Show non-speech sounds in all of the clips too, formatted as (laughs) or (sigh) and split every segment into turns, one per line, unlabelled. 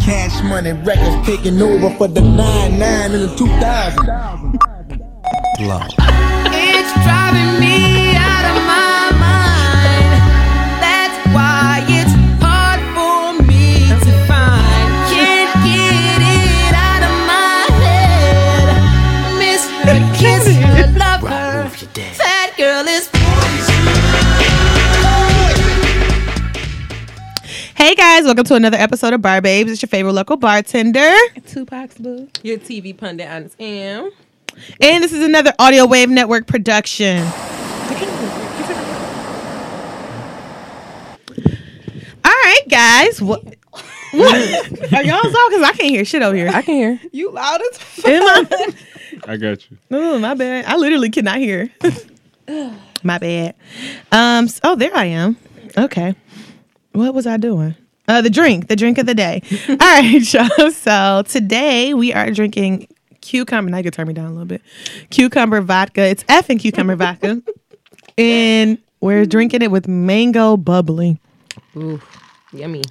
Cash money records taking over for the 99 and the 2000. Blow.
It's driving me out of my mind. That's why it's hard for me to find. Can't get it out of my head. Miss her, kiss her, love her. That girl is
Hey guys, welcome to another episode of Bar Babes. It's your favorite local bartender.
Tupac's boo.
Your TV pundit, I am.
And this is another Audio Wave Network production. All right, guys. What, what are y'all on? Because I can't hear shit over here. I
can hear.
You loud as fuck.
can't.
I got
(laughs)
you.
Oh, my bad. I literally cannot hear. (laughs) my bad. Um. s- Oh, there I am. Okay. What was I doing? Uh, the drink, the drink of the day. All right, (laughs) y'all. So today we are drinking cucumber. Now you can turn me down a little bit. Cucumber vodka. It's effing cucumber vodka, and we're drinking it with mango bubbly.
Yummy.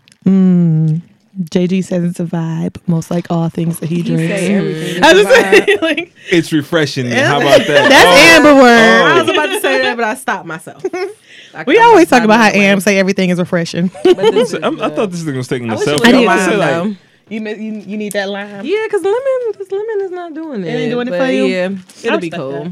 JG says it's a vibe, most like all things that he drinks.
say everything.
I was saying, (laughs) like,
It's refreshing. How about that? Oh,
that's Amber word.
I was about to say that, but I stopped (laughs) myself. I
We always talk about how
I
Am say everything is refreshing.
I'm, I thought this thing was taking
I wish
itself.
it was
I did.
lime,
I
though.
you, mi- you you need that lime.
Yeah, because lemon, cause lemon is not doing it.
ain't doing it
but
for you?
Yeah, it'll be
respect
cool.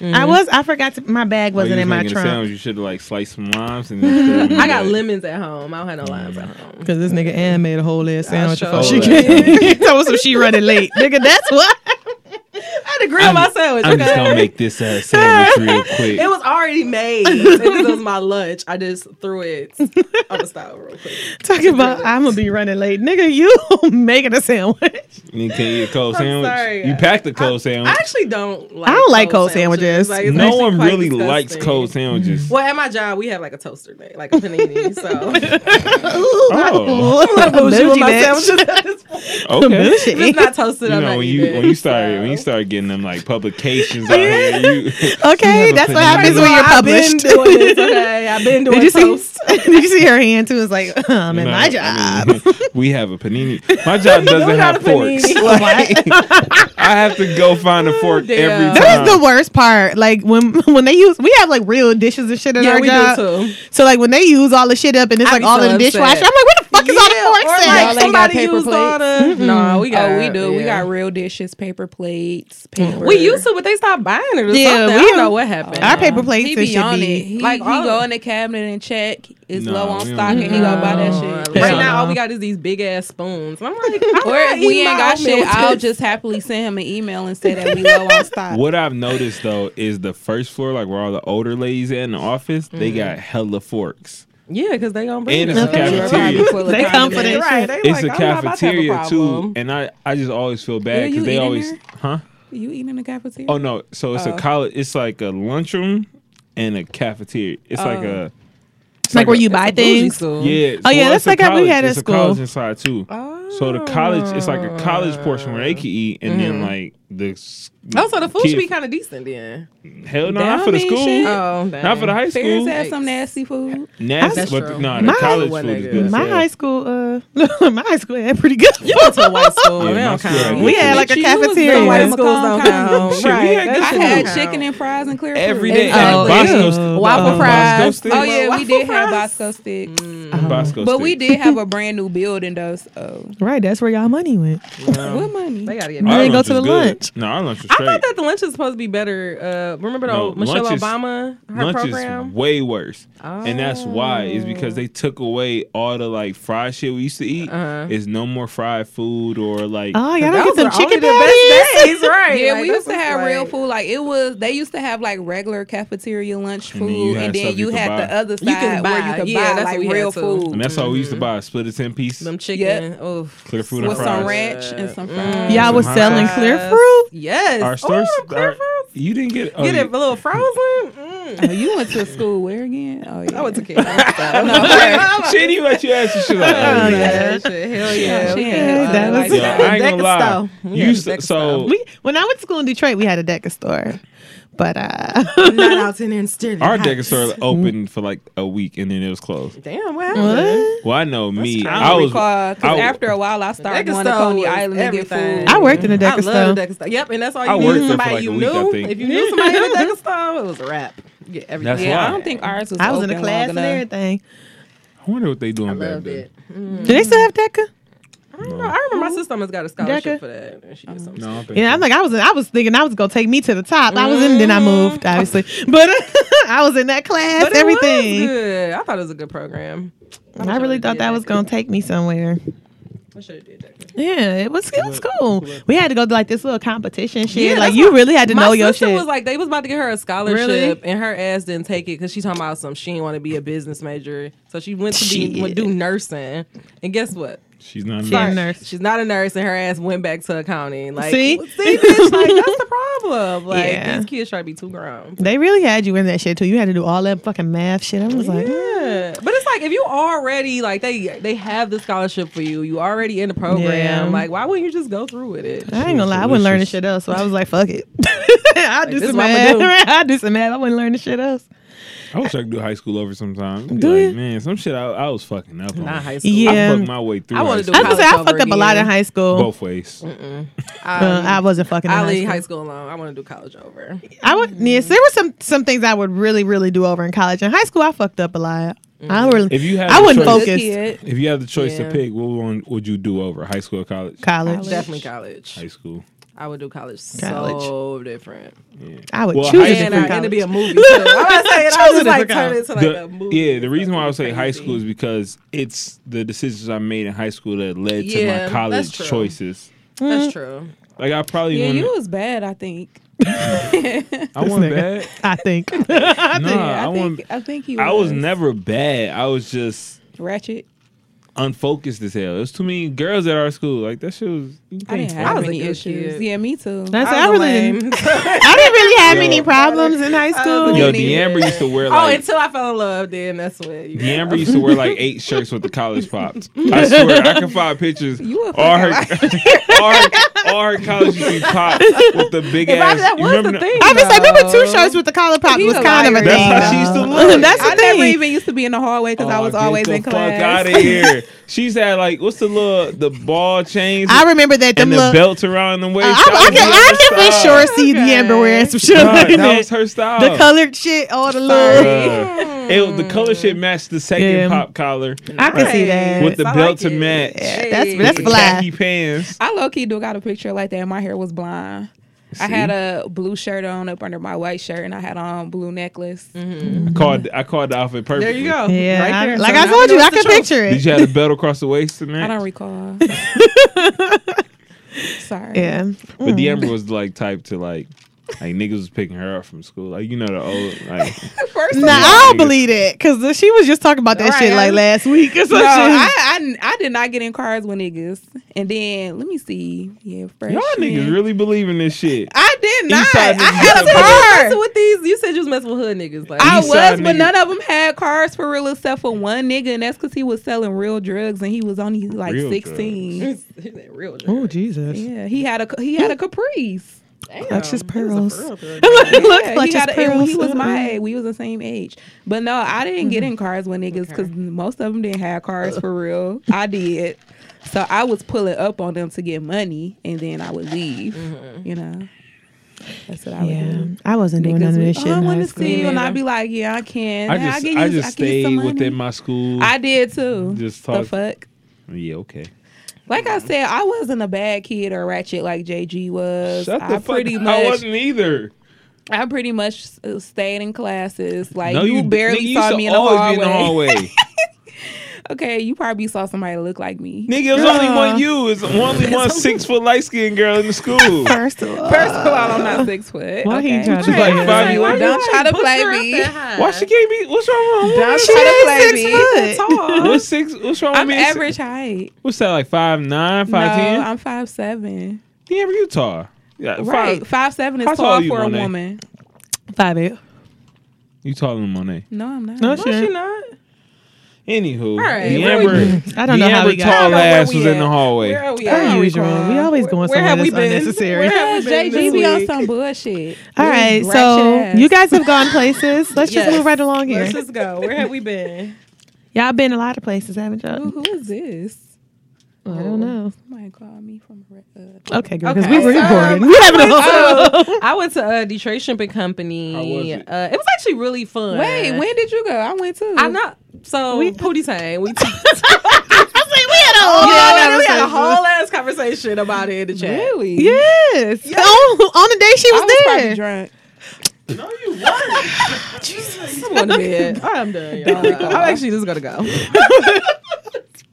I was I forgot to, my bag wasn't in my trunk
You should have like sliced some
(laughs)
limes and. then
I got lemons at home. I don't have no limes at home.
because this nigga Ann made a whole ass sandwich
sure
before she (laughs)
was.
came. Told us if she running late, (laughs) nigga. That's what. I had to grill
I'm-
my sandwich.
I'm
Okay.
just gonna make this uh, sandwich real
(laughs)
quick.
It was already made. (laughs) it was my lunch. I just
(laughs)
threw it on the stove real quick.
Talking about I'm gonna be running late, nigga. You (laughs) making a sandwich?
You can't eat a cold
I'm
sandwich.
sorry.
You packed a cold sandwich.
I actually don't like
I don't like cold sandwiches.
it's
no
actually
one
quite
really likes
disgusting.
cold sandwiches.
Well, at my job, we have like a toaster day, like a
(laughs)
panini. so
Oh,
Bougie bitch.
okay.
if (laughs) it's
Bougie.
not toasted,
You
I'm
know
not
when you
eating.
when you start when you start getting them like publications out here, you,
(laughs)
(laughs)
Okay,
Never
that's
put
what
it
happens when you're
I've been
published.
doing
(laughs)
this, okay? I've been doing
Did you
toast.
see? (laughs) Did you see her hand too? It's like um,
you
in
know,
my
I
job.
mean, (laughs) we have a panini.
(laughs)
My job doesn't
got a
have
(laughs)
forks.
panini.
Like, I have to go find a fork
Damn.
every time.
That is the worst part. Like when (laughs) when they use, we have like real dishes and shit in
Yeah,
our
we
job.
do too.
So like when they use all the shit up and it's
I
like
be
all
so
in the
upset.
dishwasher, I'm like, where the fuck is all
Yeah,
the forks
or
at?
like
Y'all ain't got
somebody
paper
used all the. No, we got.
Oh, we do. We
yeah.
got real dishes, paper plates, paper.
We used to, but they stopped buying it or
Yeah,
something. I
we
don't know
don't-
what happened.
Our paper plates
He
and
be
shit
on it.
be.
He,
Like,
he
all
go
of-
in the cabinet and check. Is
No,
low on
we don't
stock and he
do
gonna buy that
Uh,
shit.
Right
Yeah.
now, all we got is these big ass spoons. I'm like, I'm
Or if
not
we
eating
ain't
my
got
oatmeal
shit,
with
I'll
this.
just happily send him an email and say that we low on stock.
What I've noticed though is the first floor, like where all the older ladies at in the office, they
Mm.
got hella forks.
yeah, because they gonna bring
And
it
it's a
up.
cafeteria.
They come for that
Right,
shit.
they
It's
like,
a
I'm not about to have a
cafeteria too,
problem.
and I I just always feel
Yeah,
bad
you
because they
eat in
always,
there?
huh?
You eat in the cafeteria?
Oh no, so
Uh.
it's a college. It's like a lunchroom and a cafeteria. It's like
Uh.
a. It's
Like where
a-
you buy
Bougie
things.
school.
Yeah.
Oh, yeah,
well,
that's
it's a
like how we
college-
had at
it's
school. Oh.
A college inside too. So the college, it's like a college portion where they could eat, and
Mm-hmm.
then like the. s-
Oh, so the food
kid-
should be kind of decent then.
Hell no,
That
not for the
mean
school.
shit.
Oh,
Not for the high
Fairs
school.
have some nasty food.
Nasty,
That's
but
true.
no, the
My-
college
Wasn't
food
that
is
good.
good. as
My
hell.
high school, uh, (laughs) my high school had pretty good.
went to a white school.
Yeah,
They
my
don't
school had
count.
good
We had
food.
like a
Bitch, you was
cafeteria.
the
white
White
schools don't
school
count.
Shit, we
Right,
had
that
good
I
shit
had
don't
chicken
count.
and fries and clear
every
fruit.
day.
(laughs) Oh,
at Bosco's,
ew.
Waffle
Um,
fries.
Bosco
Oh
Steak.
yeah, we
Waffle
did have
fries?
Bosco sticks,
Bosco
but we
Steak.
did have a brand new building though. So
Right, that's where y'all money went.
what money?
They gotta get.
Our
They go
lunch
to
was
the
good.
lunch.
No, our lunch was
I
straight.
thought that the lunch is supposed to be better. Uh, remember the
No,
old Michelle
lunch is-
Obama her
lunch is
program?
way worse, and that's why is
Oh.
because they took away all the like fried shit we used to eat.
Uh-huh.
It's no more fried food or like
Oh, y'all don't get
Those
some
were only
chicken
the best
patties. (laughs)
days, (laughs) right?
Yeah,
Like,
we
that's
used to
what's
have real
like-
food. Like it was, they used to have like regular cafeteria lunch
And then you
food,
had
and then
stuff you
you
could
had
buy.
the other side
You could
where
buy.
you could
Yeah,
buy
that's
like
what we had
real
too.
And
food
that's all we
mm-hmm.
used to buy: split a ten piece.
Them chicken.
Yep.
Oh,
Clear food and
with some
fries.
ranch and
Mm.
some fries.
Y'all was
Some
selling
hot
clear
fries.
fruit.
Yes.
Our stores,
Oh, clear
our-
fruit.
you didn't get. Oh,
Get
you-
it a little frozen. Mm.
(laughs) Oh, you went to school where again? Oh yeah,
I went to Canada.
(laughs)
(laughs)
she didn't even let you ask. you. She like, oh, yeah.
yeah, shit. Hell yeah.
She
We
ain't
had,
had
uh,
that
like
was-
Yeah, I ain't
Deca
gonna lie.
Style. We
You
had
used to-
Deca
so
Style.
We when I went to school in Detroit, we had a DECA store, But uh, (laughs)
Not out in there and staring.
Our deck is sort of open for like a week and then it was closed.
Damn, what happened?
Well, I know me.
crazy.
I
I
I
don't
was.
recall because
I-
after a while I started
Deca
going to
Stone
Coney
was
Island to get
everything.
food.
I worked in a
I
Decker
love the
store.
Decker store. Yep, and that's all you
I
need.
worked there for
somebody
like a
you
week, I
knew.
think.
If you knew somebody in the Decker store, it was a wrap. You Get everything.
That's
Yeah,
why.
I don't think ours was.
I was in a
open
class
long
and
enough.
everything.
I wonder what they doing
I
back
loved
then.
it.
Do they still have DECA?
Mm-hmm. I don't know. I remember my sister almost got a scholarship
Decker?
for that. And she did something.
No, I don't think
Yeah, I'm
so.
like I was. I was thinking I was gonna take me to the top. I was in, then I moved, obviously. But (laughs) I was in that class,
Mm-hmm. But it was
everything.
good. I thought it was a good program.
I really thought that was gonna take me somewhere.
I should have did that.
Yeah, it was it was cool. We had to go to like this little competition shit.
Yeah,
like
that's
you
what-
really had to
My
know your
sister
shit.
was like, they was about to get her a scholarship,
Really?
and her ass didn't take it because she talking about some. She didn't want to be a business major, so she went to be
Shit.
do nursing. And guess what?
She's not.
She's not a
nice.
nurse.
She's not a nurse, and her ass went back to accounting. Like,
See?
bitch, like that's
(laughs)
the problem. Like
Yeah.
these kids try to be too grown.
they really had you in that shit too. You had to do all that fucking math shit. I was like, uh.
Yeah, but it's like if you already like they they have the scholarship for you, you already in the program.
Yeah.
Like, why wouldn't you just go through with it?
I ain't gonna lie, I wouldn't learn this
Delicious.
shit else. So I was like, fuck it. (laughs) I'll do
this
some
what I'ma
math.
do.
I'll do some math. (laughs) I wouldn't learn this shit else.
I wish I could do high school over sometime. Be
Do
like,
you?
man, some shit I, I was fucking up.
Not
on.
high school.
Yeah.
I fucked my way through.
I
high
wanna do
school.
I was gonna say I
College
fucked up
over
a lot in
again.
high school.
both ways.
I,
Uh, I wasn't fucking. in
I
high
leave
school.
high school alone. I want to do college over.
I would. Yes, there were some some things I would really really do over in college. In high school, I fucked up a lot. I really,
Mm-hmm. If you had
I
the
wouldn't
choice-
focus
Kid.
If you had the choice
Yeah.
to pick, what one would you do over high school or
(laughs)
college?
college.
Definitely college.
High school.
I would do college, so
College. different.
Yeah.
I would
Well,
choose
high
a
school-
And, I,
different
and it'd be a
college. (laughs)
movie. Too. I was saying, I
Choose a
was
different
like, turn it into like
The-
a movie.
yeah, the
or
reason why I would
something
say high
crazy.
school is because it's the decisions I made in high school that led to
Yeah,
my college
that's true.
choices.
Mm-hmm.
That's true.
Like I probably
Yeah,
wouldn't-
you was bad. I think.
I wasn't
nigga.
bad.
I
(laughs)
think.
Nah,
(laughs) I,
I,
think.
wasn't.
I think you.
I was never bad. I was just
ratchet.
unfocused as hell. There's too many girls at our school. Like that shit was. You
I didn't
can't
have
was a
any
good
issues.
kid.
Yeah, me too.
That's
I
I,
was
really
lame. (laughs)
didn't, (laughs) I didn't really have many
Yo.
problems in high school.
Yo,
Yo,
D'Amber used to wear
oh,
like
until I fell in love, then that's what. You
D'Amber used to wear like eight shirts with the college
(laughs)
pops. I swear, I can find pictures.
You a
all her, (laughs) all her, all her college used to pop with the big
If I-
ass.
that
you
was
remember
the
that-
thing.
I just like remember two
though.
shirts with the collar pop
He
was
a
kind of a
liar,
thing.
That's how she used to
though.
look.
That's the
I
thing.
never even used to be in the hallway because I was
Oh,
always
get
in
Oh, the
class.
Fuck
(laughs)
out of here! She's had like what's the little the ball chains
I remember that them
and the
look.
belts around the waist.
I, I,
That was
can,
her
I can for
style.
sure see the
Okay.
Amber wearing some shit
God,
like
that was
that.
her style.
The colored shit, all the
Bruh.
little.
It, the color shit matched the second
Yeah.
pop collar
I can see that.
with the
I
belt
like
to
it.
match.
Yeah, that's
Hey.
that's
The
fly.
khaki pants.
I low key do got a picture like that. My hair was blonde. I had a blue shirt on up under my white shirt, and I had on blue necklace.
Mm-hmm.
I called I called the outfit perfectly.
There you go.
Yeah,
Right
I-
there.
like
So
I
now
told
we
you,
know
I
it's
can
the truth.
picture it.
Did you have the belt across the waist in that?
I don't recall.
(laughs)
(laughs) Sorry.
Yeah,
But the Amber was like type to like like niggas was picking her up from school. Like you know the old like
(laughs)
(laughs)
First
nah,
Yeah,
I don't
nigga.
believe it because she was just talking about that
Right,
shit like
I-
last week or
No,
something.
I, I I did not get in cars with niggas. And then let me see. Yeah, fresh.
y'all niggas really believe in this shit.
I did not.
Eastside
I
niggas got
had a
You was messing
car.
with these. You said you was messing with hood niggas. (laughs) Like
I
East side
was, but
niggas.
none of them had cars for real except for one nigga, and that's because he was selling real drugs, and he was only like
Real
sixteen.
real. drug.
oh Jesus,
Yeah, he had a he had a
(laughs)
Caprice.
Damn,
Clutch his
that
pearls.
was a
(laughs)
pearl drug.
it looks
Yeah,
like
he, had
his
a, and when
pearls.
he was my
Mm-hmm.
age. We was the same age, but no, I didn't get in cars with niggas because most of them didn't have
(laughs)
cars for real. I did, so I was pulling up on them to get money, and then I would leave.
Mm-hmm.
You know, that's what I would
Yeah,
do.
I wasn't doing none
Niggas
of
would,
this shit.
oh, I
in high
want to
school.
see you, and I'd be like, "Yeah, I can.
I
Nah,
just
get
I
you-
just
can get some
stayed within
money."
my school.
I did too.
Just
the
talk- Mm-hmm.
fuck.
yeah, okay.
Like I said, I wasn't a bad kid or ratchet like JG was.
Shut the
I
fuck
pretty
up. I
much
wasn't either.
I pretty much uh, stayed in classes. Like
no,
you,
you nigga,
barely
you
saw
used
me
to
in the,
always
hallway.
be in the hallway.
(laughs) Okay, you probably saw somebody look like me.
(laughs) Nigga, it was only one you. It's only one six foot light skinned girl in the (laughs) school.
First of all,
(laughs) First of all, I'm not six foot.
Why he
okay?
trying to
She's like
play?
five years old.
Don't try to
Boost
play
her up
me.
that high.
Why she can't be? What's wrong with
Don't
me?
try to play
six
me.
foot.
I'm tall.
What's six? What's wrong with
I'm
me?
average height.
What's that like? Five nine, five
no,
ten?
I'm five seven.
Damn, you tall. Yeah,
Right,
five.
five seven
How
is
tall are
tall
you,
for a
Monet?
woman.
five eight.
You taller than Monet.
No, I'm not.
No,
No,
she
she
ain't.
not.
Anywho,
right,
the
where we-
Amber,
I don't know
the
how
Amber
we got- I
tall
don't know
where
ass
we
was in
at.
the hallway.
Where are we
Our
at?
Oh,
usual.
God.
We always going
Where
somewhere
have we
that's
been?
unnecessary.
Where have we been
JG
this
be on
week?
some bullshit.
All right,
Ratchet
so
ass.
you guys have gone
(laughs)
places. Let's just
Yes.
move right along here.
Let's just go. Where have we (laughs) been?
Y'all been a lot of places, haven't y'all?
Who, who is this?
I don't know.
Somebody called me from a re- uh,
Okay, girl, because
Okay,
we were
so,
recording.
um,
we having a whole.
Oh, I went to uh, Detroit Shipping Company.
How was it?
Uh, it was actually really fun.
Wait, when did you go? I went too.
I'm not. So
We-
Pootie Tang. (laughs) We,
(laughs) I said we had a whole.
(laughs) yeah, we had a
conversation.
whole ass conversation about it in the chat.
really.
Yes. On, on the day she
I
was,
was probably
there.
drunk.
No, you weren't.
I'm going to bed. (laughs) I'm done, y'all. I'm actually just gonna go.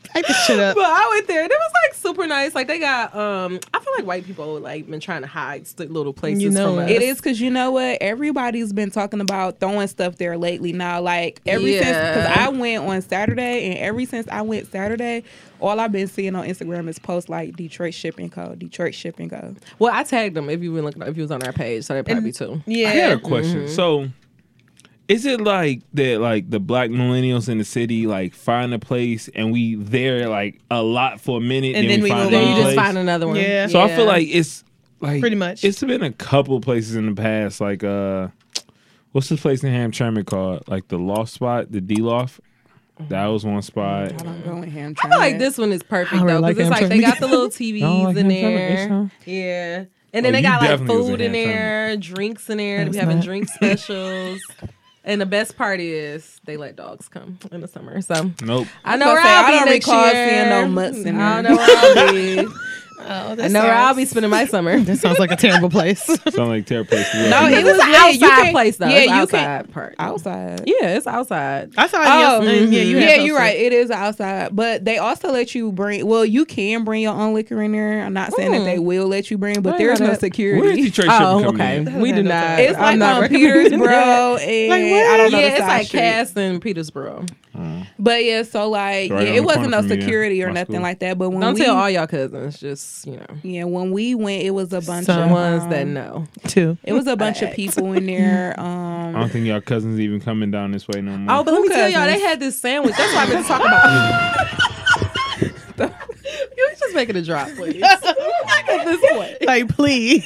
Type this shit up.
But I went there and it was like super nice. Like they got um I feel like white people like been trying to hide st- little places
You know
from us.
it.
It is because you know what? Everybody's been talking about throwing stuff there lately now. Like, every since, because
Yeah.
I went on Saturday, and every since I went Saturday, all I've been seeing on Instagram is posts like Detroit shipping code, Detroit shipping code.
Well, I tagged them if you were looking if you was on our page, so they probably too.
I had a question. So, is it like that? Like the black millennials in the city, like find a place and we there like a lot for a minute,
And then
then, we
we
find
move
Then
another
you just
place.
find another one.
Yeah.
so I feel like it's like
Pretty much.
It's been a couple places in the past, like uh, what's the place in Hamtramck called? Like the Loft Spot, the D Loft. That was one spot.
I don't go in here. I'm
I feel
trying
like
to-
this one is
I
perfect
don't
though,
like
because it's like they
Amtrak.
got the little TVs
don't like
in
Amtrak
there.
Amtrak?
Yeah. And then
Oh,
they
you
got like
definitely was
food
in
in
Amtrak.
there, drinks in there.
No,
we
it's
having
not.
drink specials. and the best part is they let dogs come in the summer. So
Nope.
I know
gonna
where
say,
I'll
I
be
don't
next
recall
year.
seeing no mutts in
I
there.
don't know where I'll be.
Oh,
I know where I'll be spending my (laughs) summer. Oh,
That sounds like a terrible place.
Sound like terrible place. To live.
No,
Because
it was
it's an
yeah, you
outside
can-
place though.
yeah,
it's
you can-
outside part.
outside.
Yeah, it's outside.
I saw
Oh,
you. Yeah, mm-hmm. you
yeah,
had
you're
posted.
right. It is outside, but they also let you bring. Well, you can bring your own liquor in there. I'm not saying
Mm.
that they will let you bring, but
Where
there's
is
no
that?
Where is
security.
Detroit Shipping
Oh,
coming
okay.
in?
We do not.
It's like
I'm not (laughs)
on
recommending
Petersboro,
that.
and
Like, where?
I don't know
Yeah,
the
it's
side
like
street.
Cass and Petersboro.
But yeah, so like,
Right
yeah,
around
it
the
wasn't
corner
no
from me, yeah.
security or
My
nothing
school.
like that. But when
Don't
we,
tell all y'all cousins. Just you know,
yeah, when we went, it was a bunch
Some
of
the ones that
um,
know.
Too.
It was a bunch of people in there.
(laughs)
Um, (laughs)
I don't think y'all cousins even coming down this way no more.
Oh, but let
Who
me tell y'all, they
cousins?
had this sandwich. That's why I've been talking about.
(laughs)
(laughs) you just make it a drop, please. At this point.
(laughs) Like, please.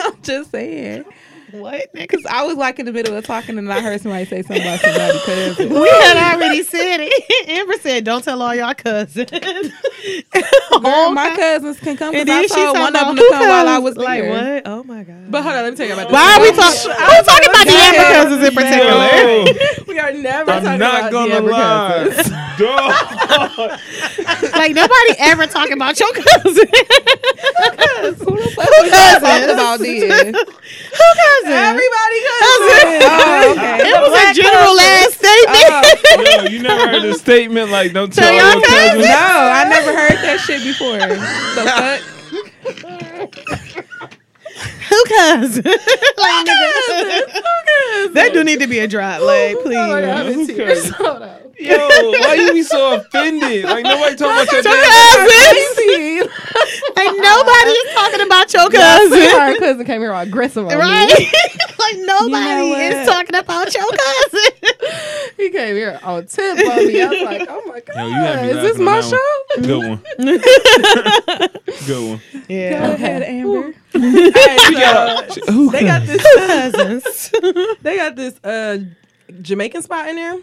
I'm just saying,
what? Because
because I was like in the middle of talking and I heard somebody say something about somebody (laughs) cousin.
we had already said it. (laughs) Amber said, "Don't tell all y'all cousins." (laughs)
Girl, my cousins can come.
and
Cause
then
I
she
told
talking
one of
about
them
who
to come while I
cousins?
was
like,
there.
"What? Oh my god!"
But hold on, let me tell you about this.
Why are we talking? We're talking about the Amber cousins in particular.
Yo, (laughs)
We are never talking
I'm
about
not
the
gonna
Amber
lie.
cousins.
(laughs) Dog.
Like nobody ever talking about your cousin.
Who (laughs) the fuck was y'all talking
cousins? (laughs)
about (laughs) then?
Who cousin?
Everybody
Cousin.
Oh, okay.
It was a general last statement.
Yo, you never heard a statement like "Don't tell
Tell
your
your
cousins."
No, I (laughs) never heard that shit before.
(laughs)
The fuck?
(laughs) Who cousin? like nigga. That do need to be a drop. Like please.
cousins.
Who cousins? Yo, why you be so offended? Like nobody talking about
Your
your
(laughs)
dad.
cousins. Like nobody is talking about your cousin. (laughs)
Our cousin came here all aggressive on me.
Right? (laughs) like nobody
You know
is
what?
talking about your cousin.
He came here on tip on me. I was like, oh my god,
Yo, you had me
is this
laughing
my
on that
show?
one. Good one.
(laughs)
Good one.
Go
(laughs) yeah.
ahead, Amber.
They got this.
(laughs) Cousins.
They got this uh, Jamaican spot in there.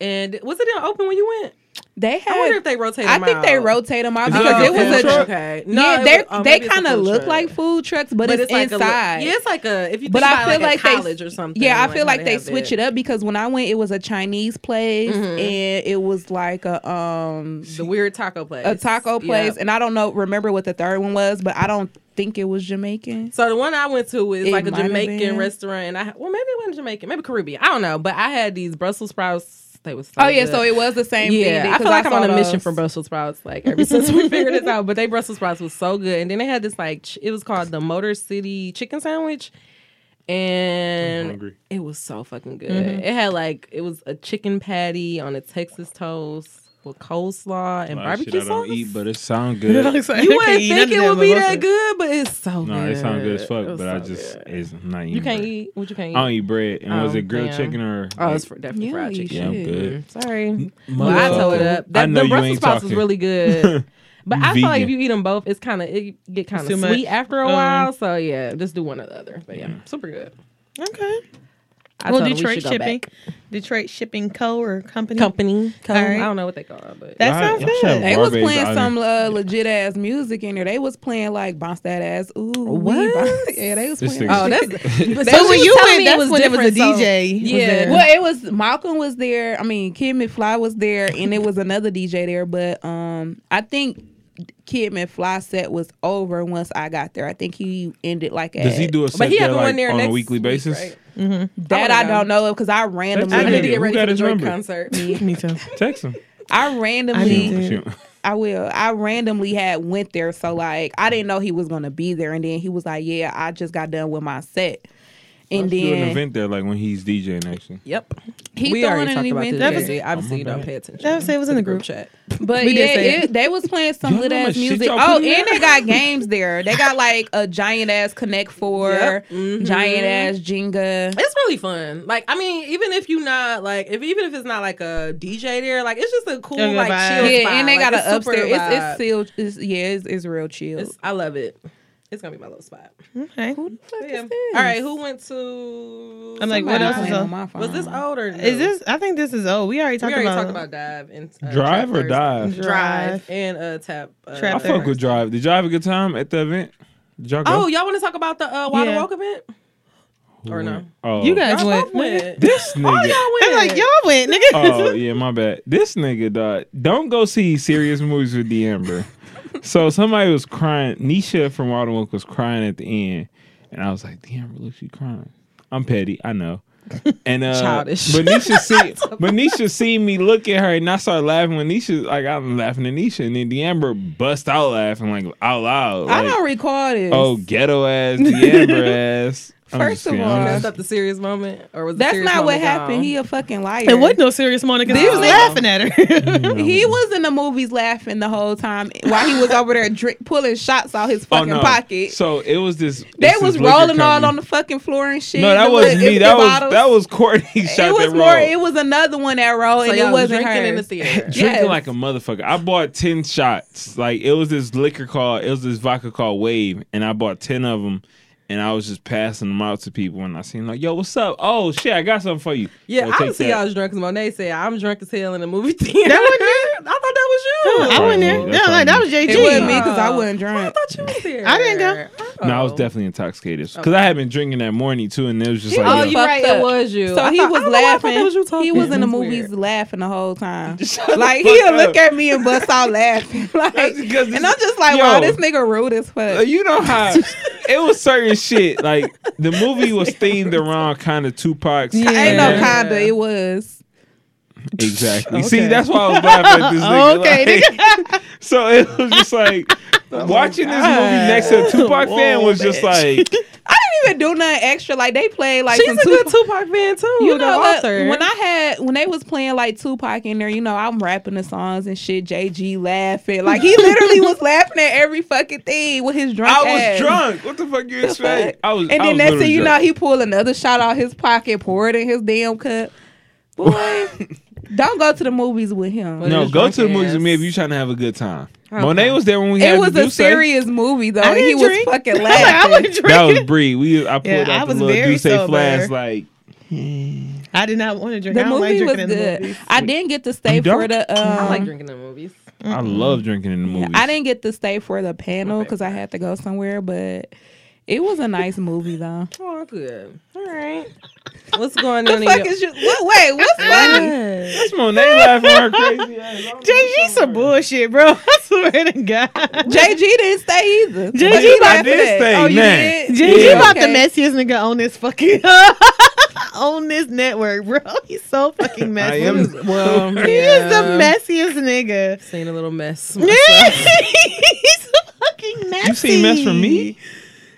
And was it in open when you went?
They had.
I wonder if they rotated.
I
them
think they
out. Oh,
rotate them out
Is that
because
like
it
a
was
food
a.
truck?
okay.
yeah,
it
they
was- oh,
they
maybe it's a
kind of
food
look
truck.
like food trucks, but, it's,
like a li-
inside.
yeah, it's like a if you.
But
think
I
about, like,
feel like
a
they-
college or something.
Yeah, Mm-hmm. I feel
how
like they
have
switch it up because when I went, it was a Chinese place and it was like a um
The weird taco place.
a taco place,
Yeah.
and I don't know remember what the third one was, but I don't think it was Jamaican.
So the one I went to was
It
like a
might have
Jamaican
been.
restaurant, and I had- well maybe it wasn't Jamaican, maybe Caribbean. I don't know, but I had these Brussels sprouts. They was so
Oh yeah,
good.
so it was the same
yeah,
thing.
I feel like I am on a
saw
mission
those.
for Brussels sprouts. Like ever since
(laughs)
we figured this out, but they Brussels sprouts was so good. And then they had this like ch- it was called the Motor City Chicken Sandwich,
I'm
and
hungry.
Mm-hmm.
it was so fucking good. It had like it was a chicken patty on a Texas toast. with coleslaw and
A lot of
barbecue
shit I
sauce.
don't eat, but it
(laughs)
sounds good.
you wouldn't think it would be that good, but it's so
no,
good.
it sounds good as fuck,
It's
but I
so
just
good.
it's I'm not eating.
you can't
bread.
eat what you can't eat.
I don't eat bread. And was
Oh,
it grilled
damn.
chicken or?
Oh, it's for, definitely
Yeah,
fried
you
chicken.
yeah, I'm
shit.
good.
Sorry, well, I tore it up.
I
That,
know
the
you
Brussels
ain't
sprouts
talking.
was really good, but I feel like if
Vegan.
you eat them both, it's kind of it get kind
Too
of
much.
sweet after a
Um,
while. So yeah, just do one or the other. But yeah, super good.
Okay.
I
well,
told 'em we
Detroit
should go
shipping,
back.
Detroit shipping co or company.
company.
All right.
I don't know what they call it, but
That
Y'all-
sounds
y'all should have
good.
They was
Barbade's
playing
out
some
here.
uh, legit ass music in there. They was playing like bounce that ass. Ooh, we
What?
bounce- (laughs) Yeah, they was
This
playing.
nigga-
like-
oh, that's. but
But when
she was
you
telling
went,
me
that's when it was a
different, so-
DJ. was
Yeah.
there.
Well, it was Malcolm was there. I mean, Kid McFly was there, and it was another DJ there. But um, I think Kid McFly set was over once I got there. I think he ended like at
Does he do a set
But he
there,
have one
like,
there
on
next
a weekly
week,
basis?
right? Oh,
that. I don't know because I randomly,
I
Who
need
got
to
(laughs)
get ready
his
for the Drake
number?
concert.
Me too.
Text him.
I randomly,
didn't.
Shoot.
I will. I randomly had went there, so like I didn't know he was gonna be there, and then he was like, "Yeah, I just got done with my set," (laughs)
(laughs)
and
Let's do an
then
event there, like when he's DJing. Actually,
Yep.
He
we
throwing
already
an
talked about
event
this.
there.
Obviously, obviously you don't uh, pay attention.
That was- it was
to
in the group.
chat.
But
We
yeah,
did say it.
it, they was playing some
Y'all
lit
know how much
ass
shit
music.
y'all put
Oh,
in
and
there?
they got games there. They got like a giant ass Connect Four,
Yep. Mhm.
giant ass Jenga.
It's really fun. Like I mean, even if you not like, if even if it's not like a DJ there, like it's just a cool
Yeah, good
like
vibe.
chill.
yeah,
spot.
and they
Like,
got
it's
an
super
upstairs. It's,
vibe.
it's still, it's, yeah, it's, it's real chill.
It's- I love it. It's gonna be my little spot.
Okay.
Yeah. All right, who went to?
I'm like, what
Somebody
else is
playing
up?
on my phone.
Was this old or new?
Is this? I think this is old. We already
We
talked
already
about.
talked about dive and uh,
drive
Trap
or
Thursday.
dive?
Drive
Drive.
and uh, tap. Uh,
Trap
I
Thursday.
fuck with drive. Did y'all have a good time at the event? Did y'all
Oh,
go?
y'all want to talk about the uh, Water
Yeah.
Walk event?
Who
or no.
went? Oh,
You guys
Y'all
went.
both
nigga.
went.
this
All
nigga.
y'all
It's
went.
like y'all went, nigga.
oh yeah, my bad. This nigga, dog. Don't go see serious movies with the Amber. so somebody was crying. Nisha from Wild and Woke was crying at the end, and I was like, "Damn, look, she crying." I'm petty, I know. And uh,
Childish.
But
(laughs)
Nisha see, but Nisha seen me look at her, and I started laughing. When Nisha, like, I'm laughing at Nisha, and then the Amber bust out laughing like out loud.
I
like,
don't recall this.
Oh, ghetto ass,
(laughs)
Deandra ass. I'm
First
just
of
kidding.
all-
I'm
That's
just-
not the serious moment, or was the
that's
serious
not what
moment
happened.
gone?
He a fucking liar.
It wasn't no serious Monica. 'cause He was
No.
laughing at (laughs)
(laughs)
her.
He was in the movies laughing the whole time while he was over there drink, pulling shots out his fucking pocket.
Oh, So it was this.
They
it's
was
this liquor
rolling all
company.
on the fucking floor and shit.
No, that
The
was
little
me.
empty
That was
bottles.
that was Courtney.
It
Shot
was
that
more.
roll.
It was another one that rolled,
So
and
y'all
it
was
wasn't
drinking
her.
in the
(laughs)
theater.
yes.
Drinking like a motherfucker. I bought ten shots. Like it was this liquor called it was this vodka called Wave, and I bought ten of them. And I was just passing them out to people, and I seen like, "Yo, what's up? Oh shit, I got something for you."
Yeah, I
Yo, take
obviously
that.
y'all was drunk because Monet said I'm drunk as hell in the movie theater.
That wasn't
(laughs) I thought that was you.
I wasn't there.
Probably,
No, like, that was JG.
Oh, It wasn't me
Yeah.
because I wasn't drunk.
I thought you was there.
I didn't go.
Oh.
No, I was definitely intoxicated because I had been drinking that morning too, and it was just like,
Oh,
yo.
you
Fucked
right.
up.
It was you.
So
I
he
thought- I
was
don't know why I thought
laughing.
that was you talking.
He was in the
That's
movies
weird.
laughing the whole
(laughs)
time.
the
like
fuck
he'll
up.
look at me and bust out laughing. (laughs) Like,
That's because
and
this-
I'm just like,
Yo.
wow, this nigga rude as
Uh,
fuck.
you know
(laughs)
how it was certain shit. Like the movie was themed around kind of Tupac's.
Yeah.
Ain't no
Yeah.
kinda. It was.
Exactly.
Okay.
See, that's why I was laughing at this nigga.
Okay,
like- (laughs) so it was just like watching this movie next to a Tupac fan was just like
I didn't even do nothing extra. Like they played like some
She's a
Tupac-
good Tupac fan too.
You know
the
what?
author.
When I had when they was playing like Tupac in there, you know I'm rapping the songs and shit. JG laughing like he literally was laughing at every fucking thing with his drunk.
I was
ass.
drunk. What the fuck you
The fuck?
expect? I was.
and
I
then
was
next thing
literally
you know,
drunk.
he pulled another shot out his pocket, poured in his damn cup. Boy, don't go to the movies with him.
But
No,
his
go
drunk
to the movies
ass-
with me if you're trying to have a good time.
Okay.
Monet was there when we had
it was
the
a
Duce.
serious movie though.
I
and he
didn't drink.
was
(laughs)
fucking
I was like, I
laughing.
wasn't
That was
drinking.
Bree. We I pulled
Yeah,
out
I was
the little
very
Duce
sober.
flash like
I did not want to drink.
the
I don't like
movie
drinking
was
in the
good.
movies.
I didn't get to stay
You
for
don't?
the. Um,
I like drinking in movies.
I love drinking in the movies.
I didn't get to stay for the panel because I had to go somewhere, but it was a nice movie though.
Oh, good. All right. What's going
the
on? in
fuck
your-
is you? What, wait, what's (laughs) funny?
Yes.
That's Monet laughing her crazy
(laughs)
ass. off.
JG some bullshit, bro. (laughs) I swear to God.
JG didn't stay either.
JG
What you
I
laughing
did
at?
stay,
Oh, you
man.
did?
JG
Yeah.
about the
Okay.
messiest nigga on this fucking (laughs) on this network, bro. He's so fucking
I
messy.
am. (laughs)
Well,
He
yeah.
is the messiest nigga. (laughs)
Seen
(laughs)
a little mess.
He's fucking messy.
You seen mess from me?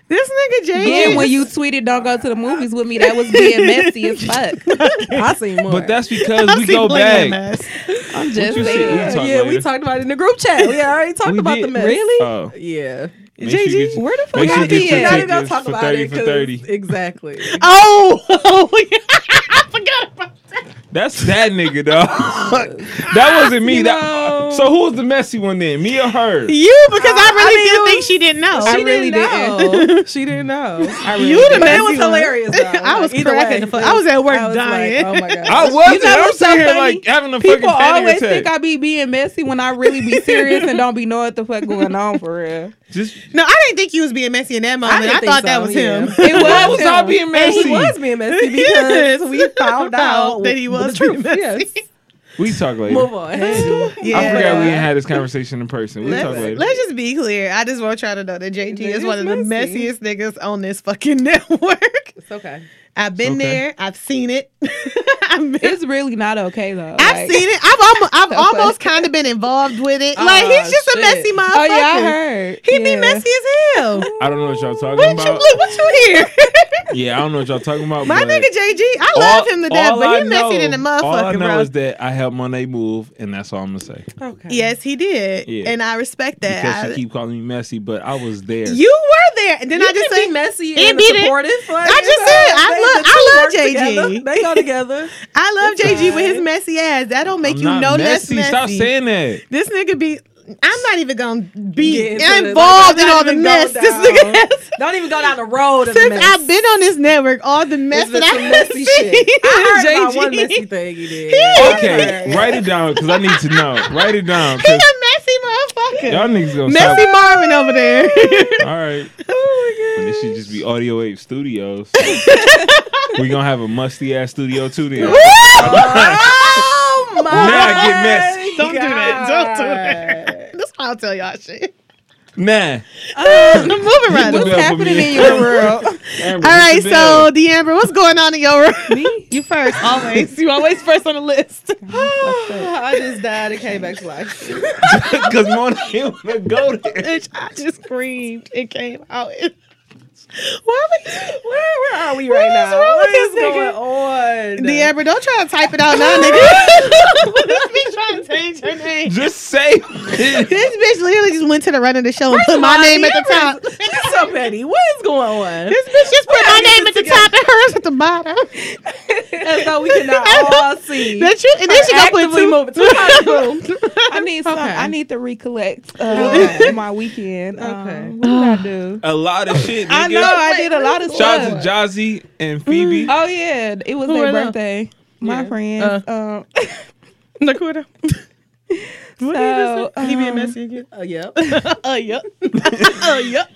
This nigga Jay.
Then
Z
when
just- (laughs)
you tweeted "Don't go to the movies with me," that was being messy as fuck.
(laughs) I seen more.
But that's because
I
we
see
go
Blake in that
back.
mess.
I'm just
you said?
saying.
talk
yeah, we
later.
talked about it in the group chat. We already talked
We
about
did?
the mess.
Really? Oh.
Yeah.
Make sure you
JG,
get your-
Where the fuck
make sure
I
you get
be
your
at? Not even gonna
tickets
talk
for
about
30
it.
for
'cause-
30.
Exactly.
Oh, (laughs) oh yeah. I forgot about that.
That's that nigga, dog. that wasn't me. That, so who was the messy one then? Me or her?
You, because I really
mean,
did
it
think
was-
she didn't know.
She
I
really
really
(laughs)
(laughs)
didn't. Know. she didn't know. I really
You the
didn't. Oh. (laughs) But
messy
it was
one.
hilarious. Though.
(laughs) I was
Like, either
cracking
way,
the fuck-
it
I was at work
I was
dying.
Like, oh my god.
I wasn't.
know
I was
what's so
sitting here
funny?
like having a
People
fucking panic (laughs)
always
attack.
think I be being messy when I really be serious and don't be know what the fuck going on for
(laughs)
real.
Just
(laughs) No, I didn't think you was being messy in that moment. I,
didn't
thought
think
that
so,
was
yeah.
him.
(laughs)
It was,
Why was
him.
I being
And
messy?
he was being messy
(laughs)
because
Yes.
we found out
that he was
the
being
(laughs) truth.
messy.
Yes.
We talk later.
Move on.
Yeah.
I forgot we didn't have this conversation in person. We talk later.
Let's, let's just be clear. I just want y'all to know that JG is
It's
one of the
messy.
messiest niggas on this fucking (laughs) network.
it's okay.
I've been
okay.
there. I've seen it. (laughs) I've, been-
It's really not okay though.
(laughs) I've
Like-
seen it. I've
(laughs)
almost, I've
Okay.
almost kind of been involved with it.
Oh,
like he's just a
shit.
messy motherfucker.
Oh yeah, I heard.
He be
Yeah.
messy as hell.
(laughs) I don't know what y'all talking
What you
about.
look? What you hear?
(laughs) yeah, I don't know what y'all talking about.
My
but
nigga JG, I love him to death,
all I
but he messy than a
know- All I
motherfucker,
know
bro.
is that I helped Monet move, and that's all I'm gonna say.
Okay.
yes, he did,
Yeah.
and I respect that.
Because
I-
she keep calling me messy, but I was there.
you were there, and then
You
I just
can
say
be messy
it
and
beat it.
supportive. like,
I just
you
said,
know,
I
they-
love-
the
I
two
love
work
JG.
together. (laughs) They go together.
I love JG with his
fine.
messy ass. That don't make
I'm
you
not
no
messy.
less
Stop
messy.
saying that.
(laughs) This nigga be. I'm not even gonna (laughs) be
Get into it. Like,
involved
don't
in all the
even go
mess. This
down.
nigga has.
Don't even go down the road of the
Since
mess.
I've been on this network, all the mess
It's
that
been some
I've
messy
seen.
shit. I
(laughs)
heard about
JG.
one messy thing he did.
Okay, write it down because I need to know. Write it down.
He a (laughs)
'cause
messy motherfucker.
Y'all niggas gonna
messy
stop.
Marvin over (laughs) there.
All right.
(laughs) oh
And this should just be Audio Ape
(laughs)
Studios. we gonna have a musty ass studio too then. (laughs)
my god.
Oh my!
Now I get messy.
Don't do that. Don't do that. That's why I'll tell y'all shit. (laughs)
Nah.
I'm moving right
What's
along.
happening in your (laughs) world?
All right, so D'Amber, what's going on in your room? Me? You first, always. You always first on the (laughs) list.
I just died and came back to life.
(laughs) because Mona didn't wanna go there.
(laughs) Bitch, I just screamed and came out. (laughs) Why would (laughs) where, where are we
Right now, what
What
is
is wrong with
going
this nigga?
on?
D'Amber, don't try to type it out (laughs) now, nigga. this bitch trying to change her name.
Just say it.
This bitch literally just went to the run of the show and put my name at the top.
Deamber is- She's (laughs) so petty. What is going on?
This bitch just put my
gotta get
name at
this
the
together.
top and hers at the bottom.
As though we
(laughs)
cannot all see.
That you and then she gonna put
actively
two.
moving. Two times.
I need some.
Okay.
I need to recollect
(laughs)
uh,
Okay.
my weekend. Um,
Okay.
What did I do?
(sighs)
A lot of shit. Nigga.
I know I did a lot of
Shout
stuff.
out to Jazzy and Phoebe.
Oh yeah, it was
Who
their
are them?
birthday. My
Yeah.
friend.
Uh,
um,
(laughs) Nakuda. What
so,
is He being
um,
messy again? (laughs)
Oh, yep.
Uh, yep. uh, yep.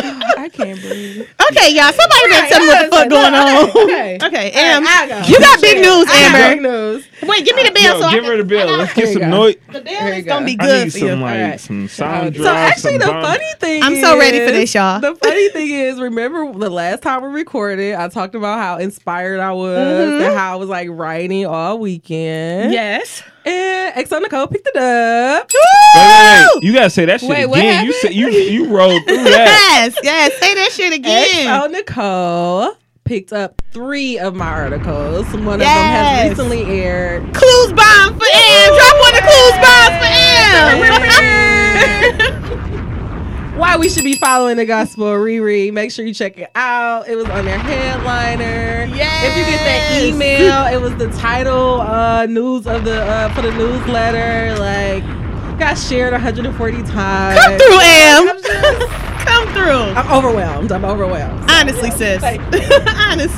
I can't breathe.
Okay, y'all. Somebody better tell me what the fuck going (laughs)
(laughs)
on.
Okay. okay.
Okay, Am.
I got
You got big news,
Big
Amber.
news.
Wait, give me the
Yo,
bill. so
give
I
her the bill. Let's get
Here
some
you go.
noise.
the bill
you
is
go.
gonna be
I
good
need
for you.
some like
Alright.
some sound
So
drops.
actually,
some
the
bomb-
funny thing
I'm so ready for
is-
this, y'all.
The funny thing is, remember the last time we recorded, I talked about how inspired I was and
Mm-hmm.
how I was like writing all weekend.
Yes.
And Exo Nicole picked it up.
Wait, wait, wait. You gotta say that shit
Wait, what
again. You said you you rolled
(laughs)
through that.
Yes. Yes. Say that shit again.
Exo Nicole picked up three of my articles. One
Yes.
of them has
(laughs)
recently aired.
Clues bomb for Am. Drop one of the clues bombs for Am.
(laughs) Why we should be following the gospel reread. Make sure you check it out. It was on their headliner.
Yes.
If you get that email, it was the title uh, news of the uh, for the newsletter. Like got shared 140 times.
Come through, Am.
I'm, just-
Come through.
I'm overwhelmed. I'm overwhelmed.
Honestly, sis. (laughs) Honestly.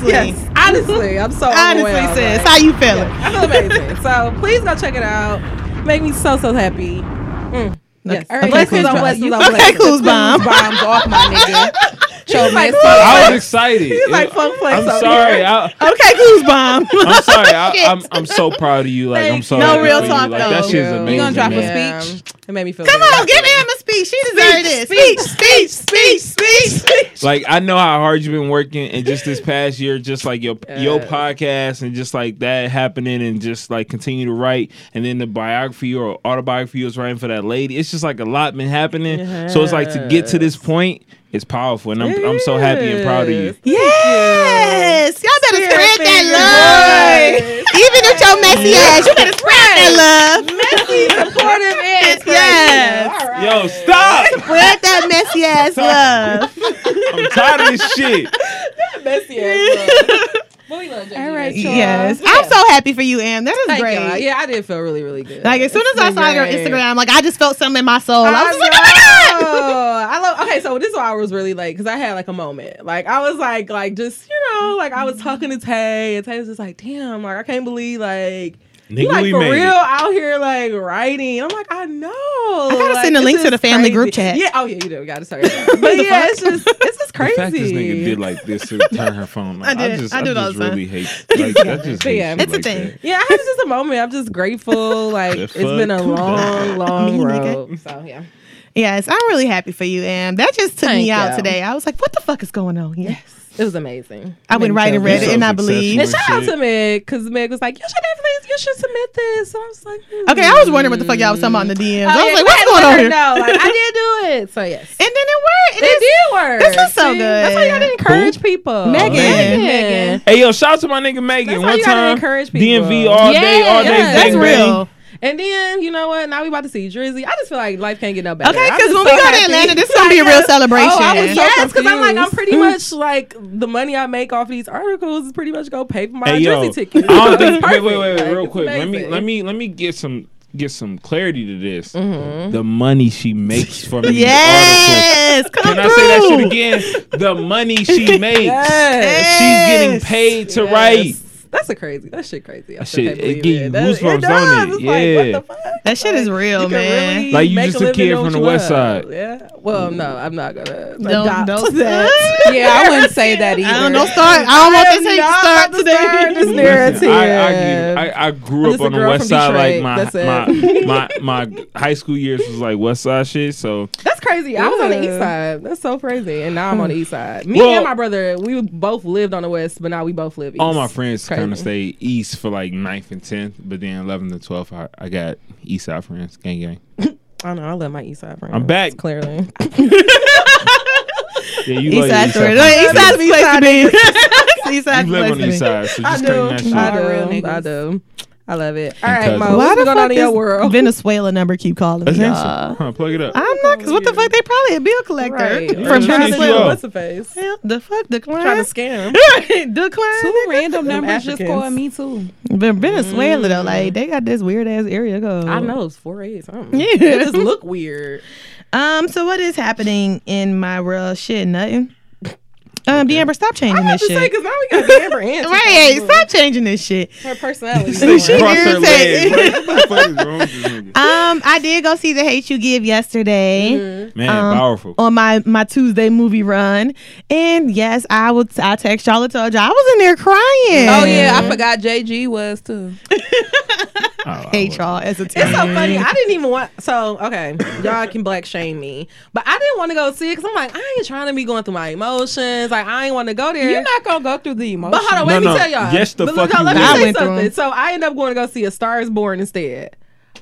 Yes, honestly, I'm so
Honestly,
overwhelmed.
sis.
Like,
How you feeling?
I feel amazing. so please go check it out. Make me so so happy. Mm. Yes.
All right,
Blessings
Clues
on
Bomb.
blessings on
Okay,
blessings.
Clues Bomb.
(laughs) bombs off
(laughs)
my nigga. Show me.
I was excited.
He's like fun flex.
I'm
over
sorry.
here.
I,
Okay, clues
(laughs)
bomb.
I'm sorry. I,
Shit.
I'm I'm so proud of you. Like I'm
Thank
so
you. No
happy
real
for you.
talk,
Like, that
though.
shit is
You
amazing.
You gonna drop
man.
a speech?
It made me
(laughs)
feel.
Come
good. (laughs)
on, give Am a speech. She deserved this. Speech, speech, speech, speech, speech.
Like I know how hard you've been working, and just this past year, just like your your
Yes.
podcast, and just like that happening, and just like continue to write, and then the biography or autobiography you was writing for that lady. It's just like a lot been happening. So it's like to get to this point, is powerful, and I'm I'm so happy and proud of you.
Yes, y'all better spread that love. Even if your messy ass, you better spread that love. Messy, supportive ass. Yes,
Yo, stop!
spread that messy ass love.
I'm tired of this shit.
(laughs)
All right, y'all.
Yes, I'm so happy for you, Am. That is
Thank
great.
y'all. Yeah, I did feel really, really good.
Like as soon as I
been
saw your
great.
Instagram, like I just felt something in my soul. I was just like,
I
oh my god.
know. I love. Okay, so this is why I was really like, because I had like a moment. Like I was like, like just you know, like I was
Mm-hmm.
talking to Tay, and Tay was just like, damn, like I can't believe like. You
Nigga,
like
we
for
made
real
it.
out here like writing. I'm like, I know. I
gotta send a link to the family group chat.
Yeah, oh yeah, you do. We gotta
(laughs)
start. But yeah, it's just it's just
The
crazy.
fact this nigga did like this to turn her phone. Like,
I
I,
did.
just,
I
I,
do it all
just
the time.
really hate. Like, I
But
just hate
yeah.
shit
It's a
like
thing.
that.
yeah, it's just a moment. I'm just grateful. Like
(laughs) The
it's been a
fuck?
long, long
Me, nigga.
road. So yeah.
(laughs) Yes, I'm really happy for you, Am. That just took
Thank
me out
you.
today. I was like, what the fuck is going on? Yes.
It was amazing.
I went right and
You
read
so
it, and I
successful
believe.
and
And shout out
shit.
to Meg because Meg was like, "You should definitely, you should submit this." So I was like, hmm.
Okay, I was wondering what the fuck y'all was talking about in the DMs.
Oh,
I
yeah,
was like,
'cause I
what's
had
going
let
on
her
here?
know, like, I did do it. So yes,
And then (laughs) it worked.
it
is-
did work.
this is so
See? That's why
good.
y'all didn't encourage people.
Megan.
Megan.
Hey yo, shout out to my nigga
That's
Megan.
how
One
you gotta
time,
encourage people.
DMV all day,
Yeah,
all day.
yeah,
That's
bang,
Bang,
bang.
real.
And then you know what? Now we about to see Drizzy. I just feel like life can't get no better.
Okay,
I'm
because
just
when
so
we go
happy.
to Atlanta, this is gonna be
(laughs)
a real celebration.
Oh, I was so yes, because I'm like I'm
confused.
pretty much like the money I make off these articles is pretty much go pay for my
Hey yo,
Drizzy ticket.
I don't think.
(laughs) It's
Wait, wait,
perfect.
wait,
Like,
real
it's
quick. Let me,
amazing.
let me, let me get some, get some clarity to this.
Mm-hmm.
The money she makes from these articles.
yes, come
Can I
through.
say that shit again? The money
(laughs)
she makes.
Yes.
She's getting
Yes.
paid to
Yes.
write.
That's a crazy. That shit crazy. I
That
still
shit,
can't
it
believe
give you
That- does.
goosebumps, don't it?
It's like,
Yeah.
what the fuck?
That shit is real,
You can
man.
really
Like, you
make
just a
living
kid
doing
from the
what you
West
love.
Side. Mm.
Yeah. Well, no, I'm not gonna
Don't-
adopt
don't-
that.
Yeah, I wouldn't say that either.
I don't know. Start. I don't want this thing to start
start this
today.
narrative.
Listen, I, I, get- I, I grew
I'm
up
just a
on the
girl
West
from
Side. Like
Detroit.
my my, my my high school years was like West Side shit. So
(laughs) That's crazy. I was on the
Yeah.
east side. That's so crazy. And now I'm on the east side. Me
Well-
and my brother, we both lived on the west, but now we both live east.
all my friends
Crazy.
kind of stayed east for like 9th and tenth, but then eleventh and twelfth, I, I got east side friends. Gang gang.
I know. I love my east side friends.
I'm back.
Clearly.
Yeah, you
East
love
side
east
story.
side.
No, East
friends.
side's the place to be. (laughs) East side's
You
the
live on the
place
east
to be.
side, so just
I
take
do.
that shit.
I
Real
do.
niggas.
I do. I love it. All
And
right,
cousins.
Mo.
Why
What's
the
going on
fuck
in your
this
world?
Venezuela number keep calling me? Uh,
That's
y'all?
handsome. Huh, plug it up.
I'm not. Cause what the fuck? They probably a bill collector
Right.
from
Just hit you
Venezuela.
up.
What's the face?
Hell, The fuck decline?
Trying to
(laughs)
scam.
decline.
Two random numbers just
Africans.
called me too.
But Venezuela though, like they got this weird ass area code.
Oh.
I know it's four eight. Something.
Yeah.
It just look
(laughs)
weird.
Um. So what is happening in my world? Shit, nothing. Um. The Amber, stop changing
I
this
just say
shit.
because now we got
(laughs)
Amber and
Right. Stop changing this shit.
her personality.
She
Cross her
irritated.
legs. What the fuck is wrong with this nigga?
Um. I did go see the Hate You Give yesterday.
Mm-hmm.
Man,
Um,
powerful.
on my my Tuesday movie run, and yes, I would. I text y'all and told y'all I was in there crying.
Oh yeah, I forgot JG was too.
Oh,
hate y'all as a team.
It's so funny. I didn't even want. So okay, y'all can black shame me, but I didn't want to go see it because I'm like, I ain't trying to be going through my emotions. Like I ain't want to go there.
You're not gonna go through the
but
emotions.
hold on,
No,
let
no.
me tell y'all.
Yes, the
but,
fuck
no,
you
Let me
did. I
say
went through
something.
them.
So I ended up going to go see a Star Is Born instead.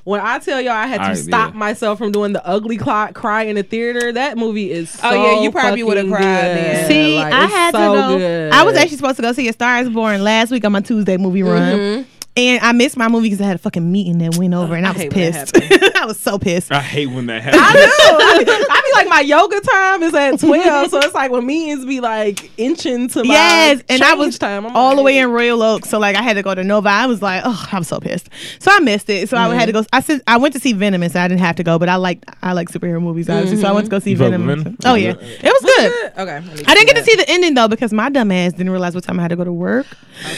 When I tell y'all I had to
I did.
stop myself from doing the ugly clock cry in the theater, that movie is. So
Oh, yeah, you probably
would
would've
have
cried then.
See,
like,
I
it's
had
so
to go.
Good.
I was actually supposed to go see A Star Is Born last week on my Tuesday movie run.
Mm-hmm.
And I missed my movie because I had a fucking meeting that went over, and I, was
Oh, hate when that
pissed. (laughs) I was so pissed.
I hate when that
I
happens.
do. I be, I be like my yoga time is at twelve, so it's like when meetings be like inching to my
Yes, and I
change
was
time. I'm
all the
like,
way in Royal Oak, so like I had to go to Nova. I was like, oh, I'm so pissed. So I missed it. So I had to go.
Mm-hmm.
I said I went to see Venom, and so I didn't have to go, but I like I like superhero movies, obviously. So I went to go see
You fuck with
Venom.
Venom?
Oh yeah, it was good.
Okay,
I didn't get to see the ending though because my dumb ass didn't realize what time I had to go to work.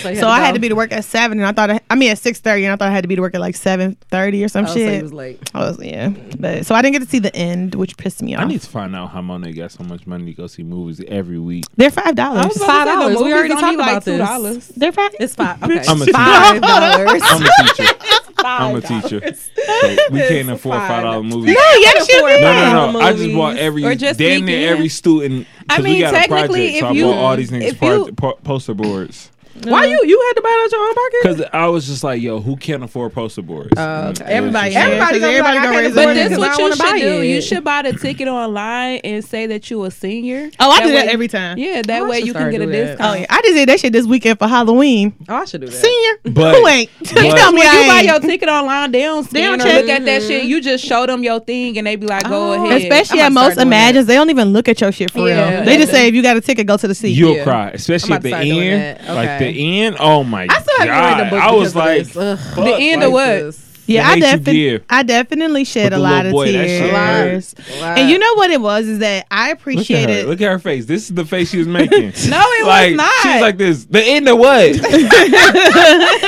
so,
So I had to be to work at seven, and I thought I, I mean at six thirty, and I thought I had to be to work at like seven thirty or some
Oh, so
shit.
he was late.
I was yeah, but so I didn't get to see the end, which pissed me off.
I need to find out how Monet got so much money to go see movies every week.
They're five dollars.
about- Five dollars. We already talked about this.
$2.
They're five. (laughs)
It's five. Okay,
I'm a
five dollars.
I'm a teacher. I'm a teacher. So we can't afford
fine.
five dollar
no, (laughs)
movies.
yes, you
afford
did.
it.
No, no, no!
Dollar
I just bought
movies.
every
Or just
damn near
weekend.
every student. 'cause
I
we
mean,
got a
technically,
project, so
if you-
I bought all these niggas
if
part,
you-
(laughs) po- poster boards.
Why you you had to buy it out your own pocket?
Because I was just like, yo, who can't afford poster boards?
Oh, okay.
And it was
Everybody,
just like-
Everybody
everybody,
gonna be
everybody
like, I
gonna
can't
raise
afford
their
But
But
hand.
this
this
is
what
what you
you should do.
buy it.
You should buy the ticket online and say that you a senior.
Oh, I
That
do that
way-
every time.
Yeah, that
I
way
should
you can
start
get a
doing that.
Oh
discount.
yeah, I just did that shit this weekend for Halloween.
Oh, I should do that.
Senior,
But-
who
(laughs)
ain't?
but-
tell me
When
I
you buy
ain't.
your ticket online, they don't scan
don't
or
check.
look at that shit. You just show them your thing and they be like, go
Oh.
ahead.
Especially
I'm
at
gonna start
most
doing
(laughs)
imagines, they don't even look at your shit for
Yeah.
real. They just say if you got a ticket, go to the seat.
You'll
Yeah.
cry, especially
I'm
at the
about to start doing
end.
that.
Like
Okay.
the end. Oh my
I still haven't
god!
read the book.
I was like,
because of this. Ugh.
fuck,
end
like,
of what?
this.
Yeah, I,
It makes you
defi-
give.
I definitely shed
But
a
the
lot
little
of
boy, that shit
tears.
Wow.
And you know what it was is that I
Look at her.
appreciated.
Look at her face. This is the
(laughs)
face she was making.
No, it
like
was not.
she was like this. The end of what?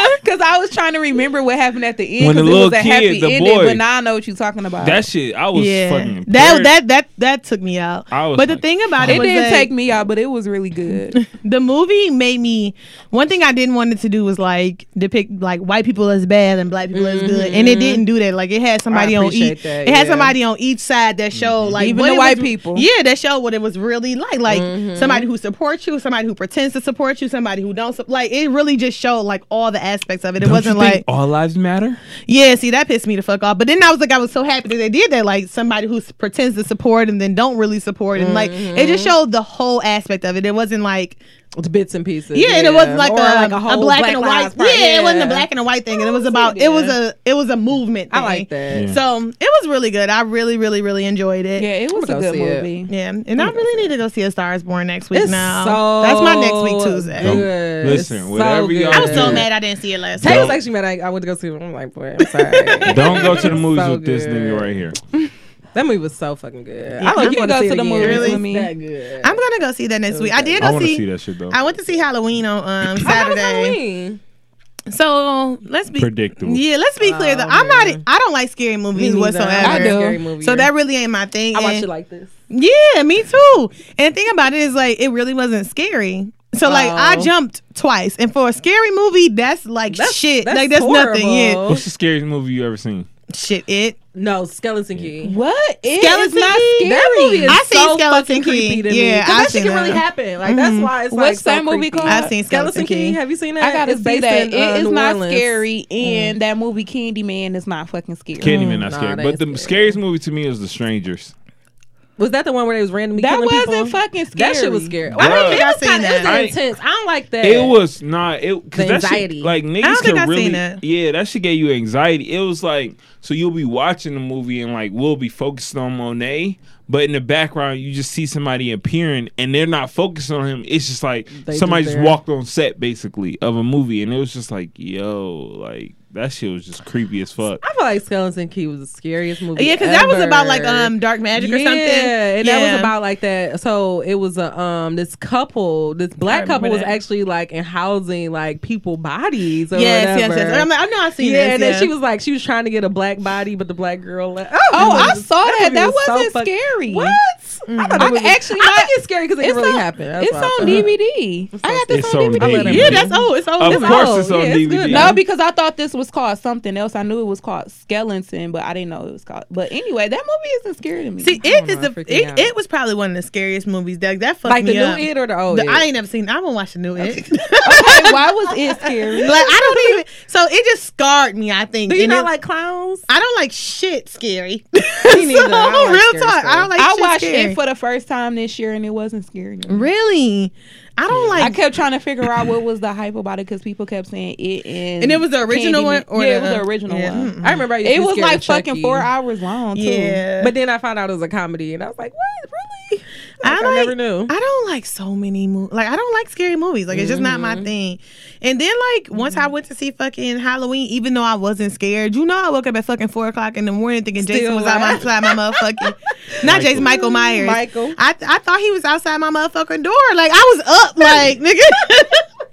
(laughs)
Because I was trying to remember what happened at the end.
When the
Because it
little
was a
kid,
happy
the
ending,
boy-
but now I know what you're talking about.
that shit. I was
yeah,
fucking.
that
embarrassed.
that that that took me out.
I was
But the
like,
thing about it,
it
was
didn't
that
take me out, but it was
(laughs)
really good.
the movie made me. One thing I didn't want it to do was like depict like white people as bad and black people as good, and it didn't do that. Like it had somebody on
appreciate
each.
that,
it had
yeah.
somebody on each side that showed like
Even
what
the
it
white
was-
people.
Yeah, that showed what it was really like. Like somebody who supports you, somebody who pretends to support you, somebody who don't. sup- Like it really just showed like all the aspects of it. It
Don't
wasn't
you think
like
all lives matter.
yeah, see that pissed me the fuck off. But then I was like, I was so happy that they did that. Like somebody who s- pretends to support and then don't really support, and like it just showed the whole aspect of it. It wasn't like
It's bits and pieces.
yeah, and it wasn't like,
Or
a, a,
whole
black,
Black
and a
Lives
white.
Matter.
Yeah, it wasn't a black and a white thing, and it was about it was a it was a movement.
Oh, I
thing.
like that.
Yeah.
So um, it was really good. I really, really, really enjoyed it.
yeah, it was
I'ma
a
go
good
see it.
movie.
Yeah, and I really need to go see A Star Is Born next week.
It's
now
so
that's my next week Tuesday.
Don't-
good.
listen,
It's
whatever y'all
I was so
Yeah.
mad I didn't see it last
Tay
time.
was actually mad. I, I went to go see it. I'm like, boy, I'm sorry.
Don't go to the
It's (laughs)
movies
so
with this nigga
good.
right here.
That movie was so fucking good.
Yeah,
I
you
you
can
go
go
see
to
it
the
again.
movies
It's
with me.
that good.
I'm gonna go see that next week. I did
I
go
want to
see.
see that shit though.
I went to see Halloween on um, Saturday.
Halloween.
So let's be
Predictable.
Yeah, let's be clear.
Oh,
Though. I'm not. e, I don't like scary movies whatsoever.
I do.
Scary
So that really ain't my thing.
I watch
and-
it like this.
Yeah, me too. And the thing about it is like it really wasn't scary. So like I
Oh.
jumped twice, and for a scary movie, that's like
That's-
shit.
that's
like that's nothing. Yeah,
horrible.
What's the scariest movie you ever seen?
shit. It.
No, Skeleton Key.
What? It
Skeleton
is not
Key?
scary.
That movie is
I seen
so
Skeleton
fucking
Key.
creepy to me.
Yeah,
'Cause
I've
that shit
seen
can really
that.
happen. Like that's why it's
What's
like
that
so
movie
creepy.
called?
I've seen Skeleton,
Skeleton Key.
Key.
Have you seen that?
I gotta
It's
say
based
that
in,
it
uh,
is
New
not
Orleans. Mm.
scary, and that movie Candyman is not fucking scary.
Candyman, not
nah,
scary.
that
But
ain't
the
scary.
scariest movie to me is The Strangers.
Was that the one where they was randomly
That
killing
wasn't
people?
fucking scary.
That shit was scary.
Bruh.
I don't think
I
I've
seen
seen
that.
that. It
I-
was intense. I don't like that.
It was not. It 'cause
The
that shit-
anxiety.
like niggas
don't think
can
I've seen
really.
it.
Yeah, that shit gave you anxiety. It was like so you'll be watching the movie and like we'll be focused on Monet, but in the background you just see somebody appearing and they're not focused on him. It's just like
They
somebody
just there.
just walked on set basically of a movie, and it was just like yo, like that shit was just creepy as fuck.
I feel like Skeleton Key was the scariest movie.
Yeah, because that was about like
ever.
um dark magic or
yeah,
something.
and that was about like that. So it was a um this couple, this black couple was
that.
actually like in housing like people bodies or
Yes, yes,
whatever.
yes. I'm like, I know I've seen
yeah,
this.
and then
yeah.
she was like, she was trying to get a black body, but the black girl. Like, oh,
Oh,
it was
I
just-
saw that.
movie
That
was so
wasn't
fuck-
scary.
What? I thought
I
it was
actually
I
not-
think it's scary because it
It's
can really
on-
happened. That's
It's
what I
on
thought.
DVD. I got this
It's
on
on
DVD.
DVD.
DVD.
yeah, that's old. It's old.
Of
it's
course,
old.
it's on
Yeah, it's
DVD.
good.
No, because I thought this was called something else. I knew it was called Skeleton, but I didn't know it was called. But anyway, that movie isn't scary to me.
See, it is
know,
the
I'm freaking
it,
out.
it was probably one of the scariest movies. That that fucked
Like the
me
new
up.
it or the old
The-
it?
I ain't never seen. I won't watch the new it.
(laughs)
okay, why was it scary?
like I don't (laughs) even. So it just scarred me. I think.
Do you
And
not
it-
like clowns?
I don't like shit (laughs) scary. so,
neither. I don't like
real
scary
talk,
stuff.
I don't like.
I
shit
watched
scary.
it for the first time this year, and it wasn't scary. To me.
really. I don't
I
like.
kept trying to figure out what was the hype about it because people kept saying it and
And it was the original
Candyman.
one, or the- uh,
yeah, it was the original
yeah, Mm-hmm.
one.
mm-mm.
I remember I used to
It
be
was
scared of
like fucking
Chucky.
four hours long. Too.
yeah,
But then I found out it was a comedy, and I was like, what? Really?
I,
Like,
like,
I never knew.
I don't like so many movies. Like I don't like scary movies. Like it's just not
Mm-hmm.
my thing. And then like once I went to see fucking Halloween, even though I wasn't scared, you know I woke up at fucking four o'clock in the morning thinking Jason
Still
was out my,
alive.
outside my motherfucking
(laughs)
not Jason Michael Myers.
Michael.
I I thought he was outside my motherfucking door. Like I was up
(laughs)
like nigga. (laughs)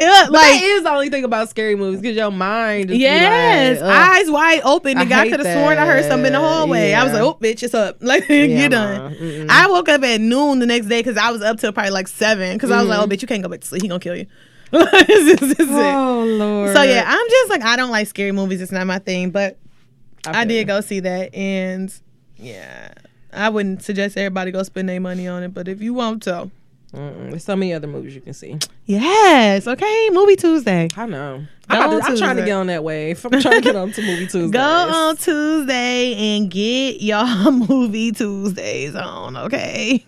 yeah, like
that is the only thing about scary movies because your mind. Just
Yes,
be like, "Ugh."
eyes wide open.
uh, I
The guy
hate
could have sworn I heard something in the
that.
hallway. I was
Yeah.
like, "Oh, bitch, it's up." (laughs) Like,
Yeah,
get
nah.
done. I woke up at noon the next day because I was up till probably like seven because I was like, "Oh, bitch, you can't go back to sleep. He gonna kill you." (laughs) This is- this is it.
oh lord.
So yeah, I'm just like I don't like scary movies. It's not my thing. But I,
feel you.
did go see that, and yeah, I wouldn't suggest everybody go spend their money on it. But if you want to,
Mm-mm, there's so many other movies you can see.
Yes. Okay. Movie Tuesday.
I know.
Go
I'm, about to-
on
I'm trying to
Tuesday.
get on that wave. I'm trying to get on
(laughs)
to movie Tuesdays.
Go on Tuesday and get y'all (laughs) movie Tuesdays on. Okay.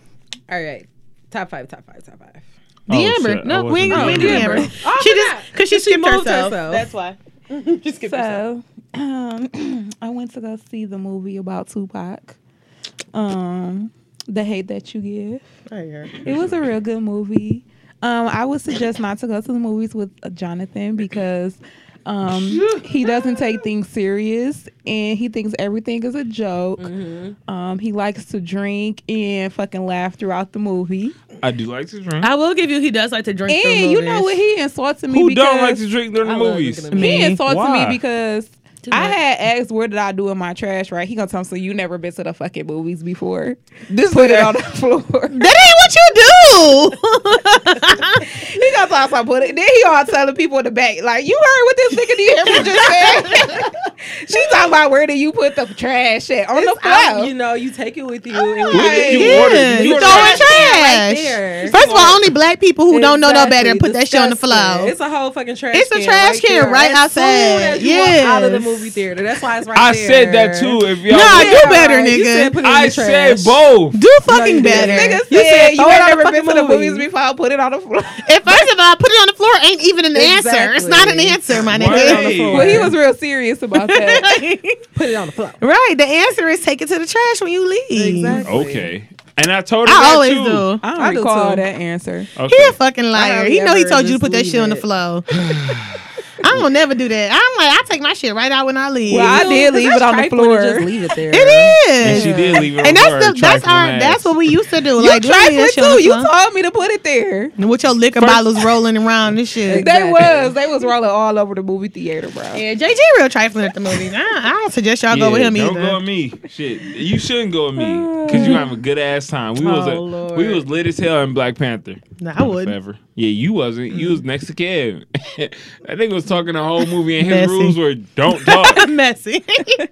All right. Top five. Top five. Top five.
Oh,
The Amber.
shit, I
No, we ain't
wasn't
gonna
doing
do
that.
Amber.
I
she just
forgot.
because she, skipped
moved
herself.
herself.
That's why. She skipped herself.
So, (clears throat) um, I went to go see the movie about Tupac. Um, the hate that you give. It was a real good movie. Um, I would suggest not to go to the movies with uh, Jonathan because
(laughs)
um, he doesn't take things serious and he thinks everything is a joke.
Mm-hmm.
Um, he likes to drink and fucking laugh throughout the movie.
I do like to drink.
I will give you. He does like to drink. through
And you
movies.
know what? He insulted me
Who
because
don't like to drink during the
love
movies?
looking at
he
Me?
insulted
Why?
me because I
much.
had asked, "Where did I do in my trash?" Right? He gonna tell me, "So you never been to the fucking movies before?
This
Put it
nigga-
on the (laughs) floor."
That ain't what you do.
He got thoughts I put it. Then he all telling people in the back, like, you heard what this nigga DM just said. (laughs) she talking about where do you put the trash at on the
It's out,
floor.
you know, you take it with you.
Where did you
Oh, yeah,
order it?
you
You
throw in
ordered
trash.
right there.
First of all, only black people who don't know no better
Exactly.
put that shit on the
Disgusting.
floor.
It's a whole fucking trash.
It's a
can
trash
right
can
there.
right
As soon
outside.
as you walk out of the
Yes.
movie theater. That's why it's right
I
there.
said that too. If y'all,
Nah,
look-
do better, nigga.
You said put it in
I
the trash.
said both.
do fucking better.
Nigga
You
said
said
you
throw it
ain't
on the
never been
fucking
to the
movies.
movies before. I put it on the floor.
If first of all, put it on the floor ain't even an answer. It's not an
Exactly.
answer, my
Word
(laughs)
on the
nigga.
floor.
Well, he was real serious about that.
Put it on the floor.
right. The answer is take it to the trash when you leave.
Exactly.
Okay, and I told her
(laughs) I
that
always
too.
do.
I don't
I do
recall
too.
that answer.
Okay.
He a fucking liar.
don't
He know he
ever
told you to
just
put that
leave
shit on the
it.
floor.
(sighs)
(sighs) I don't never do that. I'm like, I take my shit right out when I leave.
Well, I did leave it on the floor.
Just leave it
(laughs)
there.
it is.
and she did leave
And
it. on
that's
her
the that's
trifling
our
ass.
that's what we used to do.
You
like
like,
we leave that
trifling
shit on the
too. You
floor.
told me to put it there.
with your liquor bottles rolling around and shit.
They was they was rolling all over the movie theater, bro.
Yeah, JG real trifling at the movies. I, I don't suggest y'all go with him
don't
either. (laughs) Mm.
go with me. Shit, you shouldn't go with me because you have a good ass time. We was
Oh,
a-
Lord.
we was lit as hell in Black Panther.
Nah, I would. Mm.
Forever. Yeah, you wasn't. You was next to Kev. (laughs) I think was talking the whole movie, and his
Messy.
rules were don't
(laughs)
talk.
Messy.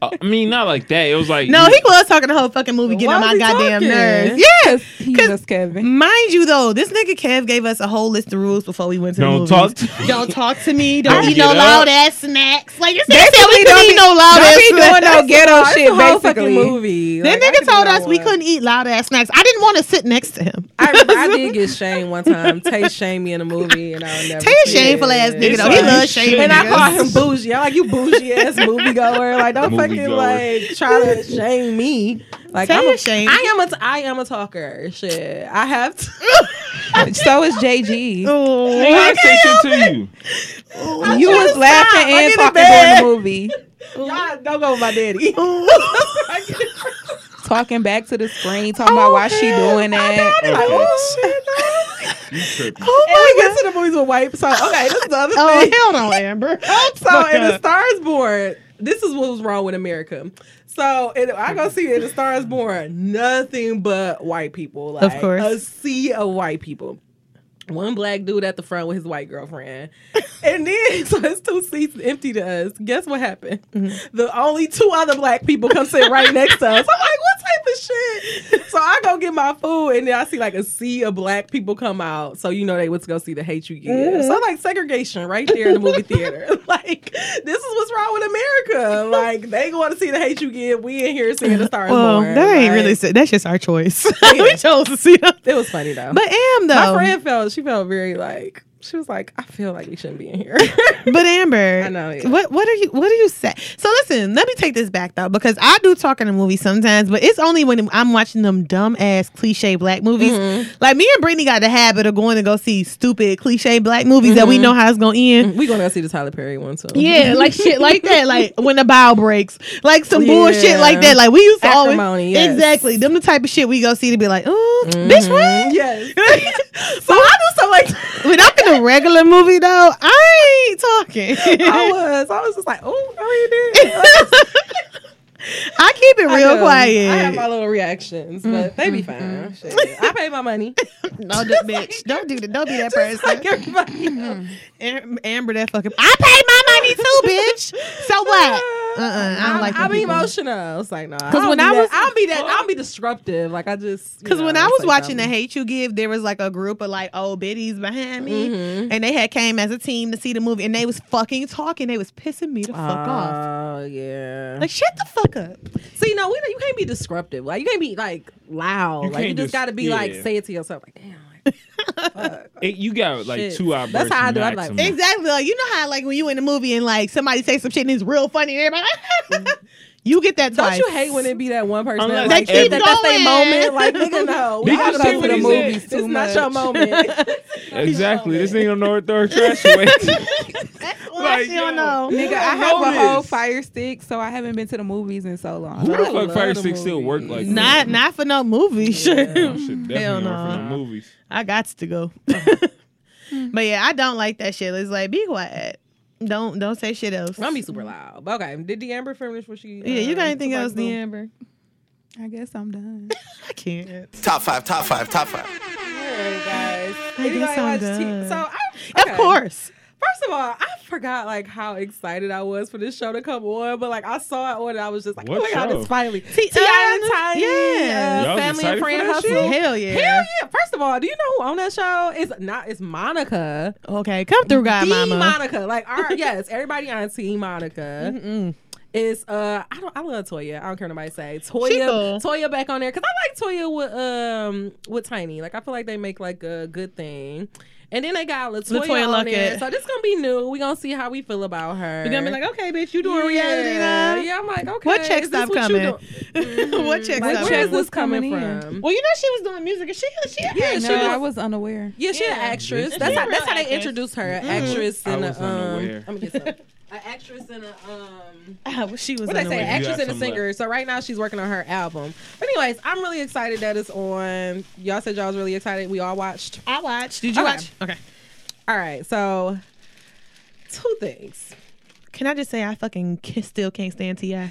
Uh, I mean, not like that. It was like
no,
you-
he was talking the whole fucking movie, getting
Why
on
was
my
he
goddamn
talking?
nerves. Yes.
He's
'Cause-
just Kevin.
Mind you, though, this nigga Kev gave us a whole list of rules before we went to
don't
the
talk.
movies. (laughs)
To
Don't talk to me. Don't,
(laughs) Don't
eat
get
no
up.
loud ass snacks. Like you said,
Basically,
we couldn't
don't
eat
be-
no loud
don't
ass
be
snacks.
doing no ghetto shit,
whole fucking
basically.
movie.
That
Like, I
nigga
could do
told
that
us we
one.
couldn't eat loud ass snacks. I didn't want to sit next to him.
I, remember I did get shamed one time. Tay shamed me in a movie, and I never.
Tay a shameful ass nigga
It's
though. He
like-
loves shameful
And I
niggas.
call
(laughs)
him (laughs) bougie. I'm like, you bougie
(laughs)
ass moviegoer. Like, don't fucking
Moviegoer.
like try to shame me. Like,
Tay
I'm a,
ashamed.
I am a, t- I am a talker. Shit, I have to.
(laughs) So is
(laughs)
JG.
Oh.
I say shit to you.
You was laughing
I need
and
a
talking
bed.
during
(laughs)
the movie,
Y'all don't go with my daddy.
(laughs) talking back to the screen, talking about why she doing that.
Okay. You tripping.
and we get to the movies with white. So okay, this is the other
(laughs) Oh,
(laughs) thing.
hell no, Amber. (laughs)
So in the
up.
Star is Born, this is what was wrong with America. So in, I go see in the Star is Born, nothing but white people. Like,
course.
a sea of white people. One black dude at the front with his white girlfriend, (laughs) and then (laughs) so it's two seats empty to us. Guess what happened?
Mm-hmm.
The only two other black people come sit right next to us. I'm like, what type
(laughs)
of shit? So I go get my food, and then I see like a sea of black people come out. So you know they went to go see the hate you give.
Mm-hmm.
So like segregation right there in the movie theater. (laughs) like this is what's wrong with America. Like they going to see the hate you give. We in here seeing the stars
Well,
born.
that ain't
Like,
really. si- That's just our choice. (laughs) we chose to see them.
It was funny though.
But am
my
though.
friend felt she felt very like she was like I feel like we shouldn't be in here.
But Amber,
(laughs) I know, yeah.
What what are you what do you say? So listen, let me take this back though, because I do talk in a movie sometimes, but it's only when I'm watching them dumb ass cliche black movies.
Mm-hmm.
Like me and Brittany got the habit of going to go see stupid cliche black movies that (laughs)
Mm-hmm.
we know how it's gonna end.
we gonna go see the Tyler Perry one too.
Yeah, like shit like that. Like when the bow breaks, like some bullshit
Yeah.
like that. Like we used to always
Acrimony, yes. Mm-hmm.
exactly them the type of shit we go see to be like, oh, bitch, what?
Yes.
(laughs) so I do stuff like when I'm in a regular movie though, I ain't talking.
(laughs) (laughs) I was. I was just like, oh, no,
(laughs)
you did.
I keep it
I
real
know.
quiet.
I have my little reactions,
Mm-hmm.
but they be fine. Shit. I pay
(laughs)
my money.
no, d- bitch, don't do that. Don't (laughs) be that person.
Just like
Mm-hmm.
(laughs) everybody. else.
(laughs) Am- Amber, that fucking. I pay my money too, bitch. So what? Uh, uh I don't like.
I'm
them people.
emotional. It's like no.
'Cause when I was-
I'll be that.
(laughs)
I'll be disruptive. Like I just. you
Because when
know,
I
it's
was
like, um,
watching the
I'm-
Hate You Give, there was like a group of like old biddies behind me, and they had came as a team to see the movie, and they was fucking talking. They was pissing me the fuck off.
Oh yeah.
Like shut the fuck up.
See, no, we don't- you can't be disruptive. Like you can't be like loud.
You
like you
can't
just,
just-
gotta be like
yeah.
say it to yourself. Like damn. Like,
It, you got like
Shit.
two
That's
hours.
how I do. I'm like,
Exactly. Like, you know how like when you in the movie and like somebody say some shit and it's real funny, and everybody (laughs) you get that
don't
twice.
you hate when it be that one person? That,
Unless they
like,
keep
that, that's
going.
their moment. Like nigga,
(laughs)
no. We
Did
gotta
you see
go to
what
the
he said?
movies
Too
It's not (laughs)
much.
your moment.
exactly. This nigga don't know where to throw her trash away.
Well,
Like,
she don't
yo.
know.
Nigga,
Yeah,
I have
notice.
a whole fire stick, so I haven't been to the movies in so long.
Who the
I love
fuck Fire
the
Stick still work like
movies.
Not
that?
not for no movie. Sure.
That shit
Hell
definitely not for
no.
no movies.
(laughs) I got to go. but yeah, I don't like that shit. It's like be quiet. Don't don't say shit else.
Don't be super loud. But okay, did the Amber finish what she?
yeah, you
uh,
got anything
like,
else,
boom?
the Amber?
I guess I'm done.
I can't.
Top five, top five, top five.
Alright, guys.
I
Anybody
guess I'm
watch
done.
T- so I,
Of
okay.
course.
First of all, I forgot like how excited I was for this show to come on, but like I saw it on and I was just like,
What
oh my god,
show?
it's finally
T-
T.I.
uh,
and Tiny,
yeah.
uh,
Y'all was
family
excited
and
for
friend
that
hustle.
shit?
Hell yeah.
Hell yeah! First of all, do you know who on that show? It's not. It's Monica.
Okay, come through, God
the
Mama.
Monica. Like
(laughs)
our yes, everybody auntie Monica. Is uh I don't I love Toya. I don't care what nobody say.
She
Toya
cool.
Toya back on there because I like Toya with um with Tiny. Like I feel like they make like a good thing. And then they got Latoya,
Latoya
on
Luckett.
there. So this gonna be new. we gonna see how we feel about her.
You're gonna be like, okay, bitch, you doing reality
yeah.
now?
Yeah, I'm like, okay.
What check
is this
stop
what you
coming? (laughs)
doing?
what check
Like,
stop
where is
coming?
this coming
coming in?
from?
Well, you know she was doing music. and She she yeah,
Yeah,
no,
she
I
was-
was unaware.
Yeah, she an
Yeah.
actress.
She
That's
a
how,
real
that's how they
actress.
introduced her. An actress
Mm-hmm. I
and a
was
um.
unaware.
I'm gonna get some. An actress and a um.
she was.
What they say?
You got
Actress and a
some left.
singer. So right now she's working on her album. But anyways, I'm really excited that it's on. Y'all said y'all was really excited. We all watched.
I watched. Did you
Okay.
watch? Okay.
All right, so two things.
Can I just say I fucking can, still can't stand Ti?
That's,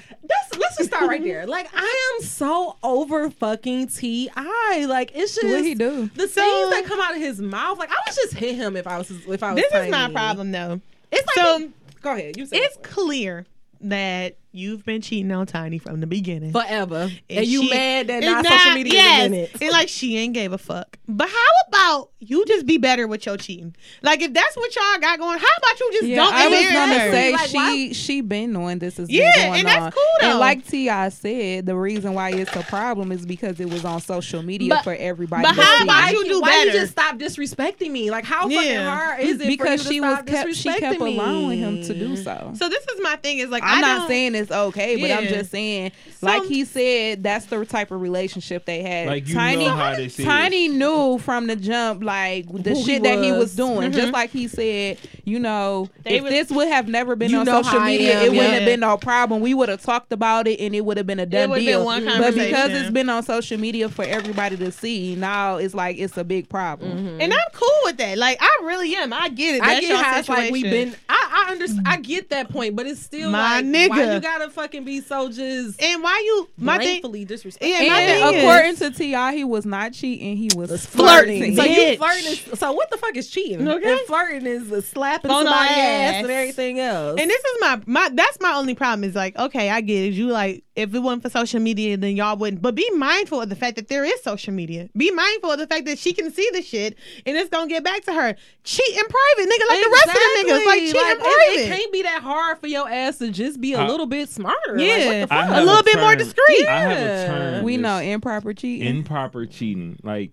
let's just start right there. Like I am so over fucking Ti. Like it's just
What he do?
the things that come out of his mouth. Like I would just hit him if I was if I was.
This is my
Tiny.
problem though.
It's like
So-
go ahead. You say
It's
it.
clear that you've been cheating on Tiny from the beginning.
forever. And, you
she-
mad that
and
not
now-
social media
yes,
is in it.
And like she ain't gave a fuck. But how about you just be better with your cheating? Like if that's what y'all got going, how about you just
Yeah,
don't
I was
embarrass
gonna
her?
say
Like,
she
why-
she been knowing this is
Yeah,
been going
and that's
on.
cool, though.
And like Ti said, the reason why it's a problem is because it was on social media
But-
for everybody.
but
to
how
see.
about you do
why
better?
you just stop disrespecting me? Like how
Yeah.
fucking hard is it
because
for you
she
to
was
stop
kept she kept
disrespecting
allowing
me?
him to do so.
So this is my thing. Is like I
I'm
don't-
not saying it's okay, but I'm
Yeah.
just saying, like he said, that's the type of relationship they had.
Like you
Tiny,
know how this is.
Tiny knew from the jump, like the
Who he
shit that
was.
he
Mm-hmm.
was doing. Just like he said, you know,
They
if
was-
this would have never been
You
on
know
social
how I
media,
am,
it wouldn't
yeah.
have been no problem. We would have talked about it, and it would have been a done
would've been
deal.
one
but because
conversation.
it's been on social media for everybody to see, now it's like it's a big problem.
Mm-hmm.
And I'm cool with that. Like I really am. I get it. That's
I get
your
how it's
situation.
like we've been. I, I understand. I get that point, but it's still
My
like,
nigga.
Why you gotta fucking be so just
And why you my thing?
blatantly disrespectful?
Yeah, my
And
thing
according to Ti, he was not cheating; he was flirting.
So you
Bitch.
flirting. Is, so what the fuck is cheating?
Okay.
And flirting is uh, slapping
On our
somebody's ass.
ass.
and everything else.
And this is my my that's my only problem is like, okay, I get it. You like if it wasn't for social media, then y'all wouldn't. But be mindful of the fact that there is social media. Be mindful of the fact that she can see the shit and it's gonna get back to her. Cheat in private, nigga, like the rest of the niggas. Like cheat in
it, it
private.
can't be that hard for your ass to just be a
I-
little bit smarter. Like,
yeah,
what the fuck?
have
a little bit more
term.
discreet.
I have
Yeah.
a term.
We know
that's
improper cheating.
improper cheating. Like,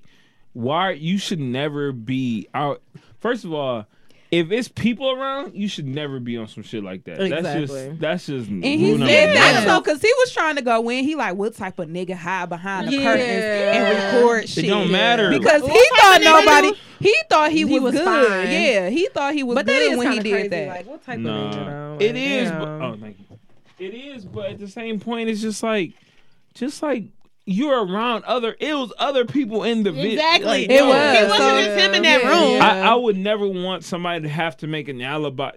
why you should never be out. First of all, if it's people around, you should never be on some shit like that. That's
Exactly.
just that's just and
And he
rule number
said
one.
that so because he was trying to go in. He like, what type of nigga hide behind the
Yeah.
curtains and record
It
shit?
don't matter.
because
What
he
type
thought
of nigga
nobody.
do-
He thought he, was,
was
good.
fine.
Yeah, he thought he was
But that
good
is
when he
kinda
did
crazy.
that.
Like, what type
Nah.
of ninja?
it is. But, oh, thank you. It is, but at the same point, it's just like, just like you're around other. It was other people in the vi-
Exactly.
like,
It
yo,
was.
It wasn't
So-
just him in that
Yeah.
room.
Yeah.
I, I would never want somebody to have to make an alibi.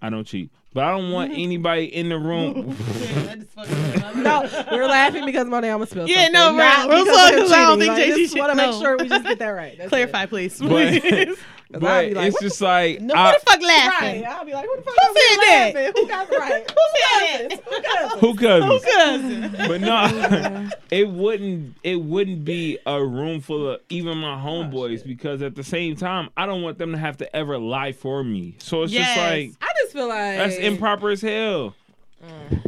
I I don't cheat, but I don't want anybody in the room.
No, (laughs) we're laughing (laughs) because Monet almost spilled.
Yeah,
something.
no, we're-
Not
we're
because of
talking 'cause I don't
cheating.
think
like,
JC
just want to
should-
make
no.
sure
(laughs)
we just get that right.
(laughs)
That's
Clarify, please.
But,
please.
It. 'Cause I'll
but
be like,
it's
what the
just like
no, (laughs)
I-
who the fuck laughing?
right? I'll be like, who the fuck
Who
over here
said that?
laughing? Who got
(laughs)
right?
Who said that?
Who got
who cousins?
Cousin.
(laughs) But no, it wouldn't. It wouldn't be a room full of even my homeboys because at the same time, I don't want them to have to ever lie for me. So it's
Yes.
just like
I just feel like
that's improper as hell.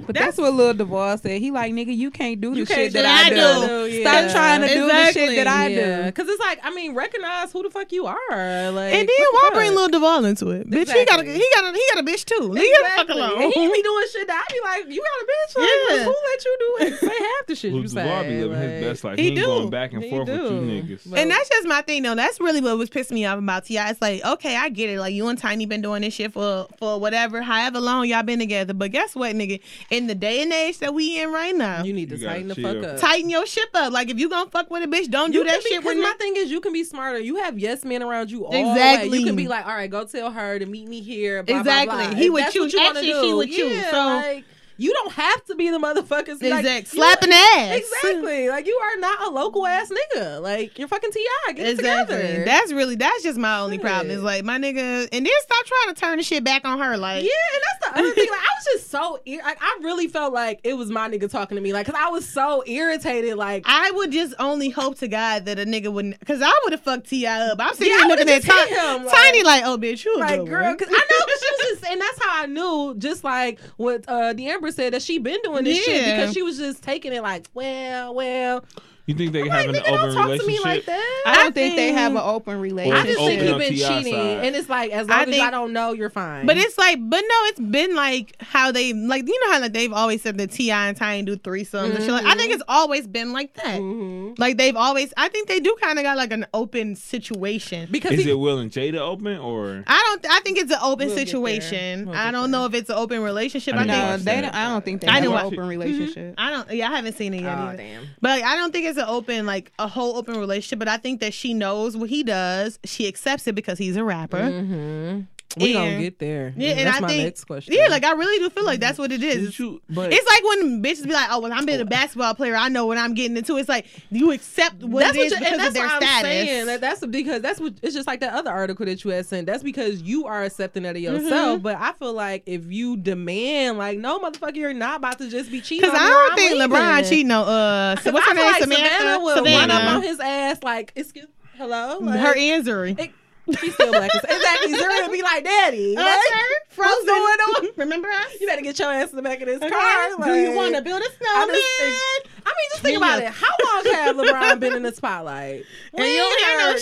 But that's what Lil Duval said. He like, nigga, you can't do the shit
can't do
that
what
I do.
I
do,
Stop
yeah.
trying to do the
Exactly,
shit that I
yeah.
do.
Because it's like, I mean, recognize who the fuck you are. Like,
And then why
what the
bring
fuck?
Lil Duval into it? Bitch, he got a
Exactly.
he got a he got a bitch too. Leave
Exactly.
her the fuck alone. (laughs)
And he be doing shit that I be like, you got a bitch. Like,
Yeah.
who let you do it? Say half the shit
Lil
you
Duval
say.
be living his
like-
best life.
he
He, ain't
do.
going back and
He
forth with
do.
you niggas.
But-
And that's just my thing, though. That's really what was pissing me off about Ti. It's like, okay, I get it. Like you and Tiny been doing this shit for for whatever, however long y'all been together. But guess what, nigga? In the day and age that we in right now,
You need to
You gotta
tighten the
chill.
fuck up.
tighten your shit up. Like if you gonna fuck with a bitch, don't
You
do that
can be-
shit
'cause
with
my thing is you can be smarter. You have yes men around you all exactly.
Exactly.
You can be like, all right, go tell her to meet me here. Blah, Blah,
Mm. Exactly.
blah.
He
If
would
that's
choose
what you wanna
action,
do.
she would choose.
Yeah,
So-
like, you don't have to be the motherfuckers.
Exact
Like,
slapping
you,
ass.
Exactly. Like you are not a local ass nigga. Like you're fucking Ti. Get it
Exactly.
together.
That's really that's just my only
Shit.
problem. Is like my nigga, and then stop trying to turn the shit back on her. Like
Yeah, and that's the other thing.
(laughs)
Like, I was just so ir- like I really felt like it was my nigga talking to me. Like, cause I was so irritated. Like,
I would just only hope to God that a nigga wouldn't, cause I would have fucked Ti up. I'm sitting
Yeah, I
here looking
would've
at
just hit
Ti-
him, like-
Tiny like, oh bitch, you a
like
good
girl,
one.
cause I
(laughs)
know (laughs) 'cause she was just, and that's how I knew. Just like what uh D'Amber said that she been doing this shit
Yeah.
because she was just taking it like, well, well.
You think they can
Like,
have
nigga,
an
don't
open
talk to me
relationship?
like that.
I don't think, they have an open
I
relationship.
just
Open
think you've
up
been
to y'all
cheating,
side.
and it's like as long
I
as
think-
I don't know, you're fine.
But it's like, but no, it's been like how they like you know how like they've always said that Ti and Tiny do threesomes and shit. Like, I
Mm-hmm.
think it's always been like that.
Mhm.
Like they've always, I think they do kind of got like an open situation.
because
Is
he,
it Will and Jada open or?
I don't. I think it's an open
We'll get there.
situation.
We'll
I
get
don't know if it's an open relationship.
I
I,
mean,
think
no,
watch
they
that.
don't. I don't think they
I
have an
didn't watch
Mm-hmm.
open relationship.
I don't. Yeah, I haven't seen it yet.
oh
either.
damn.
But like, I don't think it's an open, like a whole open relationship. But I think that she knows what he does. She accepts it because he's a rapper.
Mm-hmm. We gonna
And-
get there.
Yeah, and
that's
I
my
think
next question.
yeah, like I really do feel like that's what it is.
Did you- but
It's like when bitches be like, "Oh, well, I'm being a basketball player. I know what I'm getting into." It's like you accept what
that's
it
what
is
you, and
because
that's
of their
what I'm
status.
saying. That, that's because that's what it's just like that other article that you had sent. That's because you are accepting that of yourself.
Mm-hmm.
But I feel like if you demand, like, no, motherfucker, you're not about to just be cheating.
(laughs) Because
on
I
me or
don't
I'm
think
leaving.
LeBron cheating on uh, so
'Cause
what's
I
her
feel
name,
like
Samantha.
Savannah will run up
Savannah.
on his ass. Like, excuse, hello, like,
her e- injury.
It- she's still black. as- exactly, Zuri would be like,
(laughs)
daddy,
Uh,
like,
sir,
what's going on?
(laughs) Remember us?
You better get your ass in the back of this
Okay.
car.
Do you
like-
want to build a
I
snowman?
just think- I mean, just think about it. How long
(laughs)
have LeBron been in the spotlight?
And you don't hear no
Weird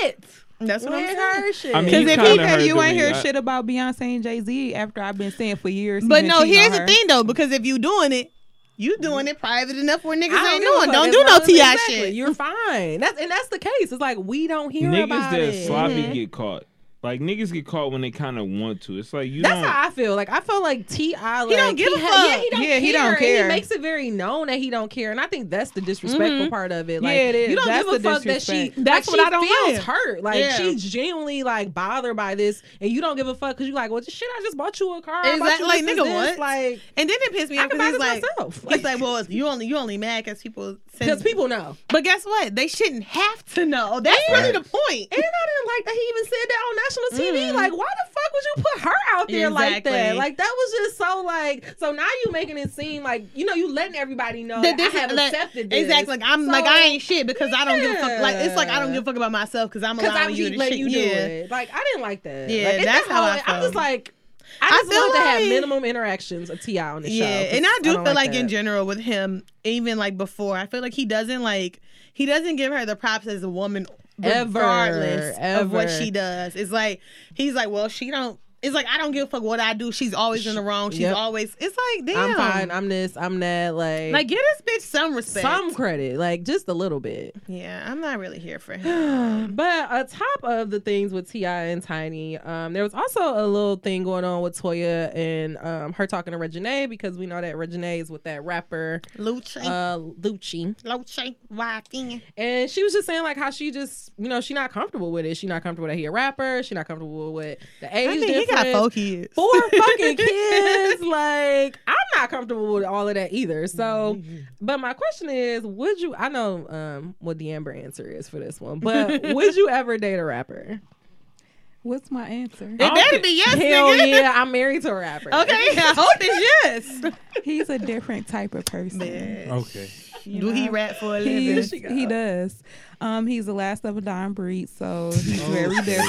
shit. That's
We ain't heard shit.
I mean,
Because
you
if he-
kinda
Because
heard
you
the
ain't hear
react-
shit about Beyonce and Jay Z after I've been saying for years. he
But
been
no,
cheating on
here's the
her.
thing though, because if you doing it, you doing it private enough where niggas
I
ain't
give a
knowing.
fuck.
Don't
As
do no
long as-
Ti
exactly,
shit.
(laughs) You're fine. That's and that's the case. It's like we don't
Mm.
hear
niggas
about
that
it.
sloppy get caught. Like niggas get caught when they kind of want to. It's like you
That's
don't.
how I feel. Like I feel like Ti. Like,
don't give a
ha-
fuck.
Yeah, he don't
Yeah,
care.
he don't
and
care.
he makes it very known that he don't care, and I think that's the disrespectful part of it. Like,
Mm-hmm. Yeah, it is.
You don't
That's
give a
the
fuck that she.
disrespect.
That's
like,
what
she
I don't
feels
like.
hurt. Like
Yeah.
she's genuinely like bothered by this, and you don't give a fuck because you're like, well, shit, I just bought you a car. I bought
Exactly.
you
Like,
this,
nigga,
this,
what?
Like,
and then it pissed me
I
off
can
because it's
buy this
like
myself. (laughs)
it's like, well, it's- you only you only mad because people
because
send
people know.
But guess what? They shouldn't have to know. That's really the point.
And I didn't like that he even said that on national TV. Like, why the fuck would you put her out there like that?
Mm-hmm. Exactly.
Like, that was just so like. So now you making it seem like you know you letting everybody know
That
that,
this-
I have
like,
accepted this.
Exactly. Like I'm
So-
like I ain't shit because I don't give a fuck. Like it's like I don't
Yeah.
give a fuck about myself because I'm
because I
allowing
was
you to
letting
shit.
you do
yeah.
it. Like I didn't like that.
Yeah,
Like, it's
that's
that
how I
whole- I'm
felt.
just like. I
I
just
feel
want to have
like-
minimum interactions of Ti on the show.
Yeah,
'cause
and I do
don't
feel like, in
that.
general with him, even like before, I feel like he doesn't like he doesn't give her the props as a woman,
Ever,
regardless of what
ever.
she does. It's like he's like, well, she don't. It's like I don't give a fuck what I do. She's always in the wrong. She's
Yep.
always. It's like damn.
I'm fine. I'm this. I'm that. Like,
like give this bitch some respect.
some credit. Like just a little bit.
Yeah, I'm not really here for
(sighs)
him.
But on top of the things with Ti and Tiny, um, there was also a little thing going on with Toya and um, her talking to Regine because we know that Regine is with that rapper
Luce,
uh, Lucci,
Luce, why thing?
and she was just saying like how she just you know she not comfortable with it. She not comfortable that he a rapper. She not comfortable with the age
I think he
difference.
got got
friends,
four kids.
four
(laughs)
fucking kids. Like, I'm not comfortable with all of that either. So,
Mm-hmm.
but my question is, would you? I know um, what the Amber answer is for this one, but would you ever date a rapper?
What's my answer?
I don't
It better
think-
be yes,
Hell
nigga.
yeah, I'm married to a rapper.
Okay,
(laughs)
I hope it's yes.
He's a different type of person.
Okay.
you
Do he
know?
rap for a
He,
living?
he does. Um, he's the last of a dying breed, so he's
Oh,
very different.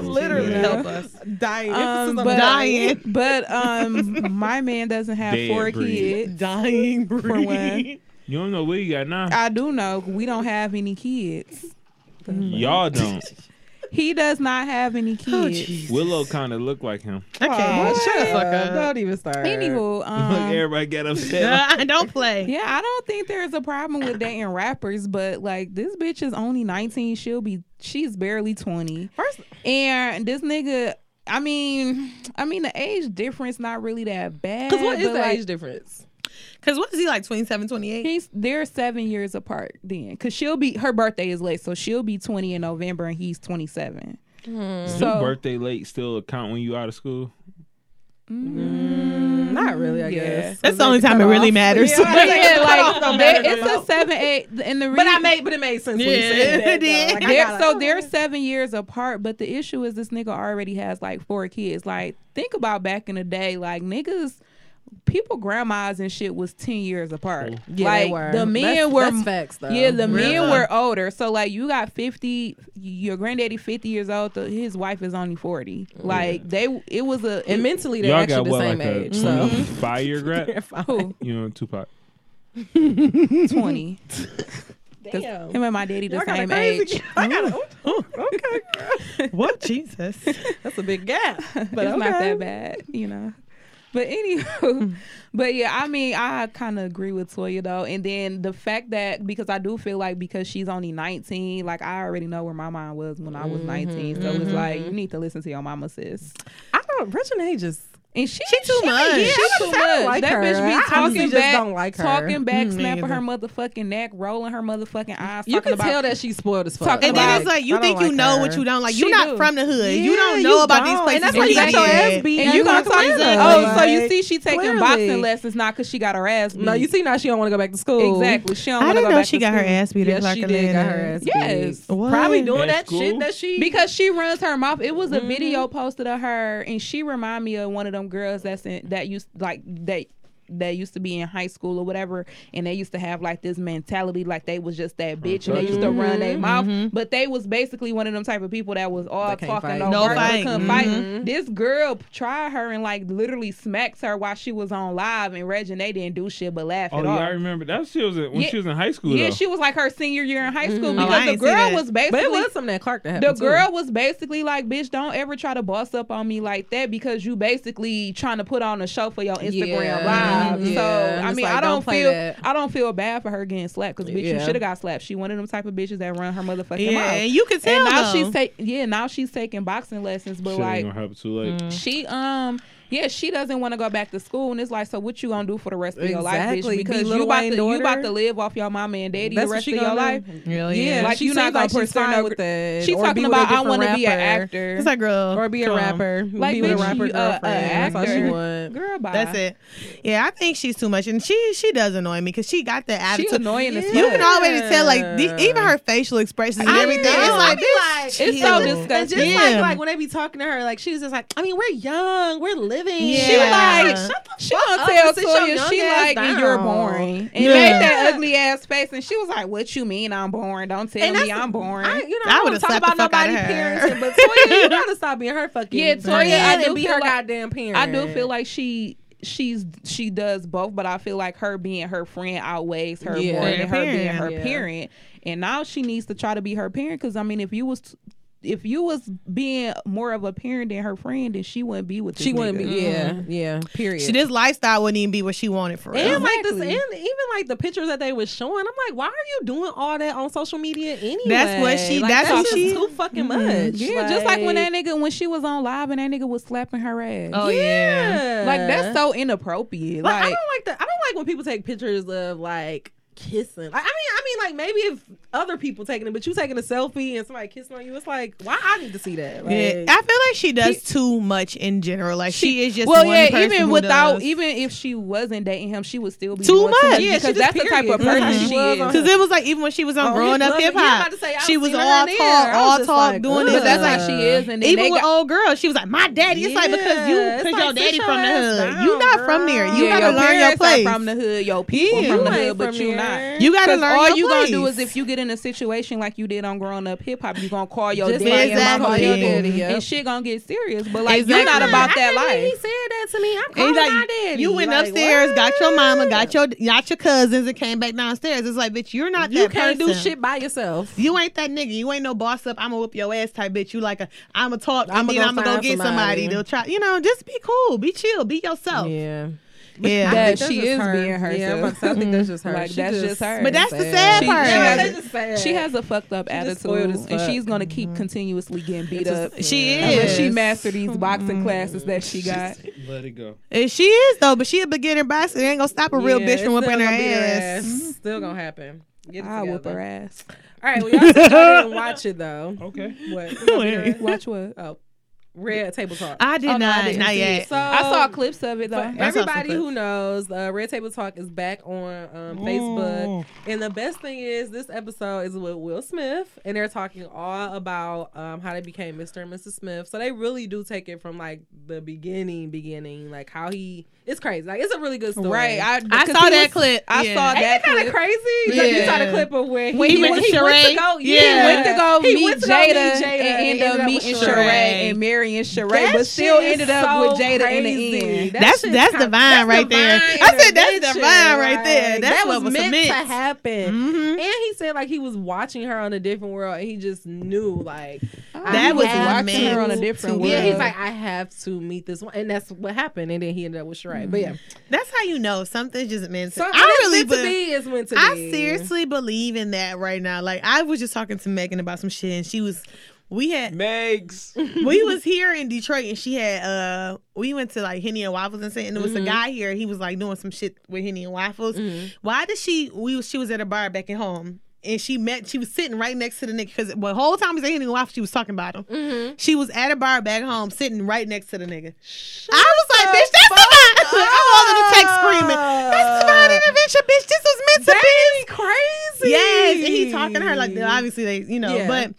Oh,
Literally
shit.
help us.
dying.
Um,
but-
but,
dying.
but um, my man doesn't have
Dead
four
breed.
kids.
Dying
For one,
You don't know what you got now.
I do know we don't have any kids.
Y'all don't.
He does not have any kids.
Willow kind of look like him.
Okay,
(laughs)
shut the fuck
Uh,
up.
don't even start.
Anywho,
Look, (laughs)
um,
everybody got upset.
Uh, (laughs) don't play.
yeah, I don't think there's a problem with dating rappers, but like this bitch is only 19. She'll be she's barely 20.
First,
And this nigga, I mean, I mean the age difference not really that bad.
because what is
but,
the
like,
age difference?
Because what is he like, 27,
(laughs)
28?
He's they're seven years apart then, cause she'll be her birthday is late, so she'll be twenty in November and he's twenty seven.
Does
So-
your birthday late still count when you out of school?
Not really, I guess.
That's the only time it really matters.
Yeah, I was like,
(laughs) yeah,
the cutoff don't
like
matter
they-
no
it's
more.
a seven eight, and the
But I
reason-
made, but it made sense when you
Yeah,
said that.
it did.
though. Like, I
They're,
gotta-
(laughs) so they're seven years apart, but the issue is this nigga already has like four kids. Like, think about back in the day, like niggas, people, grandmas and shit was ten years apart.
Yeah,
like
they were.
the men
That's-
were
that's facts, though.
Yeah, the
Real
men
talk.
were older. So like, you got fifty, your granddaddy fifty years old. The, his wife is only forty.
Mm.
Like they, it was a
and mentally they're
Y'all
actually
got
the
what,
same
like
age.
a
So
(laughs)
25 year grad?
who
You know, Tupac.
(laughs)
(laughs)
twenty.
Damn.
Him and my daddy the
Y'all got a
same
crazy-
age.
I gotta, okay, girl.
What? Jesus.
That's a big gap.
but
But okay.
it's
Hmm.
not that bad, you know.
(laughs)
But anywho, but yeah, I mean, I kind of agree with Toya though, and then the fact that because I do feel like because she's only nineteen, like I already know where my mind was when I was
Mm-hmm,
nineteen, so it's like you need to listen to your mama, sis.
I don't. Regina Age is.
And she,
She too much. She
Yeah, she
too
too much.
much.
That
Like her.
bitch
I
be
honestly
talking
just
back,
don't like her. Mm-hmm.
talking back,
Me
snapping
either.
her motherfucking neck, rolling her motherfucking eyes.
You can
talking about
tell that she's spoiled as fuck.
Talking
And then it's
Like,
like, you
I don't
think you
like
know
her.
what you don't like.
She
You're not
do.
from the hood. you
Yeah,
don't know
you
about these
don't.
places.
And that's why you got your
live.
ass beat.
And
And
you gonna
North
talk?
Carolina,
Oh, so
like,
you see, she taking boxing
clearly.
lessons not because she got her ass. Beat.
No, you see now she don't want to go back to school.
Exactly. She don't
I
wanna
didn't
go
know
back
she
to
got her
school.
ass beat in
Yes, she did got her
Clarkalina.
ass beat.
Yes.
What?
Probably doing
At
that
school?
shit that she
Because she runs her mouth. It was a
Mm-hmm.
video posted of her, and she remind me of one of them girls that's in that used like that that used to be in high school or whatever, and they used to have like this mentality like they was just that bitch, and they used to
Mm-hmm.
run their mouth, but they was basically one of them type of people that was all
That can't
talking
fight.
over,
No Mm-hmm.
no
fight.
couldn't fight. This girl tried her and like literally smacks her while she was on live, and Reg and they didn't do shit but laugh
Oh,
at
yeah,
all.
I remember. That shit was in- when
Yeah.
she was in high school.
yeah,
though.
she was like her senior year in high school
Oh, I
because the
ain't seen
girl
that.
was
But
basically
it was something that Clark that
the
happened.
girl was basically like, "Bitch, don't ever try to boss up on me like that because you basically trying to put on a show for your Instagram
Yeah.
live."
Mhm. Yeah.
So I
It's
mean,
like,
I
don't
don't,
play
feel
that.
I don't feel bad for her getting slapped because bitch, you
Yeah.
should have got slapped. She one of them type of bitches that run her motherfucking
Yeah,
mouth.
and you can tell.
and now
though.
she's taking yeah, now she's taking boxing lessons, but
Shit
like
ain't gonna help too late.
she um yeah she doesn't want to go back to school and it's like so what you gonna do for the rest of your life bitch
Exactly. Be
because
Lil
you about
Wayne
to you about
daughter.
to live off your mama and daddy
That's
the
what
rest
she
of your
gonna
life
do.
really
Yeah,
is.
like,
she
you not
seems
gonna
like she's
pursue
fine
no-
with that.
she's
Or be
talking
with a
about I
different
want to be an
rapper.
actor
It's like, girl.
or be a
come on.
rapper,
Like,
be with a
bitch,
rapper
you, uh,
girlfriend.
a
That's all she
actor.
want.
girl bye
That's it. Yeah, I think she's too much, and she she does annoy me because she got that
she
attitude.
annoying as
you
fuck
can already tell, like the, even her facial expressions and everything. It's like,
it's
it's so
And
disgusting
just like
Yeah.
like when they be talking to her, like she was just like, I mean, we're young, we're living.
Yeah.
She was like,
Yeah.
shut the
she
fuck
gonna
up
tell
and sit your
Toya
young
she
ass
like
down.
you're boring and
Yeah.
made that ugly ass face and she was like what you mean I'm boring don't tell
And
me
that's-
I'm boring
I, you know,
I
I, would
would've
have talk
slapped
about
the fuck outta
nobody
her.
parenting, but
(laughs)
Toya, you gotta stop being her fucking.
Yeah, Toya, I
friend
do
and be
feel
her
like-
goddamn parent.
I do feel like she she's she does both, but I feel like her being her friend outweighs her
Yeah.
more than her being her
Yeah.
parent. And now she needs to try to be her parent because I mean, if you was if you was being more of a parent than her friend, then she wouldn't be with. This
she wouldn't be.
nigga.
Yeah, yeah. Period.
she, this lifestyle wouldn't even be what she wanted for real.
Mm-hmm. And like this, and
Exactly.
even like the pictures that they was showing, I'm like, why are you doing all that on social media anyway?
what she-
Like,
that's
that's
what
just
she-
too fucking much.
Mm-hmm. Yeah, just like when that nigga when she was on live and that nigga was slapping her ass.
Oh, yeah.
Like that's so inappropriate.
Uh-huh. Like,
Like,
I don't like that. I don't like when people take pictures of like kissing. Like I mean, I mean, like maybe if other people taking it, but you taking a selfie and somebody kissing on you. It's like, why I need to see that? Like,
Yeah, I feel like she does too much in general. Like she, is just
well,
one
yeah.
person
Even
who
without,
does.
even if she wasn't dating him, she would still be
Too
doing
much.
Yeah,
Yeah,
she
because
just
that's the type
period.
of
Mhm.
person
How she
she
was
is.
on
Mm-hmm. Because it was like even when she was on
Oh,
growing
Hip
up
Hop.
hip
Yeah, I'm
hop,
about to say, I
she
don't
was
see her
all
in there.
talk,
I was
all
just
talk,
like,
doing
ugh.
this.
But that's
like
how she is, and then
even
they
with
got,
old girl, she was like, "My daddy." It's like because you,
Yeah, it's
because
like,
your daddy
sit
from the
your
hood.
ass
you
down,
not from
girl.
there. You
Yeah,
gotta
your
learn your
parents are
place.
from the hood, your people
Yeah.
from
You
the
ain't
hood, but
from
you
here.
not.
you gotta
'Cause
learn
all
your
you
place.
gonna do is if you get in a situation like you did on growing up hip hop, you gonna call your
Just
daddy and
like
mama,
your
your
daddy,
daddy,
yep.
and shit gonna get serious. But like
Exactly.
you're not about
I
that
can't believe He
life.
said that to me. I'm
And
calling
he's like,
my daddy.
you went
Like,
upstairs,
what?
got your mama, got your got your cousins, and came back downstairs. It's like, bitch, you're not
You
that
can't do
person.
shit by yourself.
You ain't that nigga. You ain't no boss up. I'ma whoop your ass type bitch. You like a I'ma talk
I'ma
and then
go
I'ma go
find
get somebody.
somebody.
They'll try. You know, just be cool, be chill, be yourself. Yeah,
Yeah.
That
That's
she
just
is being
Yeah, I'm
herself.
about to say, I think that's (laughs) just her.
Like,
She
that's just her.
But that's the sad
She- she
part.
has
Yeah,
a-
that's sad.
She has a fucked up
just spoiled
attitude,
as
and
fuck.
she's gonna keep continuously getting beat up.
She is.
Unless Mm-hmm. she Mm-hmm. master these boxing classes that she got.
Let it go.
And she is though, but she a beginner boxer. It ain't gonna stop a real
Yeah,
bitch from
it's
whipping
still
her
gonna be
ass. Mm-hmm.
(laughs) Still gonna happen. Get it
I whip
together.
her (laughs) ass.
All right, well, y'all said y'all didn't watch it though.
Okay.
(laughs)
What? You know what I'm doing?
Watch what?
Oh, Red Table Talk.
I did
Oh, no, I
not,
didn't
not
see
yet.
So
I saw clips of it
for
though.
I saw some
everybody who
clips.
knows, uh, Red Table Talk is back on um, Facebook, and the best thing is this episode is with Will Smith, and they're talking all about um, how they became Mr. and Mrs. Smith. So they really do take it from like the beginning, beginning, like how he. It's crazy. Like it's a really good story.
Right. I,
I
because
saw
he
that
was-
clip.
I
Yeah.
saw
Ain't
that
that kind
clip.
of crazy? Yeah. You
Yeah.
saw the clip of where he,
When he went to
went
Sheree?
to go,
Yeah.
yeah,
He went to go
He
meet
went to
Jada,
go meet
and
Jada and
ended up
ended up
meeting
with
Sheree
Sheree.
and marrying Sheree,
That
but
shit
still
is
ended up
so
with Jada in
crazy.
the end.
That
That's
shit
that's
kinda-
divine right there.
divine
I said that's
intervention,
divine right there.
like,
That's
that
what
was
was
meant
meant.
to happen.
Mhm.
And he said like he was watching her on a different world, and he just knew like
That was
have
watching her on a
to-
different
Yeah, he's
world.
like I have to meet this one, and that's what happened. And then he ended up with Sheree. But yeah,
That's how you know something's just meant to.
so
Mm-hmm. I really
meant to
be-
be is meant to be.
I seriously believe in that right now. Like I was just talking to Megan about some shit, and she was, we had, (laughs)
Megs.
we was here in Detroit, and she had, uh, we went to like Henny and Waffles and shit, and there was a guy here. He was like doing some shit with Henny and Waffles. Why did she? We was- she was at a bar back at home. And she met, she was sitting right next to the nigga because the whole time he was at Henny and Waffles, she was talking about him. She was at a bar back home, sitting right next to the nigga. I was like, bitch, that's (laughs) divine. I'm all in the text screaming, that's divine intervention, bitch. This was meant to be.
crazy.
Yes, and he talking to her like obviously they, you know,
Yeah.
but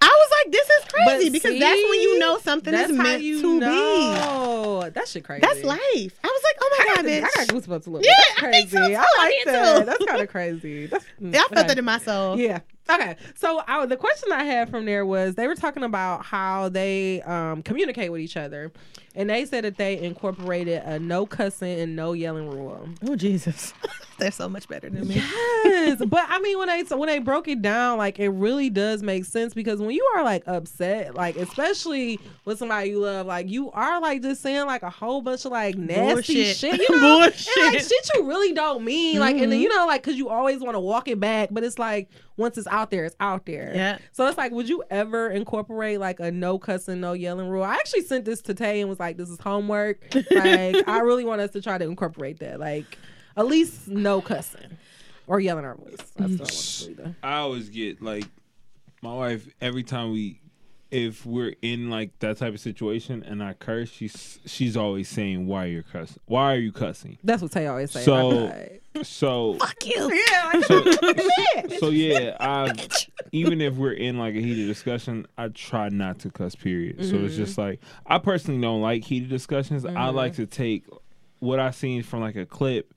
I was like, this is crazy
But
because that's when you
see,
know something
That's
is
how
meant
you
to be.
know. That shit crazy.
That's life. I was like, oh
I
my
got,
god,
the-
bitch.
I got goosebumps a little.
Yeah,
bit. That's
I think
crazy.
so, too.
I,
I
like
did,
that.
too.
That's kind of
(laughs)
crazy. That's, mm,
Yeah, I felt
okay.
that in my soul.
Yeah. Okay. So I, the question I had from there was they were talking about how they um, communicate with each other, and they said that they incorporated a no cussing and no yelling rule.
Oh Jesus, (laughs) they're so much better than me.
Yes, but I mean when they when they broke it down, like it really does make sense because when you are like upset, like especially with somebody you love, like you are like just saying like a whole bunch of like nasty
Bullshit.
shit,
(laughs)
you know, And, like
Bullshit.
shit you really don't mean, like and then, you know, like because you always want to walk it back, but it's like once it's out there, it's out there.
Yeah.
So it's like, would you ever incorporate like a no cussing, no yelling rule? I actually sent this to Tay and was like, this is homework. Like, I really want us to try to incorporate that. Like, at least no cussing or yelling our voice. That's what I want to do though.
I always get like my wife every time we if we're in like that type of situation and I curse, she's she's always saying why you're cussing. Why are you cussing?
That's what Tay always says.
So-
I'm like,
So
Fuck you.
yeah, like,
so,
(laughs)
so yeah, I even if we're in like a heated discussion, I try not to cuss. Period. So it's
Mm-hmm.
just like I personally don't like heated discussions. I like to take what I seen from like a clip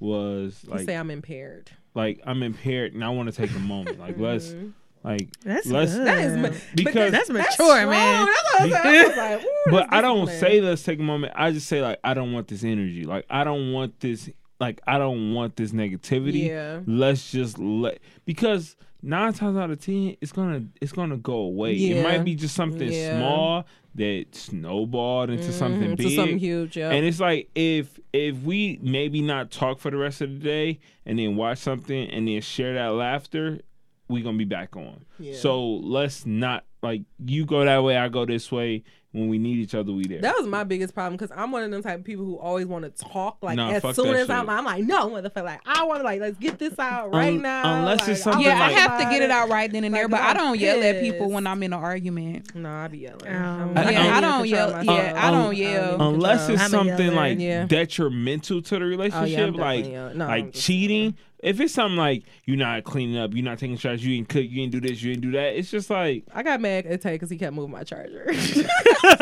was
you
like
say I'm impaired.
like I'm impaired and I want to take a moment. Like let's
Mm-hmm.
like
That's
let's
good.
That is ma-
because (laughs)
That's mature,
strong.
man.
That's what I was like, ooh,
but
that's
I don't
discipline.
say let's take a moment. I just say like I don't want this energy. Like I don't want this. Like I don't want this negativity.
Yeah.
Let's just let because nine times out of ten it's gonna it's gonna go away.
Yeah.
It might be just something
Yeah.
small that snowballed into something
Mhm, to
big.
something huge, yeah.
And it's like if if we maybe not talk for the rest of the day and then watch something and then share that laughter, we gonna be back on. So let's not like you go that way, I go this way. when we need each other, we there.
That was my biggest problem because I'm one of them type of people who always want to talk. Like
Nah,
as
fuck
soon
that
as I'm,
shit.
I'm like, no, motherfucker. Like I want to like let's get this out right
Un-
now.
unless it's
Like,
something
Yeah,
like-
I have to get it out right then and
Like,
there, but
I'm
I don't yell at people
pissed.
when I'm in an argument.
No, I be yelling.
Um,
I'm-
I-
yeah,
I-
I
can't
don't
even
yell.
control
Yeah,
myself.
I don't
even
yell.
control.
Unless it's
I'm a
something
yeller,
like
yeah.
detrimental to the relationship, like
Oh, definitely a- no, I'm
like
just-
cheating. If it's something like you're not cleaning up, you're not taking shots, you ain't cook, you ain't do this, you ain't do that. It's
(laughs)
just like
I got mad at Tay because he kept moving my charger.
(laughs)
(laughs) like,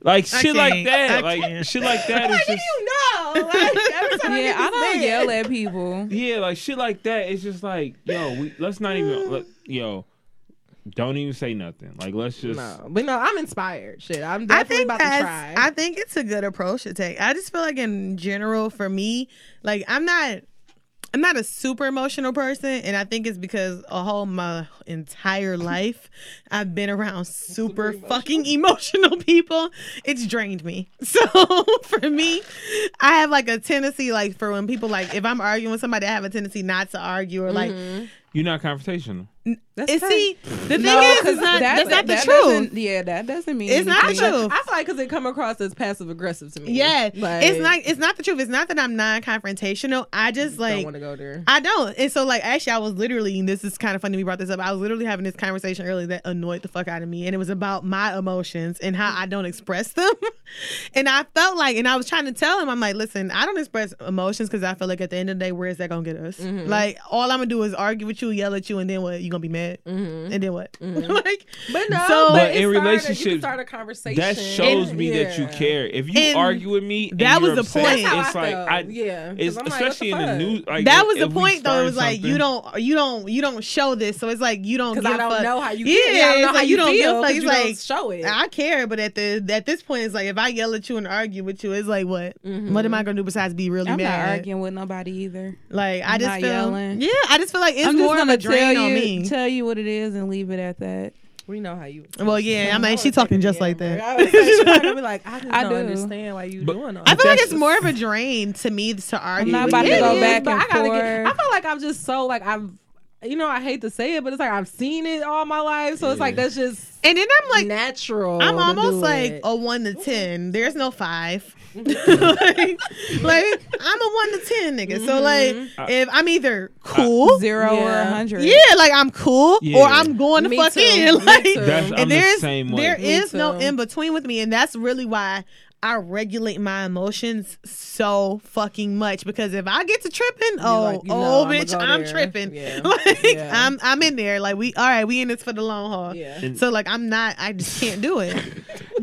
like shit like
can't.
that,
I
like
can't.
shit like that is just
you know, like every time
Yeah, I
I,
don't yell at people.
yeah, like shit like that. It's just like yo, we, let's not even let, yo, don't even say nothing. Like let's just
no, but no, I'm inspired. Shit, I'm
I
definitely
think
about to try.
that's, I think it's a good approach to take. I just feel like in general for me, like I'm not I'm not a super emotional person and I think it's because a whole my entire life I've been around super, fucking emotional people. It's drained me. (laughs) So for me, I have like a tendency like for when people like if I'm arguing with somebody I have a tendency not to argue or like
you're not confrontational.
That's
and
Tay.
see the thing is
'cause
it's not
that-
that's not the
that
truth.
doesn't- Yeah, that doesn't mean
It's not
anything.
true.
I feel like because it come across as passive aggressive to me.
Yeah, it's not.
like,
It's not the truth. It's not that I'm non-confrontational. I just
I
like
don't want to go there.
I don't. And so, like, actually, I was literally, and this is kind of funny we brought this up. I was literally having this conversation earlier that annoyed the fuck out of me. And it was about my emotions and how I don't express them. (laughs) and I felt like, and I was trying to tell him, I'm like, listen, I don't express emotions because I feel like at the end of the day, where is that going to get us?
Mm-hmm.
Like, all I'm going to do is argue with you, yell at you, and then what? you going to be mad?
Mm-hmm.
And then what? (laughs) like,
But no,
So-
but
But
it started-
in
you
relationships,
can start a conversation.
That shows me that you
Yeah.
care. If you
And
argue with me, and
that
you're
was the
upset,
point.
It's
That's how
I
like
felt.
I,
Yeah, 'cause
it's,
I'm like, what the
especially in the
fuck?
news. Like,
that was the
if we
point, though. It
start
was like you
something-
don't, you don't, you don't show this, so it's like you don't.
'Cause
Give
I
a
don't
fuck.
know how you
Yeah,
feel. Yeah, I don't know
it's
how
like
you
don't
feel
give a fuck.
'cause
It's
you don't
like
show it.
I care, but at the at this point, it's like if I yell at you and argue with you, it's like what?
Mm-hmm.
What am I gonna do besides be really
I'm
mad?
not arguing with nobody either.
Like I
I'm
just
not
feel,
yelling.
yeah, I just feel like it's
I'm just
more of
gonna
a drain
tell
on
you,
me.
tell you what it is, and leave it at that.
We know
(laughs)
how you.
well, yeah, I'm like she talking just like that.
(laughs) I was she's gonna be like, I just
I
don't
do.
understand why you
But-
doing all
(laughs) I
that.
feel like
That's-
it's more of a drain to me to argue.
not
with
about to
you.
go
It is,
back
but
and
I gotta get. I
forth.
feel like I'm just so like I've. You know, I hate to say it, but it's like I've seen it all my life, so it's like that's just
And then I'm like,
natural.
I'm
to
almost
do
like oh, a
it.
one to ten. There's no
(laughs)
five. (laughs) like, like, I'm a one to ten nigga.
Mm-hmm.
So like
Uh,
if I'm either cool,
Zero or
Yeah.
a hundred.
yeah, like I'm cool,
Yeah.
or I'm going to
Me
fuck
too.
in. (laughs)
Me
Like
too.
That's, I'm
and
the
there's
same way.
there
Me
is no
too.
in between with me, and that's really why I regulate my emotions so fucking much. Because if I get to tripping, oh,
like, you know
oh,
I'ma
bitch,
go
I'm
there.
tripping.
Yeah.
(laughs) Like
Yeah.
I'm, I'm in there. Like we, all right, we in this for the long haul.
Yeah.
And-
So like I'm not, I just can't do
(laughs)
it.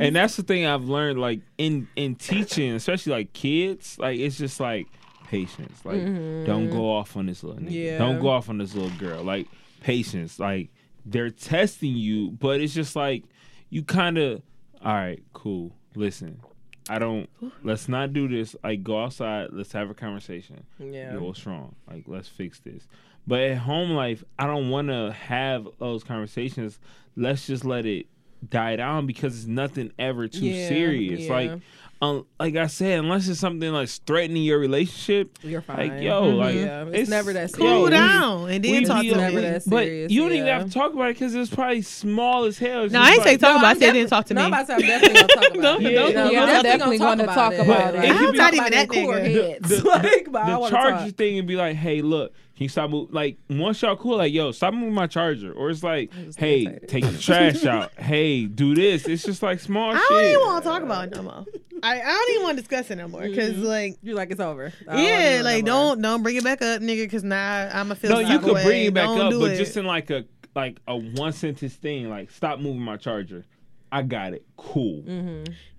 and that's the thing I've learned, like in in teaching, especially like kids, like it's just like patience. Like don't go off on this little nigga.
Yeah.
Don't go off on this little girl. Like patience. Like they're testing you, but it's just like you kind of all right, cool. Listen, I don't. Let's not do this. Like go outside. Let's have a conversation.
Yeah.
Yo, what's wrong? Like let's fix this. But at home life, I don't want to have those conversations. Let's just let it die down because it's nothing ever too
Yeah,
serious.
yeah.
Like, um, like I said, unless it's something like threatening your relationship,
You're
Like,
fine.
yo,
Mhm.
like
Yeah, it's never that
Cool
we-
down and then
we-
talk
we-
to
Never
me.
that
But
serious,
you don't even
yeah.
have to talk about it because it's probably small as hell. It's
No,
just
I ain't say
like-
talk about
I'm
it. They didn't talk to
no,
me.
I'm about to say I'm definitely gonna talk about it.
Yeah,
You know,
yeah,
I'm
(laughs)
I'm
definitely gonna talk about
But
it.
it could
I'm
be
not
like
even that
(laughs)
nigga. (laughs)
the,
Like, but I
the
wanna
charger
talk.
thing and be like, hey, look, can you stop moving? Like, once y'all cool, like, yo, stop moving my charger. Or it's like, hey,
irritated.
take the
(laughs)
trash out. Hey, do this. It's just like small
I don't
shit.
even want to talk about it no more. I, I don't even want to discuss it no more
Mm-hmm.
because like.
You're like it's over. I
Oh,
don't wanna do
Yeah,
it
like
no more.
don't don't bring it back up, nigga, because now I'ma feel.
no,
some
you
type of
could bring
way.
it back
Don't
up,
do
but
it.
just in like a like a one sentence thing, like stop moving my charger. I got it. Cool.
Mm-hmm.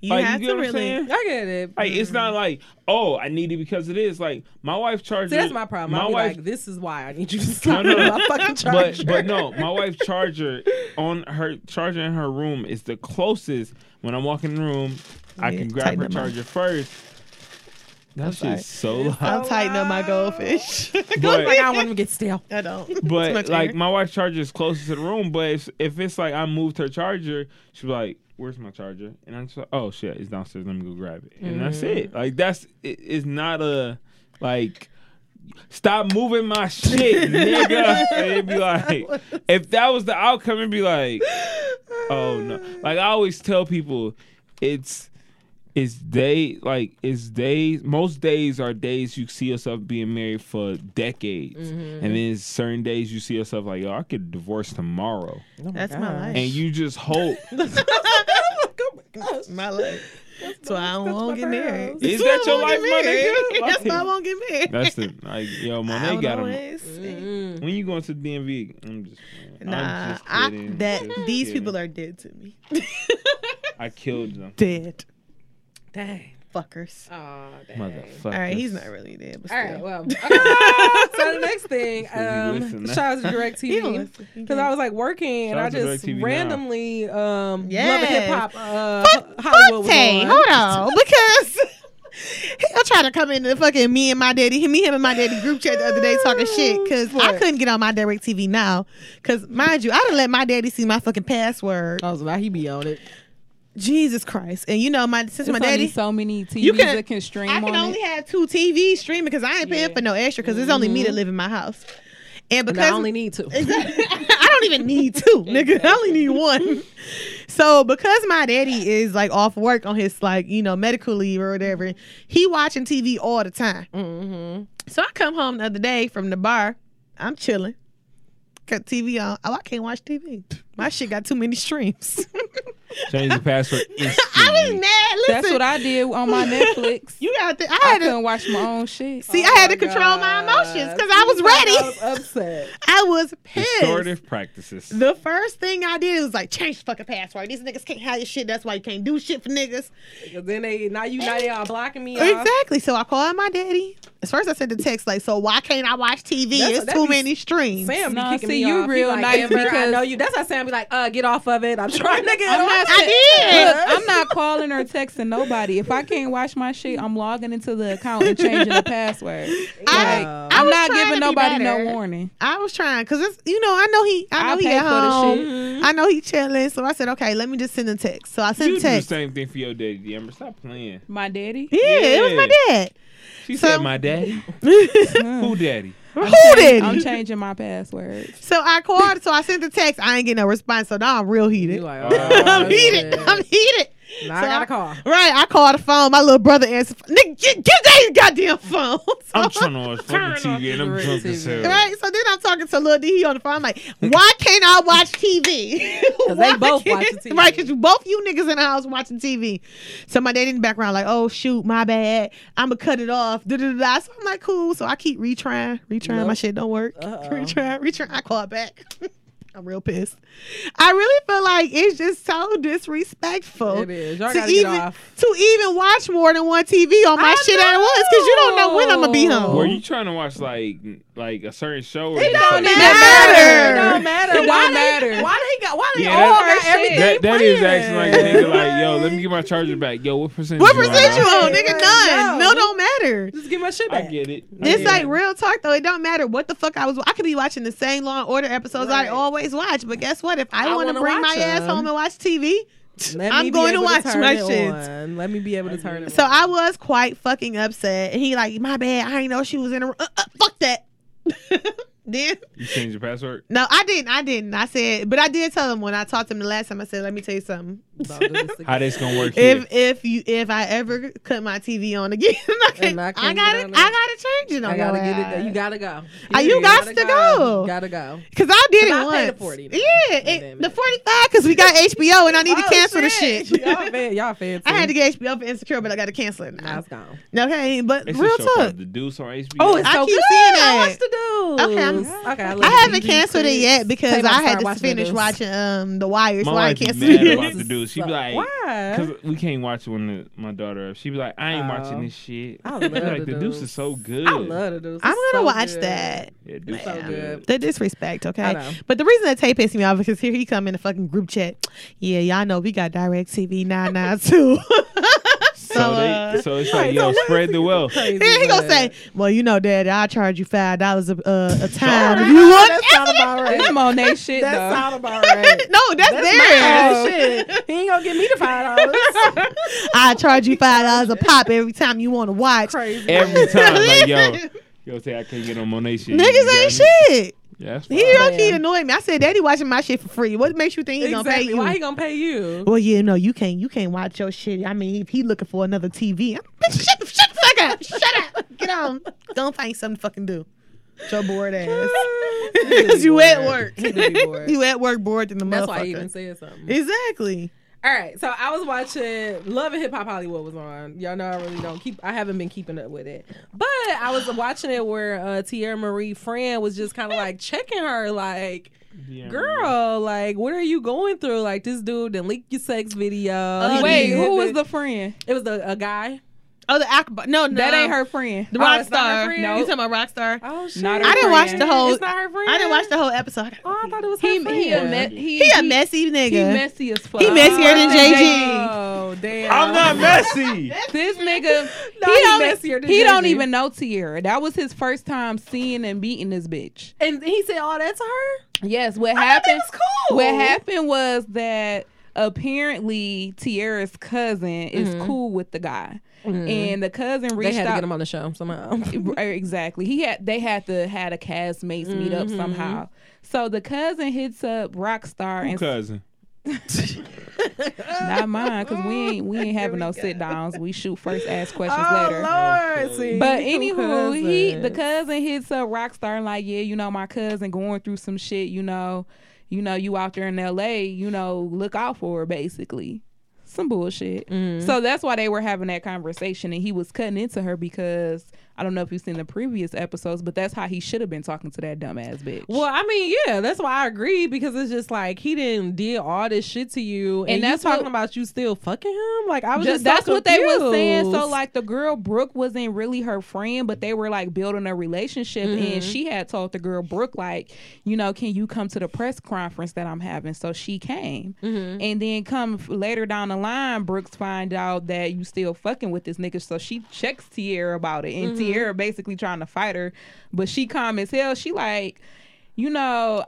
you
Like,
have
you
to
get what
really. (laughs)
I'm saying?
I get it.
Like it's not like, oh, I need it because it is. Like my wife charger.
See, that's my problem.
My
I'll be
wife
like, (laughs) this is why I need you to stop
No, (laughs) no.
my
(laughs)
fucking charger.
but but no, my wife's charger on her charger in her room is the closest. When I walk in the room, I
Yeah,
can grab
tighten
her
them up.
charger first. That's
sorry.
just so loud.
I'm tightening up my
(laughs)
goldfish.
like I
But,
don't want him to get stale.
I don't. (laughs) It's
but
much
like
air.
my wife's charger is closest to the room. But if, if it's like I moved her charger, she's like, "Where's my charger?" And I'm just like, "Oh shit, it's downstairs. Let me go grab it." And that's it. Like that's it, it's not a like. Stop moving my shit, nigga. And it'd be like, if that was the outcome, it'd be like, oh no. Like I always tell people, it's it's day like it's days. Most days are days you see yourself being married for decades,
Mm-hmm.
and then certain days you see yourself like, yo, I could divorce tomorrow,
That's
oh
my life. (laughs)
and you just hope. (laughs) Oh
my life. That's why I won't get married. (laughs)
Is that your
Won't get
life, my
married. (laughs)
nigga?
That's why I won't get married.
That's the like, yo,
I
Monet
would
got him.
always-
When you going to the DMV? I'm just playing. I'm
Nah,
just
I,
kidding.
that
Just
these
kidding.
people are dead to me.
I killed them.
Dead
Dang.
fuckers.
Oh, dang.
Motherfucker.
All right, he's not really dead, but
All
still.
right, well, okay. so the next
(laughs)
thing,
he
um,
listening.
shout out to
(laughs)
Direct
He don't
TV
listen. He
because I was like working and
Shout
I
out to
just
DirecTV now.
randomly um, loving
Yes.
hip hop. Uh, Hollywood was
Hey,
on.
hold (laughs) on, because he'll try to come into the fucking me and my daddy, me, him, and my daddy group chat the other day talking shit because I couldn't get on my direct TV now. Because mind you, I didn't let my daddy see my fucking password.
I was about he be on it.
Jesus Christ! And you know, my since my
It's only
daddy,
so many TVs
You can-
that can stream
I can
on
only
it.
have two TV streaming because I ain't paying for no extra because it's only me
Mm-hmm.
that live in my house, and
And
because
I
(laughs)
only need to.
Exactly. I don't even need two, nigga. I only need one. So because my daddy is like off work on his like you know medical leave or whatever, he watching TV all the time.
Mm-hmm.
So I come home the other day from the bar. I'm chilling. Cut TV on. Oh, I can't watch TV. My shit got too many streams. (laughs)
Change the password.
I was mad. Listen,
Mm-hmm. That's what I did on my Netflix.
(laughs) you got. To, I
I
had
couldn't
to
watch Oh my own shit.
see. I
Oh
had to control my emotions because I was
I
ready.
was upset.
I was pissed.
Restorative practices.
The first thing I did was like change the fucking password. These niggas can't have your shit. That's why you can't do shit for niggas.
'Cause then they now you now they all
(laughs)
blocking me. off.
Exactly. So I called my daddy. At first, I sent a text like, "So why can't I watch TV?
That's-
it's
that'd
too
be
many streams."
Sam be
Nah,
kicking
see,
me
you
off. He
real
like,
nice
Amber, I
because-
know you. That's how Sam be like, uh, get off of
(laughs)
it. I'm trying to get
I'm
(laughs) off.
not-
it.
I
Look, I'm not calling or texting nobody. If I can't watch my shit, I'm logging into the account and changing the password.
did. I, (laughs)
Like,
I
I'm
was
not
trying
giving
to be
nobody
better.
no warning.
I was trying because it's you know I know he I know
I'll
he
pay
at
for the
home.
shit. Mm-hmm.
I know he chilling. So I said, okay, let me just send a text. So I sent
You
a
do the
text.
same thing for your daddy, Amber. Stop playing.
My daddy.
Yeah, it was my
(laughs)
dad.
She
So-
said,
(laughs)
"My daddy, who daddy?"
Who did? (laughs)
I'm changing my passwords.
So I called. So I sent the text. I ain't getting no response. So now I'm real heated.
You like,
Uh,
oh,
(laughs) I'm heated.
shit.
I'm heated.
Now
So
I got a call.
Right, I called the phone. My little brother answered. Nigga, get, get that goddamn phone. So- (laughs)
I'm trying to watch
Turn
fucking TV and
off
I'm
the
drunk as
TV.
hell.
Right, so then I'm talking to Lil D he on the phone. I'm
(laughs)
like, why can't I watch (laughs) TV? Because
they both watching TV.
Right, because both you niggas in the house watching TV. So my dad in the background, like, oh shoot, my bad. I'ma cut it off. Da, da, da, da. So I'm like, cool. So I keep retrying, retrying. My
Nope.
shit don't work.
Uh-oh.
(laughs) Retrying, retrying. I call back. (laughs) I'm real pissed. I really feel like it's just so disrespectful.
It is. Y'all
to
gotta
even
get off.
to even watch more than one TV on my
I
shit at once because you don't know when I'm gonna be
know.
home.
Were you trying to watch like like a certain show? Or
It don't
something?
even
matter. It
matter. It
don't
don't matter.
It
why
don't
they,
matter.
Why they got? Why they
Yeah,
all
that-
got everything?
That, that is acting like a
planned?
nigga like, yo, let me get my charger back. Yo, what percentage?
What
you on
percent you
now?
on,
Right,
nigga?
right,
None.
no.
No, don't matter.
Just give my shit
I
back.
get it. I
It's
get
like
it.
real talk though. It don't matter what the fuck I was. I could be watching the same Law and Order episodes I
Right.
always watch. But guess what? If I,
I
want to
wanna
bring my
watch
ass
'em.
home and watch TV,
Let
I'm
me be
going to
able
watch
turn
my
it
shit.
on. Let me be able to turn it.
so
on.
I was quite fucking upset. And he like, my bad. I didn't know she was in a. Uh, uh, fuck that. (laughs) then
You change your password.
no, I didn't. I didn't. I said, but I did tell him when I talked to him the last time. I said, let me tell you something.
Don't
(laughs)
do this again.
How this gonna work? Here?
If if you if I ever cut my TV on again, (laughs) I,
And I can't get
gotta
on it.
I gotta change it on
I gotta
your
get it.
ass.
done. You gotta go.
Ah, you
Yeah,
gots to go.
You gotta go.
Cause I did it
'Cause I
once.
paid the 40 then.
yeah,
Wait a
it,
minute.
the forty five. Cause we got
(laughs)
HBO and I need to
Oh,
cancel the shit.
(laughs) y'all fan. Y'all fan.
(laughs) I had to get HBO for Insecure, but I got to cancel it
Now
now.
it's gone.
Okay, but
it's
real
a show
talk.
called The Deuce on HBO.
Oh, it's
I
so
keep
good.
seeing
I
that.
watched the dudes.
Okay, I'm-
okay. I,
I
love
haven't
TV
canceled it
critics.
yet because
Same, I'm
I had
sorry,
to
watching
finish
those.
watching um The Wire, so
my
I
wife be
canceled
mad
it.
about
(laughs)
The Deuce. She be like,
Why?
Cause we can't watch it when the, my daughter up. She be like, I ain't watching
Oh.
this shit.
I
She
love
be like the deuce is so good.
I love the deuce.
I'm gonna
It's so
watch
good.
that.
Yeah, deuce
So
is
good.
The disrespect,
I
okay?
know.
But the reason that Tay pissed me off because here he come in the fucking group chat. Yeah, y'all know we got Direct TV 992. so
So,
uh,
they, so it's like, yo, spread the wealth.
Crazy
Then (laughs) he gonna
word.
say, "Well, you know, Daddy, I charge you five dollars a uh, a time.
(laughs)
if you want,
That's not about
(laughs)
right.
It's Monet shit
That's
though.
not about right.
no, that's,
my
theirs.
shit. He ain't gonna give me the five dollars.
(laughs) I charge you five dollars a pop every time you want to watch. (laughs)
Crazy.
Every time, like, yo, yo, say I can't get on Monet shit. You
Niggas
got
ain't
me?
shit.
Yeah, that's
He
fine.
low-key annoyed me. I said, Daddy watching my shit for free. What makes you think he gonna pay
Exactly.
you?
Why he gonna
(laughs)
pay you?
well, yeah, no, you can't. You can't watch your shit. I mean, if he looking for another TV, I'm, bitch, shut, shut the fuck up. Shut up. Get on. Don't find something to fucking do. With Your bored ass. (laughs) Cause you at work. (laughs)
do be bored.
you at work bored than the
That's
motherfucker.
why I even said something.
exactly.
All right, so I was watching Love and Hip Hop Hollywood was on. Y'all know I really don't keep. I haven't been keeping up with it, but I was watching it where uh, Tierra Marie Fran was just kind of like checking her, like,
Yeah.
girl, like, what are you going through? Like, this dude then leaked your sex video. He
Wait,
did
who
it.
was the friend?
It was a, a guy.
Oh, the Akbar. No, no,
That ain't her friend.
The
Oh,
rock
it's not her
star.
friend?
You talking about rock star?
Oh shit!
Not her
I didn't watch
friend.
the whole.
It's not her friend.
I didn't watch the whole episode. I
Oh, I thought it was
He,
her friend.
he, a, me- he,
He a
he-
messy nigga.
He messy as fuck.
He messier than
Worse
JG.
Oh damn!
I'm not messy.
(laughs)
This nigga,
(laughs) No,
he,
he
don't, e-
messier than
he don't
JG.
even know Tierra. That was his first time seeing and beating this bitch.
And he said all that to her.
Yes, what
thought that
happened?
was cool.
What happened was that apparently Tierra's cousin is cool with the guy, and the cousin reached
Mm-hmm. They had
out.
to get him on the show um, somehow.
(laughs) Right, exactly. He had they had to had a castmates meet up
Mm-hmm.
somehow. So the cousin hits up Rockstar and
Cousin.
not mine because we ain't we ain't having no sit downs. We shoot first, ask questions later.
Lord, see,
But
you
anywho,
cousins.
he the cousin hits up Rockstar and like, yeah, you know, my cousin going through some shit, you know, you know, you out there in LA, you know, look out for her basically. Some bullshit.
Mm-hmm.
So that's why they were having that conversation and he was cutting into her because I don't know if you've seen the previous episodes, but that's how he should have been talking to that dumbass bitch.
Well, I mean, yeah, that's why I agree because it's just like he didn't did all this shit to you, and,
And
that's
that's
talking
what-
about you still fucking him. Like I was
Just-
just,
that's
so
what they was saying. So
confused.
like the girl Brooke wasn't really her friend, but they were like building a relationship,
Mm-hmm.
and she had told the girl Brooke like, you know, can you come to the press conference that I'm having? So she came,
Mm-hmm.
and then come f- later down the line, Brooks find out that you still fucking with this nigga, so she checks Tierra about it,
Mm-hmm.
and Tierra basically trying to fight her, but she calm as hell. She like, you know,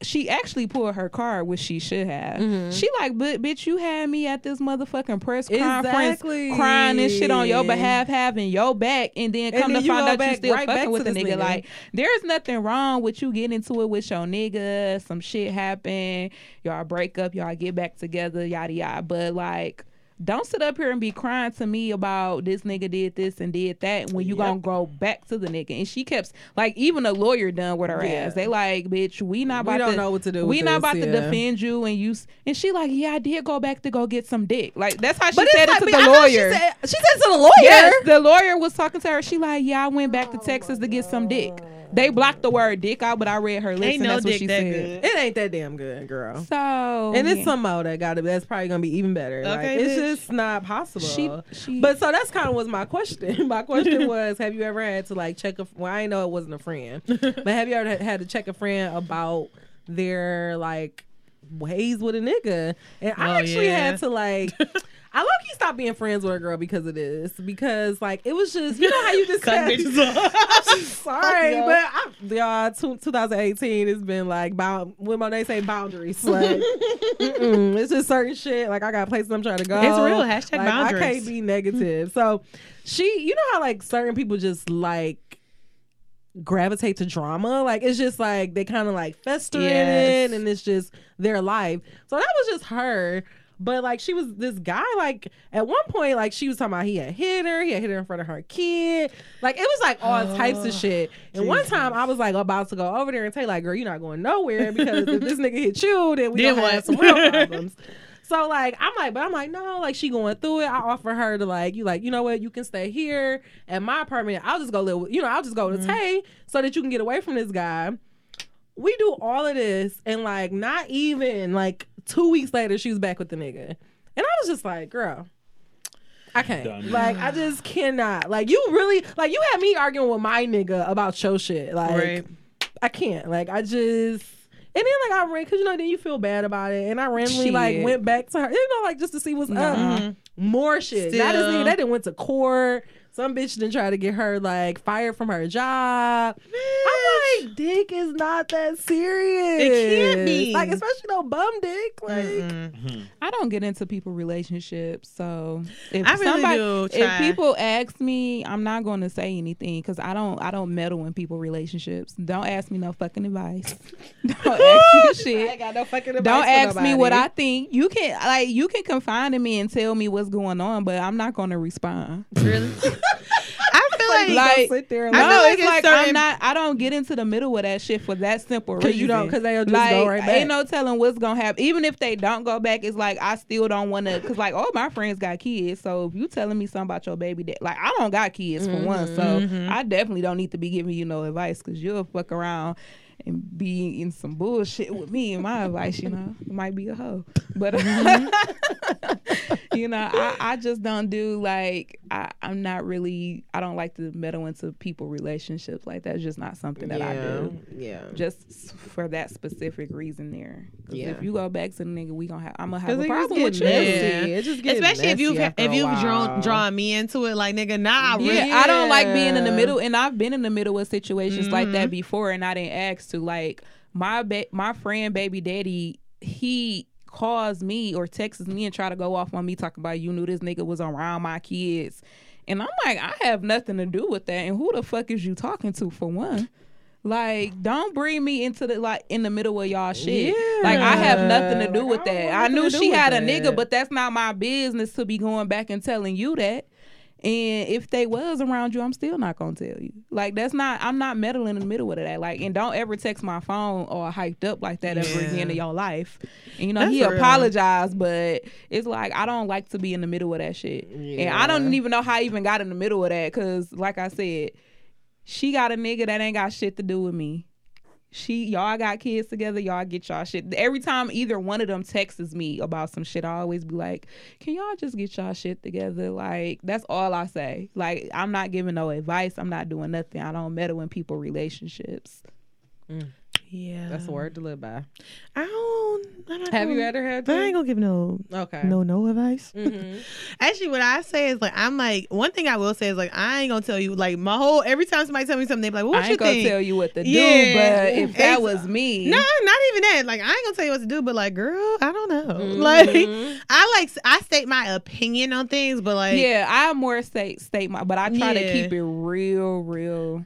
she actually pulled her card, which she should have.
Mm-hmm.
She like, but bitch, you had me at this motherfucking press
Exactly.
conference crying and shit on your behalf, having your back, and then
And
come
then
to
you go
find out you
back-
still
right back
fucking with
to
a
this
nigga.
nigga.
Like, there's nothing wrong with you getting into it with your nigga. Some shit happen, y'all break up, y'all get back together, yada yada. But like. Don't sit up here and be crying to me about this nigga did this and did that when you gonna go back to the nigga. And she kept like even a lawyer done with her
Yeah.
ass. They like, bitch, we not
We
about
don't
to-
know what to do
We
with
not
this,
about to
yeah.
defend you and you. s- And she like, yeah, I did go back to go get some dick. Like that's how she
But it's
said
like,
it to
I
the
thought
lawyer.
She said, she said to the lawyer.
yes, the lawyer was talking to her. She like, yeah, I went back to Texas to get some dick. They blocked the word dick out, but I read her lips
Ain't
and
no
that's what
dick
she
that
said.
good.
It ain't that damn good, girl.
So
And it's
yeah.
some more that got it. That's probably gonna be even better. Like,
Okay,
it's
bitch.
just not possible.
She- she-
but so that's kind of was my question. (laughs) my
(laughs)
question was, have you ever had to like check a? Well, I know it wasn't a friend, but have you ever had- had to check a friend about their like ways with a nigga? And
Oh,
I actually
yeah.
had
(laughs)
to like. I low key stopped being friends with a girl because of this. Because like it was just you know how you just
Cut
said-
bitches off.
Sorry, but I, y'all, two, 2018 has been like bound. When my they say
(laughs)
boundaries, like
(laughs)
mm-mm, it's just certain shit. Like I got places I'm trying to go.
It's real. Hashtag
Like,
boundaries.
I can't be negative. So she, you know how like certain people just like gravitate to drama. Like it's just like they kind of like fester
Yes.
in it, and it's just their life. So that was just her. But like she was this guy, like at one point, like she was talking about he had hit her, he had hit her in front of her kid. Like it was like all
Oh,
types of shit. And one time I was like about to go over there and tell you, like, girl, you're not going nowhere because if this nigga hit you, then we
Then
gonna have
what?
some
(laughs)
real problems. So like I'm like, but I'm like, no, like she going through it. I offer her to like, you like, you know what, you can stay here at my apartment. I'll just go live, with- you know, I'll just go to Tay so that you can get away from this guy. We do all of this and like not even like two weeks later she was back with the nigga. And I was just like, girl. I can't.
Done.
Like I just cannot. Like you really like you had me arguing with my nigga about your shit. Like
Right.
I can't. Like I just and then like I ran because you know then you feel bad about it and I randomly like
Shit.
went back to her you know like just to see what's up
Nuh-uh.
more shit.
Mm-hmm.
Not just
Still.
even that. Then went to court. Some bitch didn't try to get her like fired from her job. I'm like, dick is not that serious.
It can't be. Mm.
Like, especially no bum dick. Like,
I don't get into people relationships, so if
I really
somebody,
do try.
if people ask me, I'm not going to say anything because I don't, I don't meddle in people relationships. Don't ask me no fucking advice. (laughs) don't ask me shit.
got no fucking
Don't ask me what I think. You can like you can confide in me and tell me what's going on, but I'm not going to respond.
I feel like,
like,
sit there and
I
No,
know it
it's
gets
like
certain-
I'm not. I don't get into the middle of that shit for that simple reason.
Because you don't, because they'll just
like
go right back.
ain't no telling what's gonna happen. Even if they don't go back, it's like I still don't want to. Cause like all my friends got kids, so if you telling me something about your baby, that like I don't got kids for one, so
Mm-hmm,
I definitely don't need to be giving you no advice because you'll fuck around and be in some bullshit with me and my advice. You know, it might be a hoe, but
Mm-hmm.
you know, I, I just don't do like I, I'm not really. I don't like to meddle into people relationships like that's just not something that I
yeah,
do
yeah.
just s- for that specific reason there. 'Cause
Yeah.
if you go back to the nigga, we gonna have I'm gonna have
Because
a
it just
problem with you.
get messy.
Yeah.
It just get
especially if
messy
you've
after
if
a
you've drawn
while.
drawn me into it, like nigga, nah, I really
Yeah, I don't like being in the
Yeah.
middle, and I've been in the middle of situations like that before, and I didn't ask to. Like my ba- my friend, baby daddy, he calls me or texts me and try to go off on me talking about you knew this nigga was around my kids, and I'm like, I have nothing to do with that, and who the fuck is you talking to for one? Like, don't bring me into the like in the middle of y'all shit. Like, I have nothing to do
Like,
with
I don't
that.
want
I
nothing
knew
to do
she
with
had a
that.
nigga, but that's not my business to be going back and telling you that. And if they was around you, I'm still not gonna tell you. Like that's not I'm not meddling in the middle of that. Like and don't ever text my phone or hyped up like that ever
Yeah.
again in your life. And you know,
That's
he
real.
apologized, but it's like I don't like to be in the middle of that shit. And I don't even know how I even got in the middle of that because like I said, she got a nigga that ain't got shit to do with me. She y'all got kids together, y'all get y'all shit. Every time either one of them texts me about some shit, I always be like, Can y'all just get y'all shit together? Like, that's all I say. Like, I'm not giving no advice. I'm not doing nothing. I don't meddle in people relationships.
Yeah,
That's a word to live by.
I don't. I'm not
Have you
Hmm.
gonna-
ever had
I ain't gonna give no
Okay.
no no advice.
Mm.
Actually, what I say is like I'm like one thing I will say is like I ain't gonna tell you like my whole every time somebody tell me something they be like well, what
I
you
ain't gonna
think?
tell you what to
Yeah.
do, but if that
Ex-
was me,
No, not even that. Like I ain't gonna tell you what to do, but like girl, I don't know. (laughs)
Mm-hmm.
Like I like I state my opinion on things, but like
yeah, I more state state my but I
Yeah.
try to keep it real, real.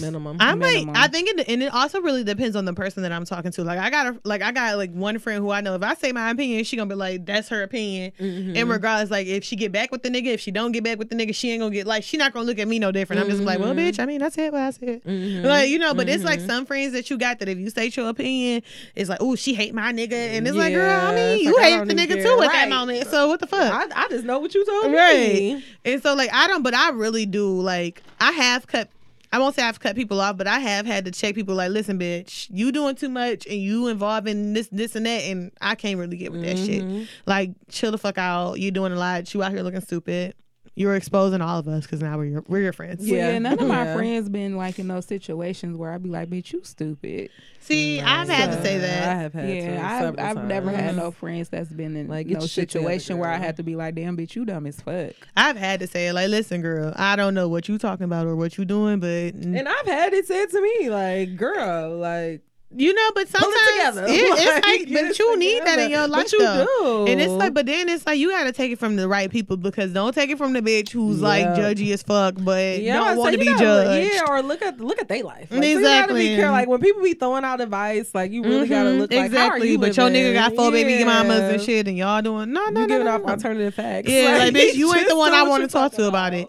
Minimum.
I might.
minimum.
I think, it, and it also really depends on the person that I'm talking to. Like, I got a, like, I got like one friend who I know. If I say my opinion, she gonna be like, "That's her opinion." And
Mm-hmm.
regardless, like, if she get back with the nigga, if she don't get back with the nigga, she ain't gonna get like, she not gonna look at me no different. I'm just like, well,
Mm-hmm.
bitch. I mean, I said what I said. Like, you know. But it's like some friends that you got that if you state your opinion, it's like, oh, she hate my nigga, and it's like, girl, I
Yeah,
mean,
it's
you
like, I
hate
don't
the
even
nigga
care.
too at that
Right.
moment. So what the fuck?
I, I just know what you told
Right.
me.
And so like I don't but I really do like I have cut I won't say I've cut people off, but I have had to check people like, listen, bitch, you doing too much and you involved in this, this and that and I can't really get with that
Mm-hmm.
shit. Like, chill the fuck out. You doing a lot. You out here looking stupid. You're exposing all of us because now we're your we're your friends.
Yeah,
Yeah.
none of my
Yeah.
friends been like in those situations where I'd be like, "Bitch, you stupid."
See, I've had to say
I
that.
have had to.
yeah, I've,
several
I've never had
times.
no friends that's been in
Like,
like
get
no
your shit together,
situation where I
girl.
had to be like, "Damn, bitch, you dumb as fuck."
I've had to say it. Like, listen, girl, I don't know what you talking about or what you doing, but
And I've had it said to me, like, girl, like,
You know, but sometimes
together.
it-
(laughs) Like,
it's
get
like, but
it
you need that in
together.
your
But
life,
you
though.
do.
And it's like, but then it's like you gotta take it from the right people because don't take it from the bitch who's like
Yeah.
judgy as fuck, but
yeah,
don't
so
want to be
you gotta look-
judged.
Yeah, or look at look at their life. Like, so you
Exactly.
gotta be careful. Like when people be throwing out advice, like you really gotta
Mhm,
look like how are
exactly,
you
but your nigga
living?
got four baby
Yeah.
mamas and shit, and y'all doing no, no, no,
You giving
no,
off
no.
alternative facts.
Yeah, like,
(laughs)
bitch, you ain't
just
the one
do
I
what
want
you
to talk to
talking
about it.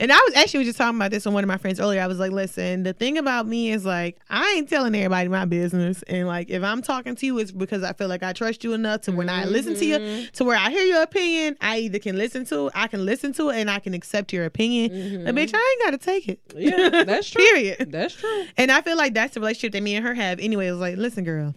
And I was actually just talking about this with one of my friends earlier. I was like, listen, the thing about me is like, I ain't telling everybody my business. And like, if I'm talking to you, it's because I feel like I trust you enough to when I listen to you, to where I hear your opinion, I either can listen to, I can listen to it, and I can accept your opinion. But bitch, I ain't got to take it.
Yeah, that's true.
(laughs) Period.
That's true.
And I feel like that's the relationship that me and her have. Anyway, it was like, listen, girl,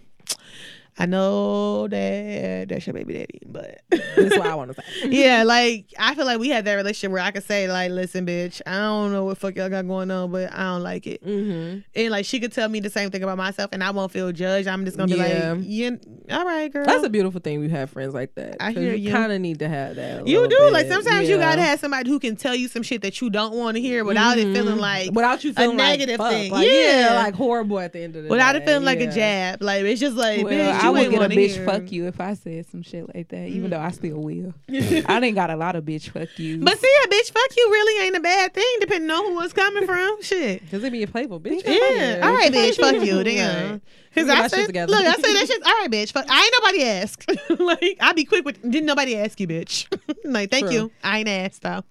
I know that that's your baby daddy, but
That's what I want to say.
yeah, like I feel like we had that relationship where I could say like, "Listen, bitch, I don't know what fuck y'all got going on, but I don't like it."
Mm-hmm.
And like she could tell me the same thing about myself, and I won't feel judged. I'm just gonna be
Yeah.
like, "Yeah, all right, girl."
That's a beautiful thing. We have friends like that.
I
'cause
hear you.
Kind of need to have that. a
you
little
do
bit.
like sometimes you
Yeah.
gotta have somebody who can tell you some shit that you don't want to hear without it feeling like
Mm-hmm. without you feeling
negative
like, fuck,
thing.
Like, yeah.
Yeah.
like horrible at the end of the
without
day.
it feeling like
Yeah.
a jab. Like it's just like,
Well,
bitch,
I
you
would
ain't
get a
want to
bitch
hear. Mm.
fuck you if I said some shit like that, even though I still
(laughs)
will. I didn't got a lot of bitch fuck you.
But see, a bitch fuck you really ain't a bad thing, depending on who it's coming from. Shit.
Cause it be a playful bitch.
Yeah. All right, bitch. Fuck
(laughs)
you.
Right.
Damn.
Let
Cause
me get
I
my shit
said,
together.
look, I said
(laughs)
that shit's all right, bitch. Fuck, I ain't nobody asked. (laughs) like, I be quick with, didn't nobody ask you, bitch. (laughs) like, thank
True.
you. I ain't asked though.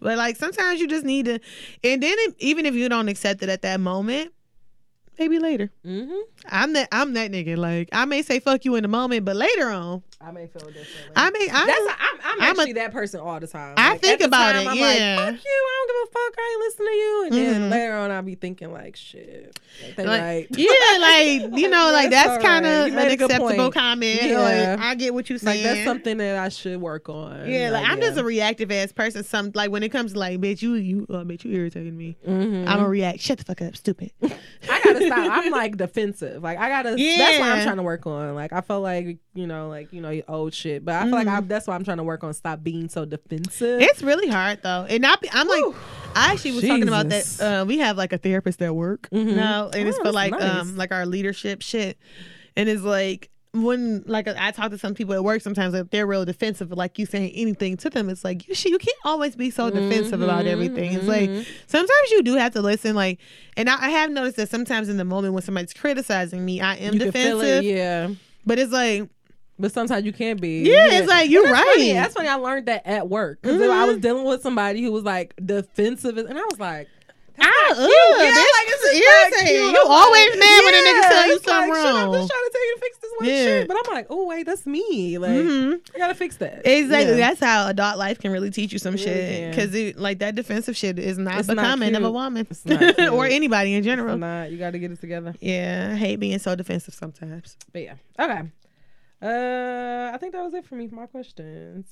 But like, sometimes you just need to, and then it, even if you don't accept it at that moment, maybe later.
Mm-hmm.
I'm that, I'm that nigga. Like, I may say fuck you in the moment, but later on,
I may feel differently.
I may, I,
That's a, I'm, I'm,
I'm a-
actually that person all the time.
I
Like,
think
at the
about
time,
it,
I'm
yeah.
like, fuck you. I don't give a fuck. I ain't listen to you. And then
Mhm.
later on, I'll be thinking like, shit. Like, they
Like,
right.
(laughs) yeah, like
(laughs)
you know, like that's
That's all right.
kind of
You made
an
a good
acceptable
point.
comment.
Yeah.
Like, I get what you
Like
saying.
that's something that I should work on.
Yeah, like I'm just
yeah.
a reactive ass person. Some like when it comes to like, bitch, you you, uh, bitch, you irritating me.
Mhm.
I'm gonna react. Shut the fuck up, stupid.
I
(laughs)
gotta stop. I'm like defensive. Like I gotta. That's what I'm
Yeah.
trying to work on. Like I feel like you know, like you know, you old shit. But I feel like
Mm-hmm.
I, that's why I'm trying to work on. Stop being so defensive.
it's really hard though, and I be, I'm like,
Whew.
I actually was talking about that.
Jesus.
Uh, we have like a therapist at work
Mhm.
now, and it's
Oh,
for
that's
like
nice.
um like our leadership shit, and it's like when like I talk to some people at work sometimes like they're real defensive but, like you saying anything to them it's like you should you can't always be so defensive
Mm-hmm.
about everything it's like sometimes you do have to listen like and I, I have noticed that sometimes in the moment when somebody's criticizing me I am
You can feel
defensive
it, yeah.
But it's like,
But sometimes you can't be.
yeah, it's like you're
That's
right. Mm-hmm.
funny. That's funny. I learned that at work because I was dealing with somebody who was like defensive, as- and I was like,
Ah, ugh, bitch,
yeah, like,
this
it's just
is
not
irritating.
cute.
You
I'm
always
like,
mad when a nigga
yeah,
tell you
it's like,
something
shit, I'm
wrong.
just trying to tell you to fix this one
Yeah.
shit, but I'm like, oh wait, that's me. Like,
Mhm.
I gotta fix that.
Exactly.
Yeah.
That's how adult life can really teach you some
really
shit.
can.
Because like that defensive shit is not
It's not
becoming of a
cute.
woman (laughs)
It's not cute.
or anybody in general.
Nah, you gotta get it together.
yeah, I hate being so defensive sometimes.
But yeah, okay. Uh, I think that was it for me for my questions.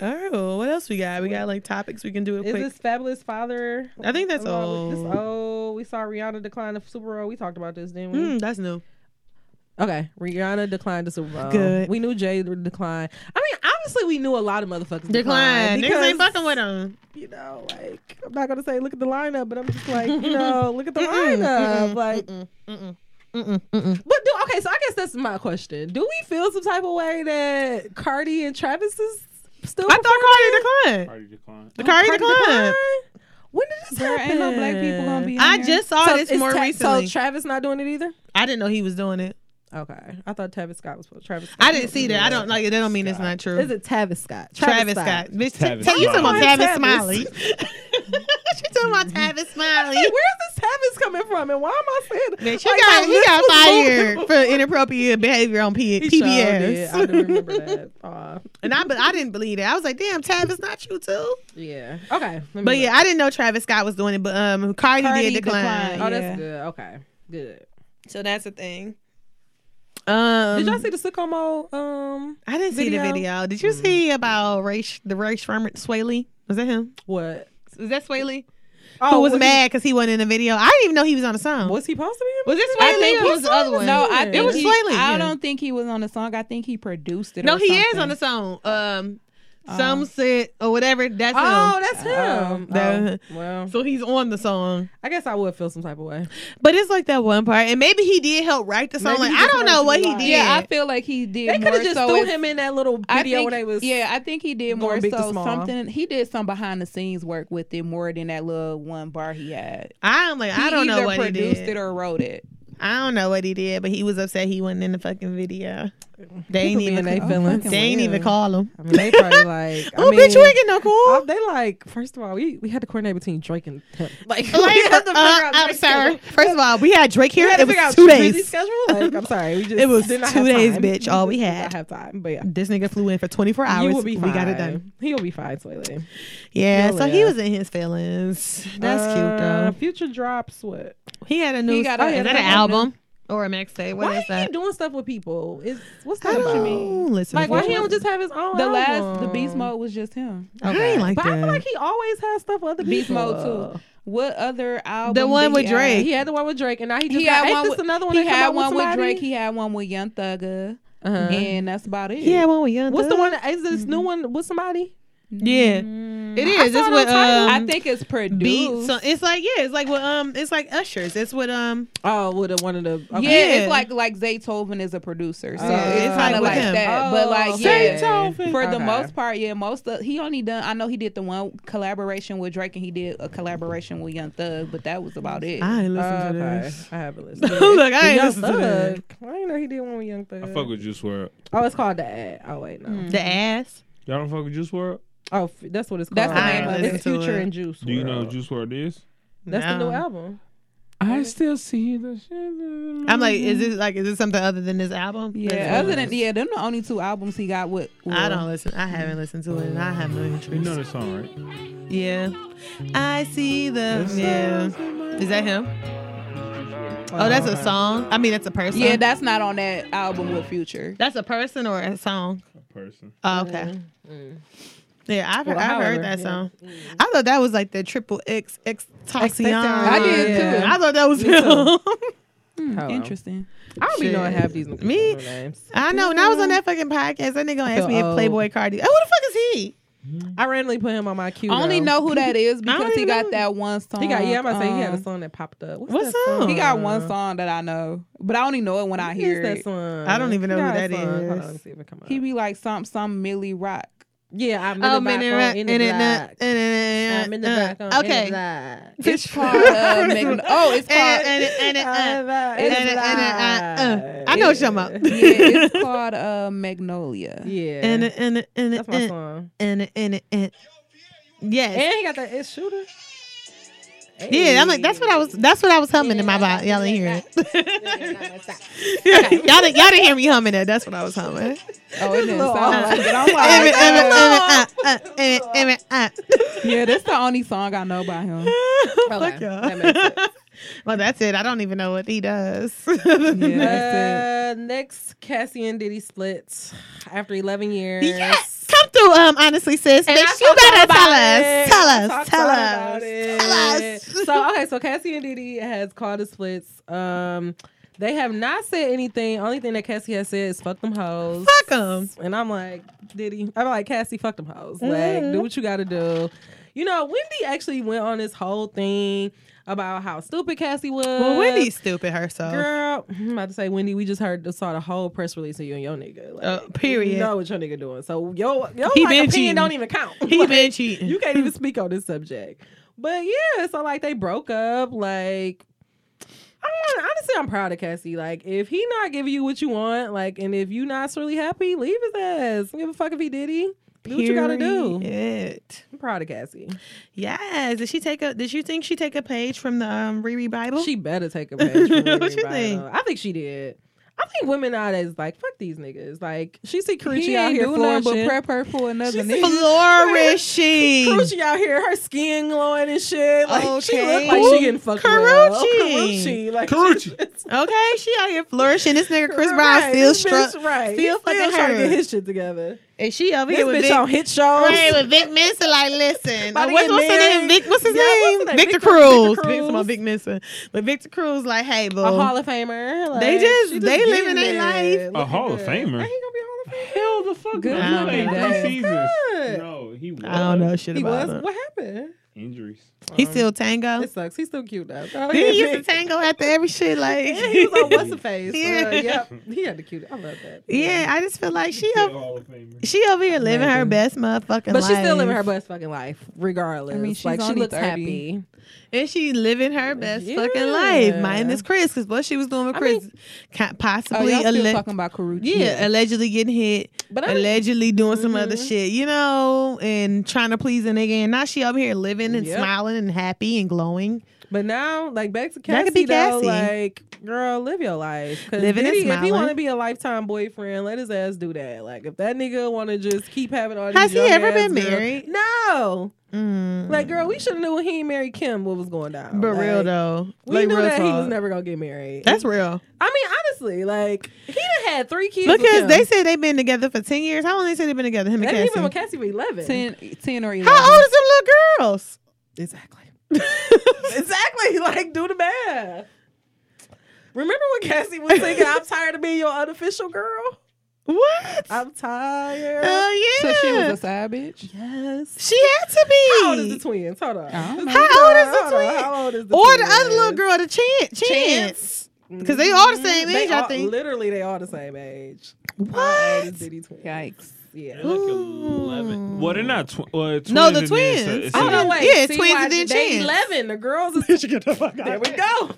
Oh, what else we got? We got like topics we can do it
Is
quick.
this fabulous father?
I think that's
Oh, This
old.
oh, we saw Rihanna decline the Super Bowl. We talked about this, didn't we?
Mm, that's new.
Okay, Rihanna declined the Super Bowl.
Good.
We knew Jay declined. I mean, obviously, we knew a lot of motherfuckers
Decline.
declined.
Niggas ain't
because,
fucking with them.
You know, like I'm not gonna say look at the lineup, but I'm just
(laughs)
like, you know, look at the
Mm-mm,
lineup.
mm-mm,
like,
mm-mm, mm-mm, mm-mm, mm-mm.
but do okay. So I guess that's my question. Do we feel some type of way that Cardi and Travis is still?
I thought Cardi declined.
Party decline.
The Cardi declined.
When did this
There
happen?
ain't no black people gonna be. in
I
there.
just saw
So
this
is
more
Ta-
recently.
So Travis not doing it either.
I didn't know he was doing it.
Okay, I thought Travis Scott was Travis. Scott
I didn't
was
see
doing
that. I
it.
don't like. That don't mean it's not true.
Is it Travis Scott?
Travis, Scott? Bitch, t-
Tavis
tell you talking about Tavis
Smiley.
Smiley.
Tavis.
(laughs) she talking about Tavis
(laughs)
Smiley.
Hey, where's this Tavis coming from? And why am I saying?
Bitch, he got
how
he
this
got
was
(laughs) fired
moving-
for inappropriate behavior on P-
He sure did.
PBS.
I do remember that. Uh, Aw,
(laughs) and I but I didn't believe that. I was like, damn, Tavis, not you too.
yeah. Okay. let me
But
look.
yeah, I didn't know Travis Scott was doing it. But um, Cardi,
Cardi
did decline.
declined.
Oh,
yeah.
that's good. Okay. Good.
So that's the thing. Um,
Did y'all see the Sycamo? Um,
I didn't see the
video?
video. Did you
Mm-hmm.
see about Ray Sh- the Ray Sherman Swaley? Was that him?
what?
Was that Swaley?
Oh,
Who was,
he-
mad because he wasn't in the video? I didn't even know he was on the song.
was he supposed to be?
Was
in
this
the
Sway
I
video?
think
Lee or
he
was the other one?
No, I
It
think
was
he,
Sway Lee, yeah.
I don't think he was on the song. I think he produced it.
No,
or
he is
something.
on the song. Um,
Oh.
some said or whatever. That's
Oh,
him.
that's
Oh,
him.
Um, that-
Oh, well,
so he's on the song,
I guess I would feel some type of way.
but it's like that one part, and maybe he did help write the song.
Maybe
like
he
I
just
don't
wanted
know
to
what
be
he
like-
did.
Yeah, I feel like he did.
They could
more
have just
so
threw
it's-
him in that little
I
video
think-
where they was.
yeah, I think he
going
did more
big to
so
small.
something. He did some behind the scenes work with it more than that little one bar he had.
I'm like I
He
don't know
either
what he
produced
did.
it or wrote it.
I don't know what he did, but he was upset he wasn't in the fucking video. They
People
ain't
be in
even
they
call,
feelings.
they ain't even
Yeah.
call him.
I mean, (laughs) they probably like. I
oh, bitch, you
mean,
ain't getting no
Oh,
call.
they like first of all, we, we had to coordinate between Drake and him. Like,
Like,
we had to figure
uh,
out
I'm
Drake's
sorry.
schedule.
First of all, we had Drake
We
here.
had to
It
figure
was
out
two
Drake's
days.
schedule.
(laughs)
Like, I'm sorry, we just
It was
did not
two
have
days,
time.
bitch, all we
just did
had.
not have time, but yeah,
This nigga flew in for 24 hours.
you will be fine.
We got it done.
He'll be fine, Toilet.
Yeah,
You'll
so he
live. Uh,
was in his feelings. That's cute though.
Future drops what?
He had a new.
He got
oh,
a-
is that an
another
album? or a mixtape. What
Why
is
he
that?
keep doing stuff with people? Is what's
I
that
don't
about?
listen.
Like
to
why
him.
he don't just have his own?
The
album?
last, the Beast Mode was just him.
I ain't like
But I
that.
feel like he always has stuff with other
Beast
people.
Mode too. What other album?
The one
did he
with
have?
Drake.
He had the one with Drake, and now he just
He
got,
had
ain't
one
this
with
another one.
He
that come
had
out
one with
somebody?
Drake. He had one with Young Thugga,
Uh-huh.
and that's about it.
yeah, one with Young
What's the
Thug.
one? Is this new one with somebody?
Yeah, it is. It's with um,
I think it's produced.
beat. So it's like yeah, it's like with um, it's like Usher's. It's with um,
Oh, with the, one of the.
Yeah,
okay.
Yeah.
it's like like Zaytoven is a producer, so
Oh,
it's
it's
kind
like
of
with
like
him.
that. but like, yeah,
okay.
Beethoven.
for the
Oh, Okay.
most part, yeah, most of he only done. I know he did the one collaboration with Drake, and he did a collaboration with Young Thug, but that was about it.
I ain't listen
Oh,
to
okay.
this.
I haven't
(laughs)
listened. to it.
Uh, Look, I
The
ain't
Young
listen to that.
Thug. I didn't know he did one with Young Thug.
I fuck with Juice E. World.
oh, it's called the ad. Oh wait, no.
The ass.
Y'all don't fuck with Juice World.
Oh, f- that's what it's called.
That's the
I ain't
name of
listen
it.
it's Future
to it.
and Juice.
Do you know
WRLD.
who Juice World is?
That's the
No.
new (laughs) album.
I still see the shit.
I'm like, is this like, is this something other than this album? That's
Yeah,
what
other
it
than
is.
yeah, them the only two albums he got with.
I don't listen. I haven't listened to it, and I have no interest.
You know the song, right?
Yeah, I see the. Yeah, is that him? Oh, that's a song. I mean, that's a person.
Yeah, that's not on that album with Future.
that's a person or a song.
Person.
Oh, okay. Yeah, I've,
Mm-hmm. Well,
I've
however,
heard that
yeah. Mm-hmm.
song. I thought that was like the triple X X Toxion.
I did
Yeah.
too.
I thought that was
Me
him. (laughs)
Hello.
Interesting.
I don't even know I
Shit.
have these
Me?
new names.
I know. When I was on that fucking podcast, that nigga gonna ask
feel
me if
old.
Playboy Cardi. Oh, who the fuck is he?
I randomly put him on my queue.
I only
though.
know
(laughs)
who that is because he
even
got
know.
that one song.
He got yeah. I'm about to say he had
um,
a song that popped up. What's
what
that
song?
He got one song that I know, but I only know it when I
What
hear
is that
it.
song?
I don't even know
He
who
got a
that
song. Hold on,
is.
let me see if it come up.
He be like some some Millie Rock.
yeah, I'm in
Oh,
the back
minute,
on
right,
in
minute,
the
nah,
black.
minute,
I'm in the
uh,
back on in the
Okay.
black. (laughs)
It's called uh, Magn- oh, it's called
And- and- and-
I'm in
and- uh,
the back,
and-
in
and-
the
and- uh, uh, I
black.
know what you're talking
yeah,
about. (laughs)
it's called uh, Magnolia.
Yeah,
And and and
that's my
and
song.
and and and yes.
And he got that it's (laughs) shooter.
Yeah, I'm like that's what I was. That's what I was humming in my body. Y'all didn't hear (laughs) it. (laughs) y'all didn't. Y'all didn't hear me humming that. That's what I was humming.
Oh, it didn't sound like
(laughs)
it. I'm
Oh,
like,
(laughs) Every- every- every- uh, uh, every- every- uh. (laughs)
yeah, that's the only song I know
(laughs)
by him.
Fuck
that makes
y'all. (laughs) Well, that's it. I don't even know what he does. (laughs)
Yeah,
Uh,
that's
next, Cassie and Diddy split after 11 years.
Yes. Come through, um, honestly, sis.
And I
Bitch, you
talked
better
about
tell
it.
us. Tell
I
us.
talked
Tell
about
us.
it.
Tell us.
So okay, so Cassie and Diddy has called the splits. Um, they have not said anything. Only thing that Cassie has said is "fuck them hoes."
Fuck 'em.
And I'm like, Diddy. I'm like, Cassie, fuck them hoes.
Mm-hmm.
Like, do what you got to do. You know, Wendy actually went on this whole thing about how stupid Cassie was.
Well, Wendy's stupid herself.
Girl, I'm about to say, Wendy, we just heard saw the whole press release of you and your nigga. Like,
Uh, period.
You know what your nigga doing. So your your
He been
like, opinion
cheating.
don't even count.
He
(laughs) Like,
been cheating.
You
(laughs)
can't even speak on this subject. But yeah, so like they broke up. Like I don't wanna- honestly, I'm proud of Cassie. Like if he not giving you what you want, like and if you not really happy, leave his ass. Don't give a fuck if he did he. Do what you gotta do.
Period.
I'm proud of Cassie.
Yes. Did she take a? Did you think she take a page from the um, Riri Bible?
She better take a page
(laughs)
from
What
what
you think?
I think she did. I think women nowadays like fuck these niggas. Like she see Carucci
He
out
ain't
here
doing nothing but
flourishing.
prep her for another nigga.
flourishing.
Carucci out here, her skin glowing and shit. Like she look
Okay.
like she getting fucked well.
Carucci.
Carucci,
(laughs)
like
Okay, she out here flourishing. This nigga Chris Brown
Right,
still
this bitch,
struck.
right.
still
He
fucking
trying to
hurt.
get his shit together.
And she over
This
here with
bitch
Vic,
on hit shows.
right, with Vic Mensa. Like, listen,
About
Uh,
to
what's,
get
what's his name?
married.
Vic, what's his
Yeah, what's
name?
his name?
Victor,
Victor-
Cruz.
Victor
Vic-
Cruz.
my Vic Mensa. But Victor Cruz, like, hey, boo.
A Hall of Famer. Like,
They just-
she
they living
getting
their
it.
life.
A Hall of Famer.
Ain't he gonna be a Hall of Famer?
Hell the fuck
Good
no,
looking
he played
guy.
three seasons.
Good.
No, he was.
I don't know shit
He
about
was.
him.
What happened?
Injuries.
He's still tango.
It sucks. He's still cute though. Go ahead,
He used to
(laughs) Vic.
tango after every shit. Like, (laughs)
Yeah, he was on what's the face.
Yeah.
Yeah, yep. (laughs) He had the cute. I love that.
yeah, I just feel like she
Still
over,
Hall of Famer.
she over here living her
Imagine.
best motherfucking life.
But she's still living her best fucking life, regardless.
I mean, she's
like she
only
looks
30.
happy.
And she living her best fucking
Yeah.
life. Mine is Chris, because what she was doing with
I
Chris,
mean-
ca-
Oh,
possibly
y'all still
alle-
talking about Karuchi?
yeah, allegedly getting hit,
But I mean- mm-hmm.
allegedly doing some other shit, you know, and trying to please a nigga. And now she over here living and
Yep.
smiling and happy and glowing.
But now, like back to Cassie,
That could be
though,
Cassie.
like Girl, live your life. 'Cause
Living and
Diddy, If he
smiling.
want to be a lifetime boyfriend, let his ass do that. Like, if that nigga want to just keep having all these
Has he
young
ever
ass
been
girls-
married?
No.
Mm.
Like, girl, we should have knew when he married Kim what was going down.
but real
Like,
though,
We
like
knew
real
that he
talk.
was never gonna get married.
That's real.
I mean, honestly, like he done had three kids. with
Because
Kim.
they said they've been together for ten years. How long they say they've been together? Him and
They've been with
Cassie.
Cassie for eleven.
(laughs)
10, 10 or 11.
How old is them little girls?
Exactly. (laughs) exactly. Like, do the math. Remember when Cassie was singing, "I'm tired of being your unofficial girl.
What?
I'm tired."
Oh yeah.
So she was a side bitch?
yes.
She had to be.
How old is the twins? Hold on.
I don't know.
How old is the
Hold on.
twin?
How old is the
or the
twins?
other little girl, the chance, chance, because they all the same
Mm-hmm. They
age, I
all-
think.
Literally, they all the same age. How old
what?
is Diddy twins?
Yikes.
Yeah.
They're like 11. Well, they're not tw- well, twins.
No, the
and then it's a-
twins.
it's
Oh
a-
no!
Yeah,
Wait,
yeah,
see
twins
why
and then
they
twins.
eleven.
(laughs)
The girls is there. We go.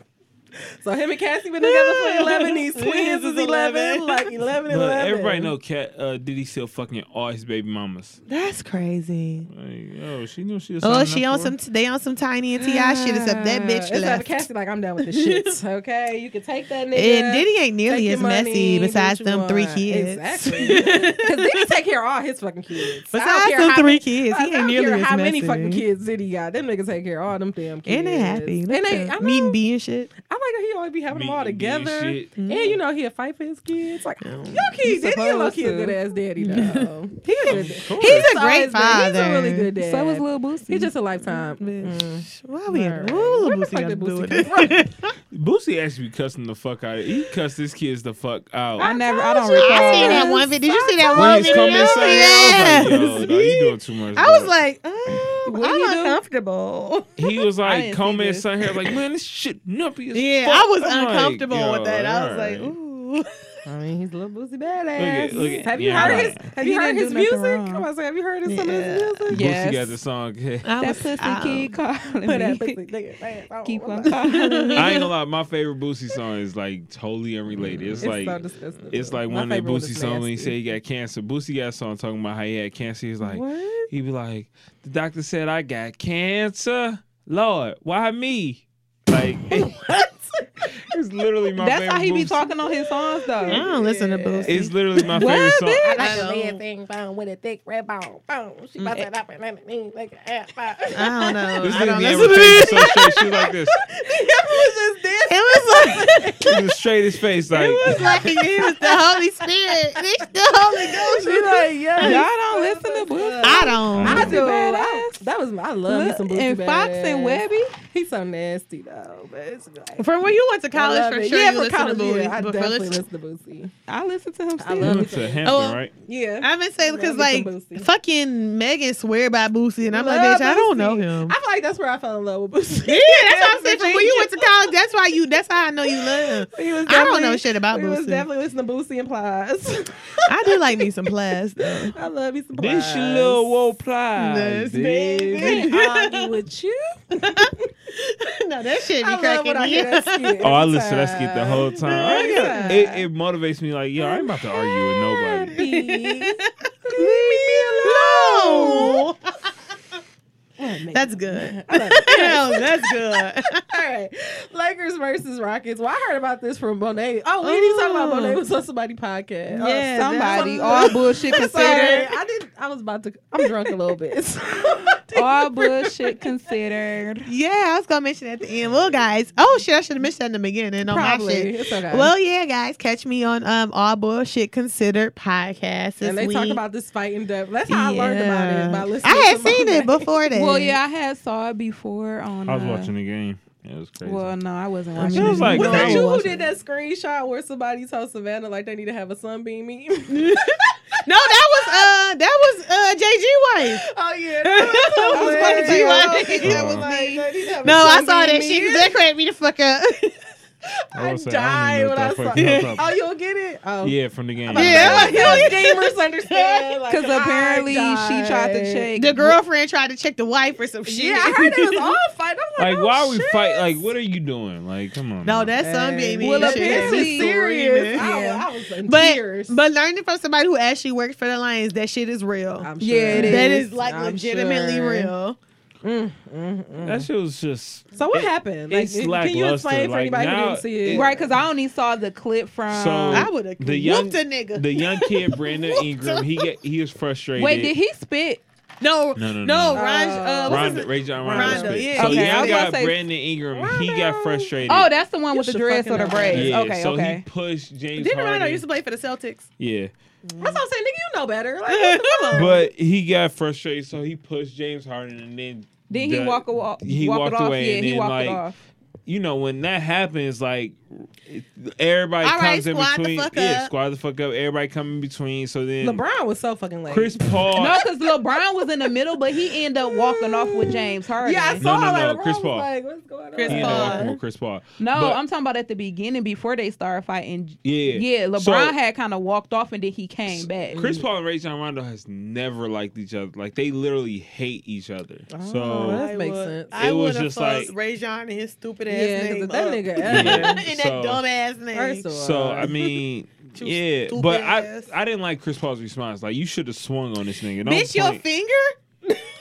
So him and Cassie been together for eleven. These twins is eleven, like eleven and
But
eleven.
everybody know Cat uh, Diddy still fucking all his baby mamas.
That's crazy.
Like, yo, she knew she was.
Oh,
signing
she
up
on
for
some.
it.
They on some tiny and Ti shit. Except that bitch
Ah, It's like
left.
Cassie like I'm done with
(laughs)
the shit. Okay, you can take that nigga.
And Diddy ain't
take
nearly
your
as messy.
money, do
Besides
what you
them three
want.
kids. (laughs)
Exactly. Because Diddy take care of all his fucking kids. I don't
Besides
care
them
how
three
many-
kids,
I
he
don't
ain't nearly
care
as
how many
messy.
fucking kids Diddy got. Them niggas take care of all them damn kids.
and they happy.
And
Look at
they,
them.
I
meat
know.
and bean shit.
I like how he always be having them all
Meet and greet
together.
shit.
And you know he'll fight for his kids. Like your
He's
kid, Diddy a low
supposed
key a
to.
good ass daddy though. He a good-
Of
he's
course.
He's a
always
great
been-
father.
He's a really good dad.
So was Lil Boosie.
He's just a lifetime.
Bitch.
Mm.
Why we?
Right.
Who the
Where the
Boosie
fuck
got to
did
do with
Boosie
it? (laughs)
Boosie actually be cussing the fuck out of. He cussed his kids the fuck out.
I never, I don't
told you.
recall.
I seen that one video. Did you see that
when
one
he's
video?
coming inside, I
Yes.
was like, yo, dog, you doing too
(laughs)
much.
I was
dog.
like, oh,
What he
I'm
do?
uncomfortable.
he was like
didn't see
combing
this.
his son hair, like, man, this shit numpy as
Yeah,
fuck.
I was
I'm like,
uncomfortable
yo,
with that. I was like,
alright.
ooh. (laughs)
I mean, he's a little boozy badass.
Look at- look at-
have you
yeah,
heard
right.
his? Have
He
you heard
didn't do
his
nothing
music?
wrong.
Come on, so have you heard some of his
Yeah.
music?
Boosie got
Yes.
the song. (laughs)
I
That
was-
pussy
I-
keep calling
Oh. Put that
me.
pussy,
(laughs)
nigga. down.
Keep on
It's
(laughs)
calling me.
I ain't gonna lie, my favorite Boosie song is like totally unrelated. It's, like
so disgusting.
it's like
My
one that
favorite
Boosie
is
song when he
nasty.
said he got cancer. Boosie got a song talking about how he had cancer. He's like,
What?
he be like, the doctor said I got cancer. Lord, why me? Like, (laughs) it's literally my
That's
favorite.
how he be
Boosie-
talking on his songs
I
though.
don't listen to Boosie.
It's literally my favorite song.
bitch?
I like a red thing bone with a thick red bone. Bone.
Mm,
She bust it
eh.
up and underneath like an ass bone.
(laughs) I don't know.
This
I
nigga
don't
be
listen to Boosie.
ever so straight. She was like this.
was just
(laughs) It was like,
He was straight as face. Like,
it was like he was (laughs) the Holy Spirit. It's the Holy Ghost.
She like,
Y'all
yeah.
don't listen to Boosie.
I don't.
I
Boosie
do. I,
badass.
that was my I love me
Look,
some Boosie
and Fox
badass.
and Webby.
(laughs) He's so nasty though, but it's like.
From where you went to
I love
college, for
it.
sure
yeah,
you
for
listen to
college,
Boosie.
Yeah, I
but for
definitely
listen-
listen to Boosie.
I listen to him. Still.
I
he
love
went to Hampton,
Oh.
right?
Yeah.
I've been saying
Love
because
me
like
some Boosie.
fucking Megan swear by Boosie, and I'm
Love
like, bitch, I don't
Boosie.
know him.
I feel like that's where I fell in love with Boosie.
yeah, that's what I'm saying.
(laughs)
From when you went to college, that's why you. That's how I know you love him.
We was
I don't
definitely-
know shit about
we was
Boosie.
definitely listening to Boosie and Plies. (laughs)
I do like me some Plaz though.
I love you some Plies.
This your little woe plies,
Yes, baby.
baby.
argue
(laughs)
with you.
no, that shit be
I love
cracking
when I
me
hear
up.
that
(laughs)
(laughs) skit.
Oh, I
every
listen to that skit the
time.
whole time. I
Every
got-
time.
it, it motivates me like, yo, I ain't about to argue with nobody.
Leave me (laughs)
No.
alone.
That's good.
I love
(laughs)
it.
Hell, that's good. (laughs)
All right, Lakers versus Rockets. Well, I heard about this from Bonet. Oh, we need to talk about
Oh.
Bonet was on somebody podcast. Oh,
Yeah,
Somebody,
that's-
all bullshit
Sorry,
considered.
I didn't. I was about to. I'm drunk a little
(laughs)
bit. So I didn't
all
remember.
bullshit considered.
Yeah, I was gonna mention at the end. Well, guys, oh shit, I should have mentioned that in the beginning on my
Probably.
shit.
It's okay.
Well, yeah, guys, catch me on um All Bullshit Considered podcast. This
and they
week.
talk about this fight in depth. That's how I learned about
Yeah.
it by listening.
I had
to
seen
Bonet. (laughs)
it before that.
Well, yeah, I had saw it before on.
I was
uh,
watching the game. It was crazy.
Well, no, I wasn't
I
watching.
mean,
it was like
Was
crazy.
that you who
Watch
did
it.
that screenshot where somebody told Savannah like they need to have a sunbeam? meme?
(laughs) No, that was uh that was uh JG
(gasps)
wife. (laughs)
oh yeah,
That was
hilarious.
fucking G-Wife.
That was
Uh,
like, they need to have a
No, I
sunbeam
saw that shit.
meme.
That cracked me the fuck
(laughs)
up.
I
was like,
died
don't
when I
even
saw.
know what the fuck
Oh,
I'm talking
you'll get it. Oh,
about. Yeah, from the game.
Yeah, like, (laughs)
You know, gamers understand
Because apparently she tried to
check.
check
The girlfriend tried to check the wife or some shit.
Yeah, I heard
(laughs)
it was all fight. I'm like,
Like, why
oh,
are we
shit.
fight? Like, what are you doing? Like, come on.
No,
man.
that's some
Hey.
baby.
Well,
That shit
apparently-
is
serious.
screaming.
I, I was in
But
tears.
but learning from somebody who actually works for the Lions, that shit is real.
I'm
Yeah, it
That
is.
is like
I'm
legitimately
sure.
real.
That shit was just
So what happened? Like,
it's
can you
lackluster.
explain for
Like,
anybody who
now
didn't see it?
it-
Right, because I only saw the clip from.
so.
I would've
the
whooped
young-
a nigga.
The young kid Brandon Ingram. He get he was frustrated.
Wait, did he spit?
No,
No,
no,
no, no.
Raj, uh, what's his
Rondo, Ray John
Rondo,
Rondo. spit.
yeah.
So
Okay, I
young
was about
guy
to say-
Brandon Ingram, he got frustrated.
Oh, that's the one with the
should
dress
fucking
or the
know.
braids.
yeah,
okay,
so he
okay.
pushed James
Didn't Rondo
Harden.
used to play for the
(laughs)
Celtics?
yeah,
That's what I'm saying, nigga. You know better. Like,
(laughs)
what the fuck?
but he got frustrated, so he pushed James Harden, and then
Then he
the-
walk, awa-
He
walk
walked
it off.
away,
yeah,
and
he
then
walked
like
it off.
you know when that happens, like it- everybody
All right,
comes
squad
in
the
between.
fuck
yeah,
up.
squad the fuck up. Everybody come in between. So then
LeBron was so fucking late.
Chris Paul.
No, because LeBron was in the middle, but he ended up walking off with James Harden.
yeah, I
No,
saw
no,
like,
no,
LeBron
Chris
was
Paul.
Like, what's going
Chris
on?
He ended
Paul.
up walking with Chris Paul.
no,
But-
I'm talking about at the beginning before they started fighting.
Yeah.
yeah. LeBron
So-
had kind of walked off and then he came back.
Chris Paul and Ray John Rondo has never liked each other. Like they literally hate each other.
that's-
so
That makes sense.
I
It was
would have
just
fucked
like-
Rajon and his stupid ass
Yeah, 'cause
name.
if that
up. (laughs)
nigga
Yeah.
ever-
in
So-
that dumb ass name.
First of all,
so
(laughs)
I mean,
Too
yeah,
stupid
but I
ass.
I didn't like Chris Paul's response. Like you should have swung on this nigga. Don't
Bitch, your
point.
finger?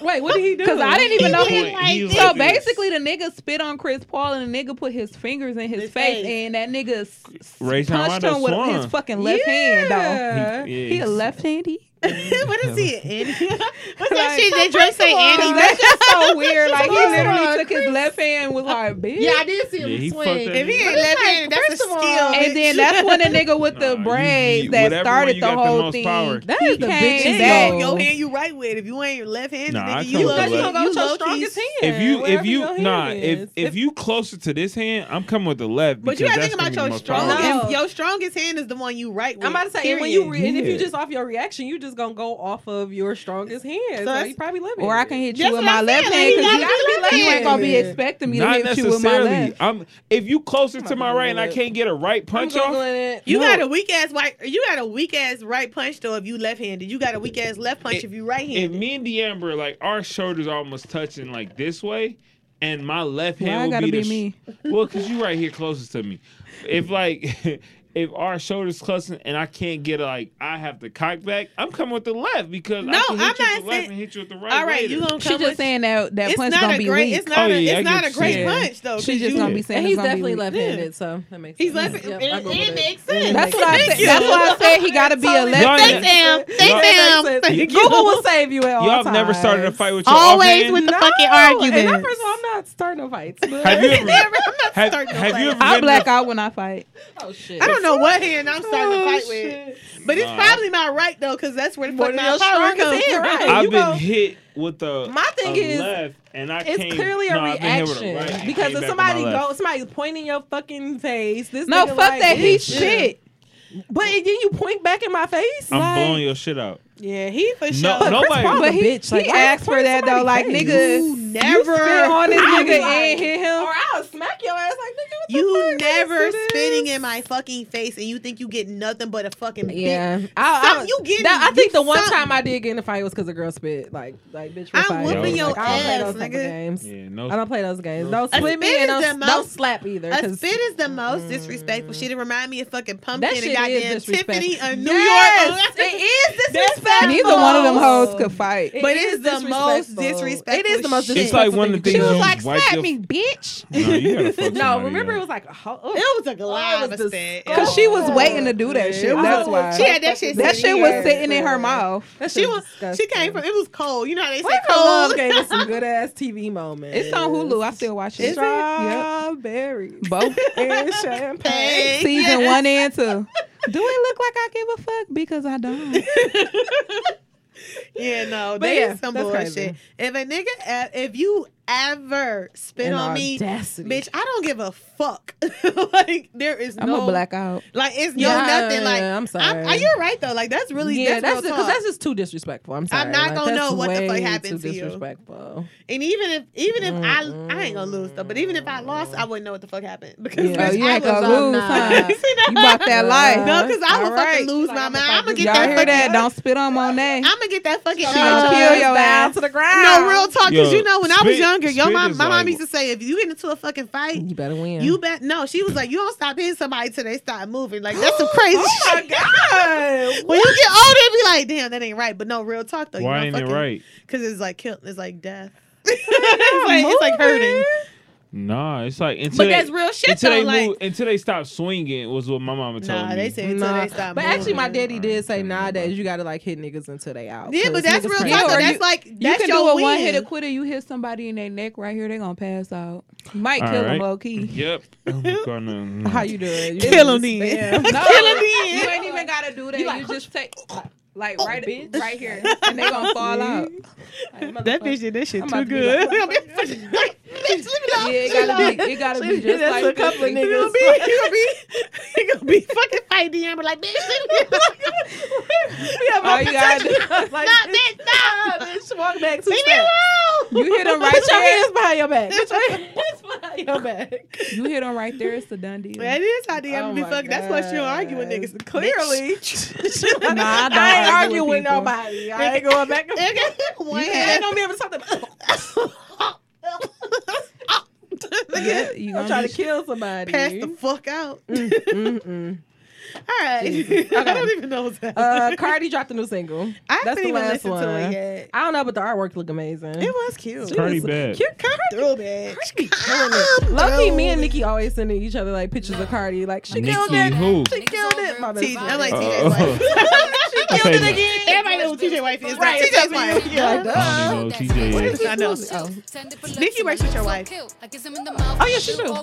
wait, what did
(laughs)
he do?
Because I didn't even know
Don't
he.
point. He was
So
like this.
basically, the nigga spit on Chris Paul, and the nigga put his fingers in his
His
face,
face.
and that nigga s- s-
Ray
punched
Toronto
him with
swung.
his fucking left hand.
Yeah.
He- yeah,
Though he a left handy.
(laughs) what is he? Andy?
(laughs)
What's that
Like,
shit
(laughs)
that Drake say, Andy?
That's just so weird. Like he
Come
literally
on,
took his left hand and
(laughs)
was like, bitch.
Yeah, I did see him
Yeah, he fucked
swing.
that
If he
nigga.
ain't left handed, that's a
first
skill.
of all-
And then that's when the nigga with
Nah,
the
you-
braids
you-
that
whatever one
started
you
the
got the
whole
most
thing.
power.
That
He
is
the
came
bitchest
back.
dog.
yo, your hand you right with. If you ain't left handed,
Nah, I
nigga,
come
you love you,
with the left.
You
you
go with your
low key.
strongest hand.
If you if
wherever
you
your hand
nah
is.
if if you closer to this hand, I'm coming with the left.
But you
because
gotta think about
that's
your
gonna be the most powerful.
strongest.
powerful.
Your strongest hand is the one you right with.
I'm about to say, and when
period.
you re- and if you
Yeah.
just off your reaction, you just gonna go off of your strongest hand. So,
that's-
you probably live
Or I can hit
That's
you
what
with my
I'm
left hand
saying, like, he
because you,
gotta be
gotta be- you ain't gonna be
left-handed.
expecting me to
Not
hit you with my
necessarily.
left.
I'm if you closer to my
Googling
right and I
it.
can't get a right
I'm
punch off.
Googling it.
You
No.
got a weak ass right. You got a weak ass right punch though. If you left handed, you got a weak ass left punch
It-
if you right
If
handed.
me and D'Amber like our shoulders almost touching like this way, and my left
Why I
hand would
gotta
be, the
be
sh-
me?
Well, cause you right here closest to me. If like (laughs) if our shoulders clutching and I can't get like I have to cock back, I'm coming with the left because
No,
I can hit
I'm
you
not
with the left
saying-
and hit you with the right.
All right,
later.
you gonna come.
She
with-
just saying that that
it's
punch
not
gonna
a
be
great.
weak.
It's not.
Oh,
a,
yeah, I
it's
get
not
what
a
you're
great
saying.
punch though. 'cause
She's just
you-
gonna be saying
And
it's
he's
gonna be
definitely
weak.
left-handed, so that makes
He's
sense.
left.
Yep,
It,
I go with
it
it.
makes sense.
That's
It
what I
makes
said. That's
you.
why I said he gotta be a
Totally
left.
Thanks,
makes
Sam.
sense.
Thanks,
That makes
Sam.
sense.
Thank you.
Google will save you at all
Y'all have never
times.
started a fight with your
Always
offhand?
with the
No.
fucking
And I,
argument.
first of all, I'm not starting no fights. But (laughs)
Have you ever? (laughs) have,
starting no
have you
fight.
ever?
I
been in a-
black out when I fight.
oh shit!
I don't know what hand I'm starting to fight with, but it's
Oh, Nah.
probably my right though, because that's where the
One
fuck
of
my
your
power
strongest
comes
hand,
from.
right?
I've
you
been
go-
hit with the
My thing
a
is,
left, and I
It's
can't,
clearly a
no, I've been hit with
reaction
right
because
and came
if
back with
somebody
my left.
goes, somebody's pointing your fucking face. This
No,
nigga
fuck
like,
that. He
bitch.
shit.
But then you point back in my face.
I'm
like,
blowing your shit out.
Yeah, he for
No,
sure.
But Chris
Nobody-
Paul
But
a
he,
bitch. Like,
he
why
asked for
point
that though.
somebody
Like
face?
nigga,
You
you
never
spit on this
I
nigga
be like-
and hit him.
Or I'll smack your ass like nigga. What the fuck?
You
Like,
never
this is-
spitting in my fucking face, and you think you get nothing but a fucking yeah.
Yeah, I, I,
Some- you getting-
that- I think the
you
one
something.
time I did get in a fight was because a girl spit. Like, like bitch. we're
I'm
fighting.
whooping
Like,
your
I don't
ass,
play those type of
nigga.
games.
Yeah, no.
I don't play those games. Don't
A
spit me
spit
and
is
don't,
the
don't
most-
slap either.
A
'cause-
spit is the most disrespectful shit. It remind me of fucking pumpkin
That shit
and goddamn
is disrespectful.
Tiffany and New
Yes,
York. Oh,
it is
That's
disrespectful.
Neither one of them hoes could fight.
It
But
is
it's the most
disrespectful.
disrespectful.
It is the most
shit.
It's
disrespectful.
like one of the
you
things
can
you
do.
don't wipe your-
bitch.
No,
(laughs)
you gotta fuck
No,
somebody
remember it
up.
was like a ho- oh,
It was a
it
glava
was
set.
(laughs) Cause she was waiting to do that shit.
Yeah,
That's
I-
why.
She had that shit.
that
sitting
shit
in
was
her-
sitting in her mouth.
That shit
She was. She
disgusting.
came from. It was cold. You know how they say
Wait for
cold.
love gave us (laughs) some good ass TV moments.
It's on Hulu. I still watch it.
Is it?
Yep.
Strawberry
(laughs)
Both
and champagne.
Hey,
season
yes.
one and two. Do it look like I give a fuck? Because
(laughs)
I don't.
(laughs) Yeah, no,
But
that is
yeah,
some
that's
bullshit.
crazy.
If a nigga, if you ever spit
And
on me,
audacity.
bitch, I don't give a fuck. (laughs) like there is
I'm
no
a blackout.
Like it's no
Yeah,
nothing. Like
I'm sorry.
are you right though? Like that's really
yeah,
that's,
that's
real
because
talk.
that's just too disrespectful. I'm sorry.
I'm not gonna
that's
know what the fuck
way
happened
too
to you.
Disrespectful.
and even if even if I I ain't gonna lose though, but even if I lost,
Mm-hmm.
I wouldn't know what the fuck happened because
Yeah.
Oh,
bitch,
you
I
ain't
was
gonna
on-
lose,
(laughs)
huh?
See,
You bought that life.
No, because I
All
would
right.
fucking lose my mind. I'm gonna get
Y'all
that
hear
fucking.
that? Don't spit on Monet.
I'm gonna get that fucking.
gonna
uh,
kill your ass.
to the ground.
No real talk, because
Yo,
you know when I was
spit-
younger, your
spit
mom,
is
my mom
like-
used to say, if you get into a fucking fight,
You better win.
you bet. No, she was like, you don't stop hitting somebody till they start moving. Like that's
(gasps)
some crazy.
Oh my
shit.
god.
When you get older, it be like, damn, that ain't right. But no, real talk though, you
Why
know,
ain't it
fucking-
right?
Cause it's like kill, it's like death. it's, like, it's like hurting.
Nah, it's like until
But
they-
that's real shit
until
though.
they
Like,
move, until they stop swinging was what my mama told
Nah,
me.
they say until
nah.
they stop.
But actually, my
moving.
daddy did say nowadays you gotta like hit niggas until they out.
Yeah,
'cause
but that's
niggas
real
crazy.
talk.
Yeah,
though.
or
That's
you-
like
You
that's
can
your
do a
win.
one hitter quitter. You hit somebody in their neck right here, they gonna pass out. Might
All
kill them
right. (laughs)
low key. (laughs)
(laughs)
Yep. Oh I'm gonna.
How you doing? You
Kill 'em then.
just-
(laughs)
Yeah.
No, you ain't even gotta do that. You,
like,
just take like
Oh,
right, right here, and they gonna
(laughs)
fall out.
That
(laughs)
bitch did that shit
I'm
too
about to be
good.
like,
Bitch, leave me
Yeah,
alone.
it gotta be. It gotta be just
Oh, That's
like
a couple of
this.
niggas. You gonna be, you gonna be, you gonna be fucking fighting Amber like, bitch, leave me alone. We have
(laughs) All you gotta do-
potential.
(laughs)
Stop, bitch, stop.
Bitch, walk back two
Leave me
steps.
alone.
You hit them right
Put your
there.
hands behind your back. Put your hands behind your back.
You hit them right there. It's a done deal.
(laughs) That is how the
Oh
Amber be
my
fucking. That's why she don't argue with
God.
niggas. Clearly. (laughs)
Nah, I, ain't
don't argue
argue
with
with
people.
nobody. I ain't going back and
Okay, one
You
hand. (laughs)
ain't gonna be able to talk to
Yeah, you
I'm
gonna
trying
be
to kill somebody.
Pass the fuck out.
Mm,
(laughs)
Mm-mm.
All right. (laughs) I don't even know what's happening.
Uh, Cardi dropped a new single.
I
that's
haven't
the
even
last
listened to
one.
it yet.
I don't know, but the artwork look amazing.
It was cute.
Cardi bad.
Cute Cardi.
Throwback.
Lucky me and Nikki always sending each other like pictures of Cardi. Like she killed
Nikki
it.
who?
She killed it. My
T-
baby.
I'm like
Uh,
TJ's wife.
I
killed
say-
it again.
Everybody knows who TJ wife is.
Right.
TJ's wife.
Like, duh.
I don't even know who TJ is.
I know.
Nikki works with your wife.
Oh,
Oh
yeah, she do.
Who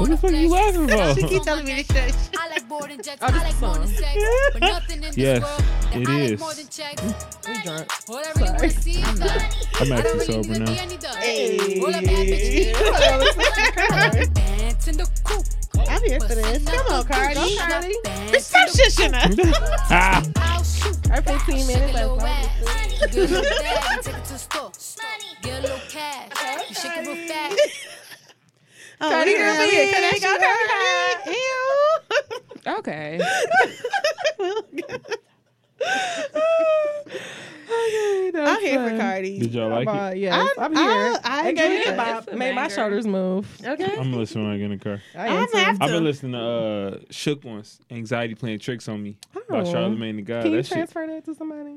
What the fuck you laughing about?
(laughs)
She keep telling me this shit.
I like more than checks.
Oh, this
I like more than sex. But nothing in
Yes,
this world. that
it
I
is.
like more than checks. All I really wanna see is love.
I'm
I don't
actually
really
sober
need to be
now.
any dog.
Hey.
All I bad bitches need. Pants in the coupe.
I'm here for this. Come on, Cardi.
Cardi.
Bitch, stop shushing us.
Ah,
Our 15 minutes left.
Oh,
Cardi
we here,
girl,
we here.
bitch.
Can I
Go, Cardi.
shoot
Okay.
her? I'm here for
did
Cardi.
y'all like
Uh,
it?
yes,
I'm-
I'm, here.
I- I
it gave me
enjoyed
the
it.
bop. Made my shoulders move.
Okay.
Um,
I'm listening when I get in the car.
I
I'm
am too.
happy.
I've been listening to uh, Shook once, Anxiety Playing Tricks on Me by
Oh.
Charlamagne the God.
Can you
That shit.
transfer that to somebody?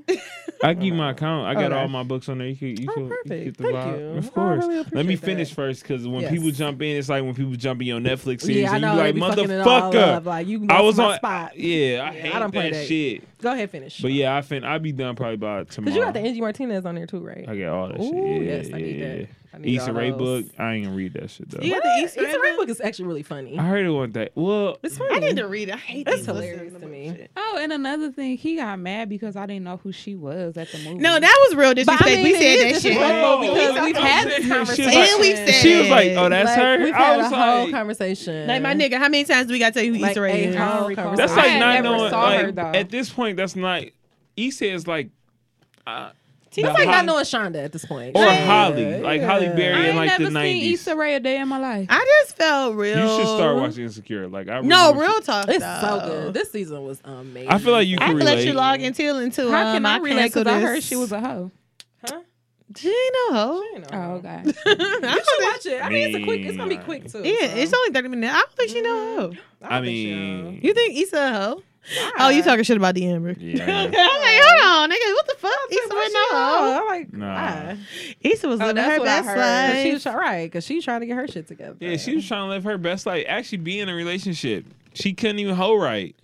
I give you my account. I got
Okay.
all my books on there. You could, you
Oh,
could, you
perfect.
get the
Thank
vibe.
you.
Of
I really
course. Let me
appreciate
finish
that.
first, because when
Yes.
people jump in, it's like when people jump in your Netflix series,
yeah, I
and you
know.
be like,
they be fucking in all love.
motherfucker.
Like you
I was
my
on.
spot.
Yeah, I
Yeah, I
hate
don't play
that
that.
shit.
Go ahead, finish.
But yeah, I fin I'll be done probably by tomorrow.
Cause you got the Angie Martinez on there too, right?
I got all that
Ooh,
shit. Yeah,
yes, I need
yeah,
that.
yeah.
I need
Issa
all
Rae
those.
book. I ain't gonna read that shit though.
You got
What?
the
Issa
Easter
Rae book is actually really funny.
I heard it one day. Well,
It's funny.
I need to read it. I hate
That's
these
hilarious
listeners.
to me.
Oh, and another thing, he got mad because I didn't know who she was at the movie.
No, that was real disrespect. we said
it is
that shit.
disrespectful
Whoa.
because we've had this
She was like-
conversation.
And we've said
she was like, "Oh,
that.
that's
Like,
her."
We've
I
had
was
a whole
like,
conversation.
Like my nigga, how many times do we got to tell you who
Like
Issa Rae
a
is?
whole
"That's
I
like
had
not
never
knowing."
saw her,
Like
though.
at this point, that's not. Issa is like. Uh,
That's like not knowing Shonda at this point.
Or
Yeah,
Holly, like
yeah.
Holly Berry
I
in
ain't
like the
never seen
nineties.
Issa Rae a day in my life.
I just felt real.
You should start watching Insecure. Like I really
No,
wish-
real talk.
It's
though.
so good. This season was amazing.
I feel like you
I
can
can
relate.
let you log in till into um,
How can I
my
relate? Because I
cancel
heard
this.
she was a hoe.
She ain't no hoe.
You know.
Oh, God. (laughs)
I
You
don't
should
think-
watch it. I mean, it's a quick. It's gonna be quick too.
Yeah,
so.
it's only thirty minutes. I don't think she no hoe.
don't
I
think
mean,
(laughs)
You think Issa a hoe? Oh, you talking shit about the Amber?
Yeah.
I'm like, hold on, nigga. What the fuck? Issa
so. Why
was
she
no hoe.
know? I'm like,
Nah.
why?
Issa was
Oh,
living her
that's what I
best
heard. 'Cause She was
life.
try- right because she's trying to get her shit together.
Yeah, she was trying to live her best life. Actually, be in a relationship. She couldn't even
(laughs)
hoe right.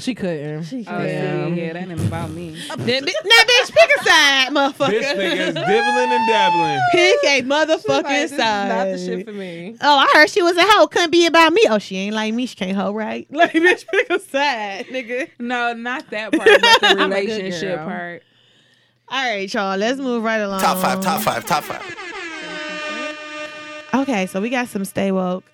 she couldn't. She
Oh, yeah. yeah, that ain't about me.
Then bi- Now,
(laughs)
bitch, pick a side,
This
motherfucker.
nigga's dibbling and dabbling.
Pick a motherfucking
Like, this is
side.
not the shit for me.
Oh, I heard she was a hoe. Couldn't be about me. Oh, she ain't like me. She can't hoe right. (laughs) Like, bitch, pick a side, nigga.
(laughs) No, not that part. (laughs) But the
I'm a good
relationship
girl.
part.
All right, y'all. Let's move right along.
Top five, top five, top five.
Okay, so we got some stay woke.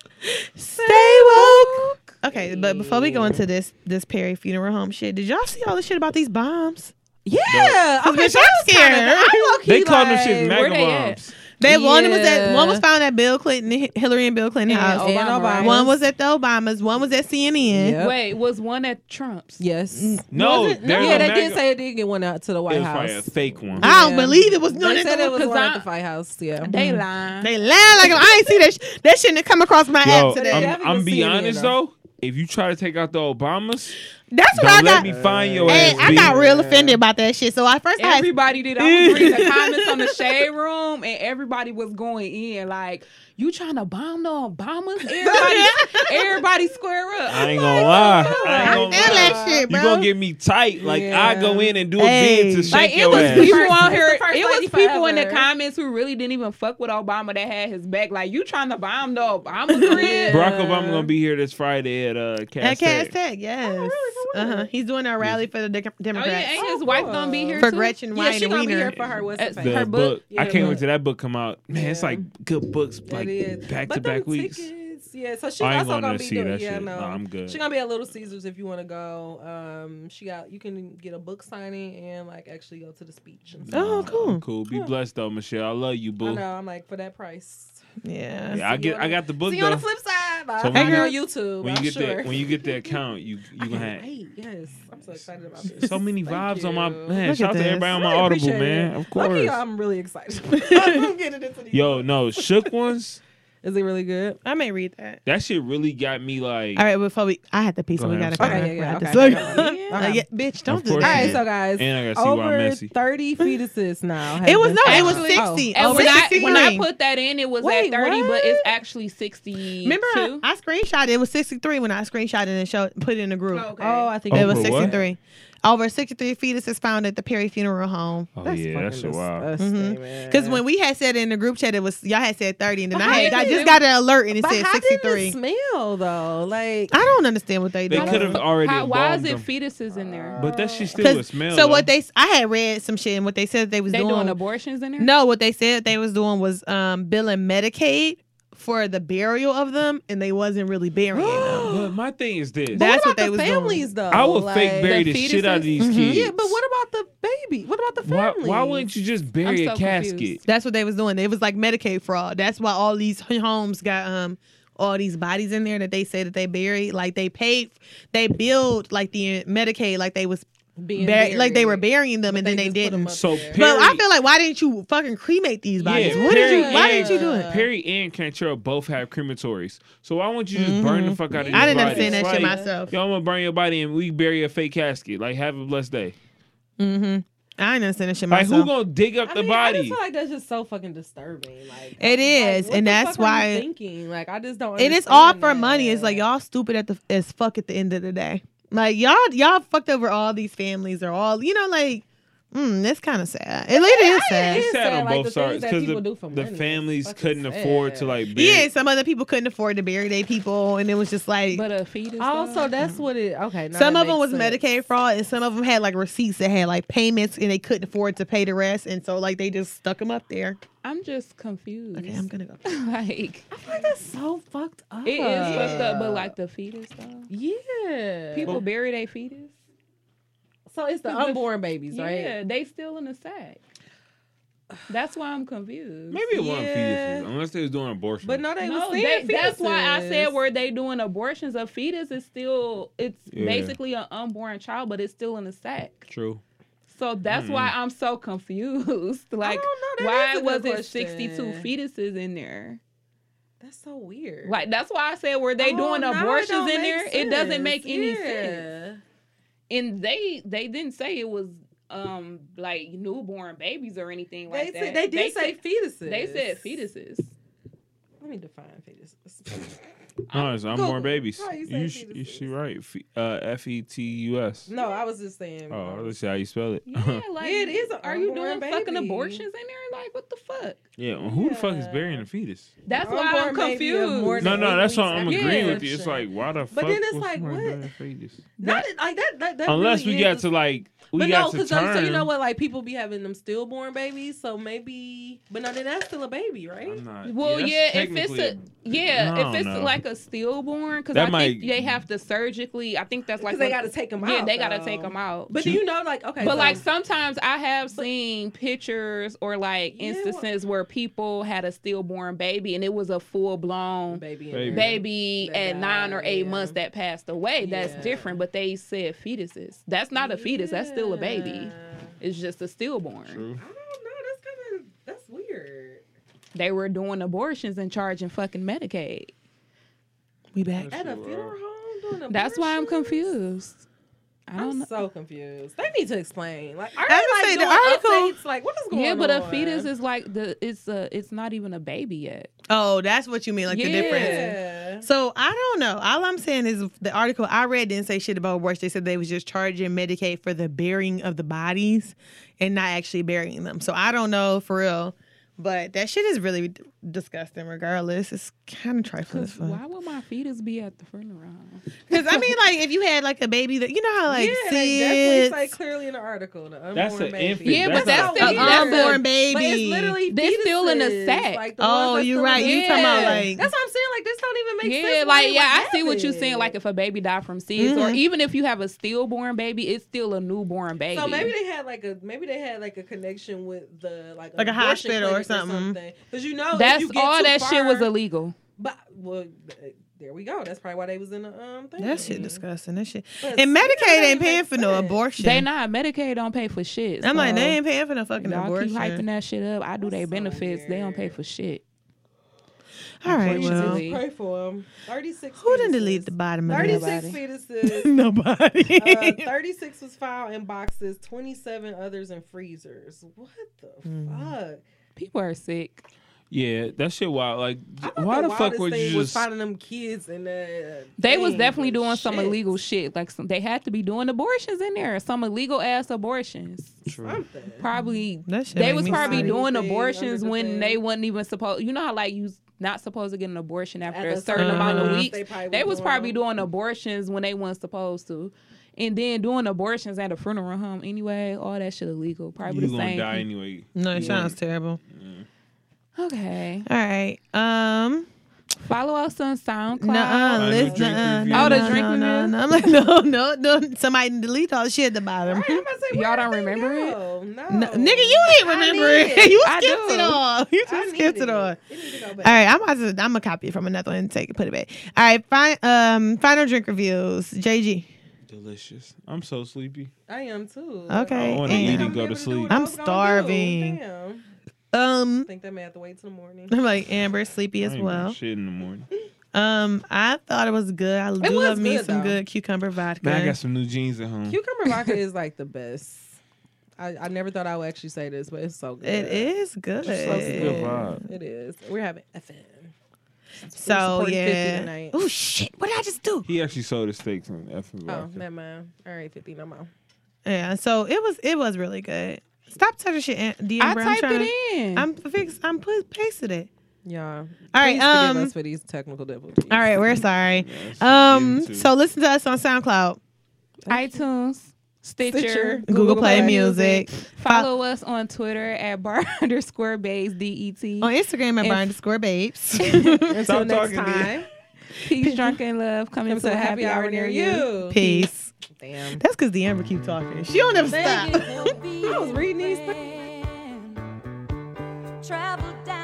Stay woke. Okay, but before we go into this this Perry funeral home shit, did y'all see all the shit about these bombs?
Yeah, okay,
bitch,
that
I'm
was kinda-
scared.
I low-key
They called them
like,
shit
where
MAGA
they at?
bombs.
They one was at
Yeah.
one was found at Bill Clinton, Hillary and Bill Clinton
And
house.
Obama, right?
One was at the Obamas. One was at CNN.
Yep.
Wait, was one at Trump's?
Yes.
No,
Was it?
there's
yeah,
a
they did
MAGA-
say it did get one out to the
it
White
was probably a
House.
fake one.
I don't
Yeah.
believe it was no.
They
They,
said it was
'cause
one at
I-
the White House. Yeah.
They lying.
they lying like I ain't see that. Sh- that shouldn't have come across my
Yo,
app today.
I'm, I'm
was
be
CNN
honest
though.
though. If you try to take out the Obamas,
That's what I
Don't
got.
let me find your
Hey,
ass.
I
B.
got real offended about that shit. So I first had
Everybody did. I was reading the comments on the shade room, and everybody was going in like, "You trying to bomb the Obamas?" Everybody, everybody square up.
I ain't gonna lie. I ain't
I feel
gonna lie.
that shit,
You
bro.
gonna get me tight? Like I go in and do a
Hey.
bid to
Like
shake
it
your
was
ass.
people
First-
on here.
it's the first
It was
lady
people in the
forever.
comments who really didn't even fuck with Obama that had his back. Like you trying to bomb the Obama crib?
Barack Obama gonna be here this Friday at uh
at
Cast
Cass
Tech.
Tech. Yes. uh-huh. He's doing our rally for the Dec-
Oh
Democrats.
yeah, ain't his wife gonna be here
for
too?
Gretchen
Yeah,
Ryan
she gonna be
Wiener.
here for her. What's
That's
her
The
Her
face?
book.
book?
I
Yeah.
can't wait till that book come out. Man, it's
Yeah.
like good books,
It is.
like back to
But
back
them
weeks.
tickets, Yeah, so she's
I ain't
also
going
gonna
to
be
see
doing.
that
Yeah,
shit.
no,
Nah, I'm good.
She gonna be at Little Caesars if you want to go. Um, she got you can get a book signing and like actually go to the speech. And stuff.
Oh, cool.
Cool. Be blessed though, Michelle. I love you,
I
boo.
know. I'm like for that price.
Yeah.
Yeah, I
See
get.
you on
I
the-
got the book
See you on
though.
the flip side. I'll
So when
find
you
you on
get-
YouTube.
when you
I'm
get
sure.
the when you get the account, you you gonna have
Wait, yes, I'm so excited about this.
so many
Thank
vibes on my
you.
man.
Look at
shout out to
this.
everybody on my
(laughs) I
Audible,
appreciate
man.
it.
Of
Lucky
course.
I'm really
(laughs)
excited. (laughs) I'm getting into these.
Yo, no,
(laughs)
shook ones.
Is it really good?
I may read that.
That shit really got me like.
All right, before we, I had to pee, so
Go
we
ahead,
gotta go.
I'm
sorry. Okay, yeah, yeah,
wrap
okay,
this
I got
up.
it.
Uh, yeah, bitch, don't
Of
do
course
All
that.
you
right,
did.
so guys,
And I gotta see why I'm
over
messy. (laughs)
30 fetuses now. have
It was
been
no, it
found.
was
Actually-
sixty.
And
Oh,
when I, when I
63.
put that in, it was
Wait,
at thirty,
what?
but it's actually sixty.
remember, I, I screenshot it. It was sixty three when I screenshot it and showed, put it in the group.
Oh, okay.
Oh, I think
It
Oh,
was
for what?
sixty three. Over sixty three fetuses found at the Perry Funeral Home.
Oh yeah, that shit wild.
Mm-hmm.
Because when we had said in the group chat, it was y'all had said thirty, and then
But
I had
how
I
did
just
it-
got an alert and it
but
said
how
sixty
did
three.
it smell though? Like
I don't understand what they,
They
do.
could have already.
How, why is it
embalmed them,
fetuses in there?
But that shit still would
Because
smell.
so what
though.
they s- I had read some shit and what they said they was
they
doing.
doing abortions in there?
no, what they said they was doing was um billing Medicaid for the burial of them, and they wasn't really burying
(gasps)
them.
But my thing is this.
That- That's
about
what they
the
was doing.
families though.
I would
Like- Mm-hmm.
fake bury the,
the
shit out of
fetuses?
these kids.
Yeah, but what about the baby? What about the
Why,
family?
why wouldn't you just bury
I'm
a
so
casket?
confused.
That's what they was doing. It was like Medicaid fraud. That's why all these homes got um all these bodies in there that they say that they buried. Like they paid, they billed like the Medicaid, like they was
Being
bur- like they were
buried.
burying them, and
They
then they
just put 'em
didn't.
up
So
there.
Perry,
But I feel like why didn't you fucking cremate these bodies?
Yeah,
what did you?
Perry
Why didn't you do
and-
it?
Perry and Cantrell both have crematories. So why won't you just burn the fuck out of these
Mm-hmm. I didn't
bodies?
understand that shit
Like,
myself.
Yo, I'm gonna burn your body and we bury a fake casket. Like, have a blessed day.
Mm-hmm. I didn't understand that shit
Like,
myself.
who gonna dig up
I
the
mean, I just
body?
feel like that's just so fucking disturbing. Like
It is,
what
and
the
that's
fuck are you
why-
thinking like I just don't.
and it's all
understand
for money.
that.
It's like y'all stupid at the as fuck at the end of the day. Like y'all y'all fucked over all these families or all you know like. Mm, that's kind of sad. It, it is sad.
It is
Sad
sad,
on
like,
both
the things
sides
that
because
people do for
the, the
money is
families
fucking
couldn't
sad.
afford to like bury.
Yeah, some other people couldn't afford to bury their people, and it was just like
But a fetus.
Also,
though?
Oh, that's what it. Okay, now
some
that
of them was
makes sense.
Medicaid fraud, and some of them had like receipts that had like payments, and they couldn't afford to pay the rest, and so like they just stuck them up there.
I'm just confused. (laughs)
Okay, I'm gonna go.
like
So fucked up.
it is fucked up, but like the fetus though.
Yeah.
People bury their fetus.
So it's the
the-
unborn babies,
Yeah,
right?
they still in the sack. That's why I'm confused.
Maybe it wasn't
Yeah.
fetuses, unless they was doing abortion.
But no, they was
No,
saying
they- that's why I said
fetuses.
were they doing abortions? A fetus is still it's
Yeah.
basically an unborn child, but it's still in the sack.
true.
So that's why I'm so confused. (laughs) Like,
don't know. That
why
is a
was
good
it 62
question.
fetuses in there?
That's so weird.
Like that's why I said were they
Oh,
doing
now it
abortions
don't
in
make
there? It doesn't
sense.
make any sense.
Yeah.
And they they didn't say it was um like newborn babies or anything
They
like
said
that.
they did say
said-
fetuses.
They said fetuses.
Let me define fetuses. (laughs)
No, it's unborn
Google.
babies.
How you say
You, sh- you
fetuses?
she right. Fe- uh, F E T U S.
no, I was just saying.
Oh,
um,
let's see how you spell it. (laughs)
Yeah, like
Yeah, it is an
Are you
unborn
doing fucking
baby.
abortions in there? Like what the fuck?
yeah, well, who the fuck is burying a fetus?
That's why I'm
Unborn baby of
confused.
more
No,
than
no,
eight
that's why
weeks
I'm
after
agreeing with you. It's
conception.
like, why the fuck?
But then it's
was
like,
somebody
what?
burying a fetus?
Not that- like that. that, that
Unless
really
we
is
got to like, we
but no,
got to
because
turn.
so you know what? Like people be having them stillborn babies, so maybe. But no, then that's still a baby, right?
I'm not-
Well,
that's
yeah, if it's
technically
a yeah,
I don't
if it's
know.
like a stillborn, because
That
I
might-
think they have to surgically. I think that's like
Because they
what-
got to take them out.
yeah, they gotta
though.
take them out.
But do you know, like, okay,
But
so-
like sometimes I have seen pictures or like
Yeah, well-
instances where people had a stillborn baby and it was a full blown
baby, in
Baby.
there.
baby
That
at nine or
died,
eight
yeah.
months that passed away.
Yeah.
That's different. But they said fetuses. That's not a fetus. That's still a baby. It's just a stillborn.
True.
I don't know. That's kind of that's weird.
They were doing abortions and charging fucking Medicaid.
We back.
At a funeral home doing
That's why I'm
abortions?
confused. I don't
I'm
know.
so confused. They need to explain. Like, are they
I
like
was
doing
gonna say, the article-
updates? Like, what is going on?
Yeah, but a fetus is like the it's a it's not even a baby yet.
Oh, that's what you mean, like the difference.
Yeah.
So I don't know. All I'm saying is the article I read didn't say shit about abortion. They said they was just charging Medicaid for the burying of the bodies and not actually burying them. So I don't know for real. But that shit is really d- disgusting. Regardless, it's kind of trifling as fuck.
Why would my fetus be at the funeral?
Because I mean, like if you had like a baby that you know how like
yeah, they definitely
seeds,
say
Uh-uh.
clearly in the article. The unborn
That's an
baby.
infant.
Yeah, but
not-
that's
still
the-
an
fetus.
unborn baby.
But it's literally
They still in a
fetuses,
sack.
Like the ones
oh,
that's
you
still
right.
in
You
the-
talking about
Yeah.
like
That's what I'm saying. Like this don't even make sense.
yeah,
Why
like
they
yeah,
would
I see
have
what you're
it?
saying. Like if a baby died from seeds,
Mm-hmm.
or even if you have a stillborn baby, it's still a newborn baby.
So maybe they had like a maybe they had like a connection with the like
Like a
abortion
hospital or
clinic
something.
Because you know if
that's
you get
all
too
that shit was
far-
illegal.
But well, th- there we go. That's probably why they was in the um thing.
that shit disgusting. That shit.
But
And
still, that
Medicaid ain't
make
paying for no
sense.
abortion.
They not Medicaid don't pay for shit.
I'm like,
so
they ain't paying for no fucking
Y'all keep hyping
abortion.
that shit up. I do
That's
their
so
benefits. They don't pay
weird.
for shit.
All right,
Please
well,
Unfortunately.
pray for them. Thirty six.
who didn't delete the bottom of
(laughs) Thirty
that?
six fetuses.
Nobody.
Nobody.
(laughs)
Uh, 36 was found in boxes, 27 others in freezers. What the
Hmm.
fuck?
People are sick.
Yeah, that shit wild. Like,
I thought
why the, fuck
wildest
would
thing
you
was
just?
finding them kids in the
They was
thing,
definitely
but
doing some
shit,
illegal shit. Like some, they had to be doing abortions in there. Some illegal ass abortions.
something.
Probably
That shit
they
make
was
me
probably
sick.
doing
Thing,
abortions
under the
when
thing.
they wasn't even supposed. You know how like you not supposed to get an abortion after
At
a certain
certain
amount of
amount,
weeks.
they probably
They
was
was
doing
probably
them.
doing abortions when they wasn't supposed to, and then doing abortions at a funeral home anyway. All that shit illegal. Probably
You
the
gonna
same.
die anyway.
(laughs) No, it sounds terrible.
Okay,
All right. Um.
follow us on SoundCloud.
Nuh-uh,
no
listen,
drink
nuh-uh,
review.
no,
Oh, the
no,
drink
no, no,
review?
no. (laughs) I'm like, no, no, no. Somebody delete all the shit at the bottom.
I'm about to say, where
Y'all don't
did they
remember it?
go? No.
No, nigga, you ain't remember
I
it.
need
(laughs)
it.
You
I
skipped
do.
it all. You just
I need
skipped it all.
It need to go back.
All right, I'm about to, I'm gonna copy it from another one and take it, put it back. All right, fine. Um, final drink reviews. JG,
Delicious. I'm so sleepy.
I am too.
Okay,
I want to
and-
eat
I'm
and go
able
to
do
sleep.
what I
I'm
was gonna do.
starving.
Damn.
um,
I think that may have to wait till the
(laughs)
morning.
I'm like Amber, sleepy
I
as
ain't doing
well.
Shit in the morning.
Um, I thought it was good. I do
was
love me
good,
some
though.
good cucumber vodka.
Man, I got some new jeans at home.
Cucumber vodka is like the best. I, I never thought I would actually say this, but it's so good.
It is good.
So good.
Eh,
vibe.
It is. We're having a fan.
So
supporting 50
yeah.
tonight.
Oh shit! What did I just do?
He actually sold his steaks on effing
Oh,
vodka.
never mind. All right, 50, no more.
Yeah. So it was it was really good. Stop touching shit, Aunt DM.
I
bro.
typed
I'm trying,
it in.
I'm fix. I'm put pasted it.
Y'all.
All right.
please
Um.
forgive us for these technical difficulties.
All right. We're sorry.
Yes,
Um.
you too.
So listen to us on SoundCloud,
iTunes, Stitcher.
Stitcher.
Google, Play, Music,
Follow us on Twitter at bar (laughs) underscore bays d e t.
on Instagram at
And-
bar underscore babes. (laughs)
Until next
talking to you.
time,
(laughs) Peace, drunk, and love. Coming
come
to a happy hour near you.
Peace.
Damn.
That's because the Amber keep talking. She don't ever stop.
I
was reading these
things. Travel down.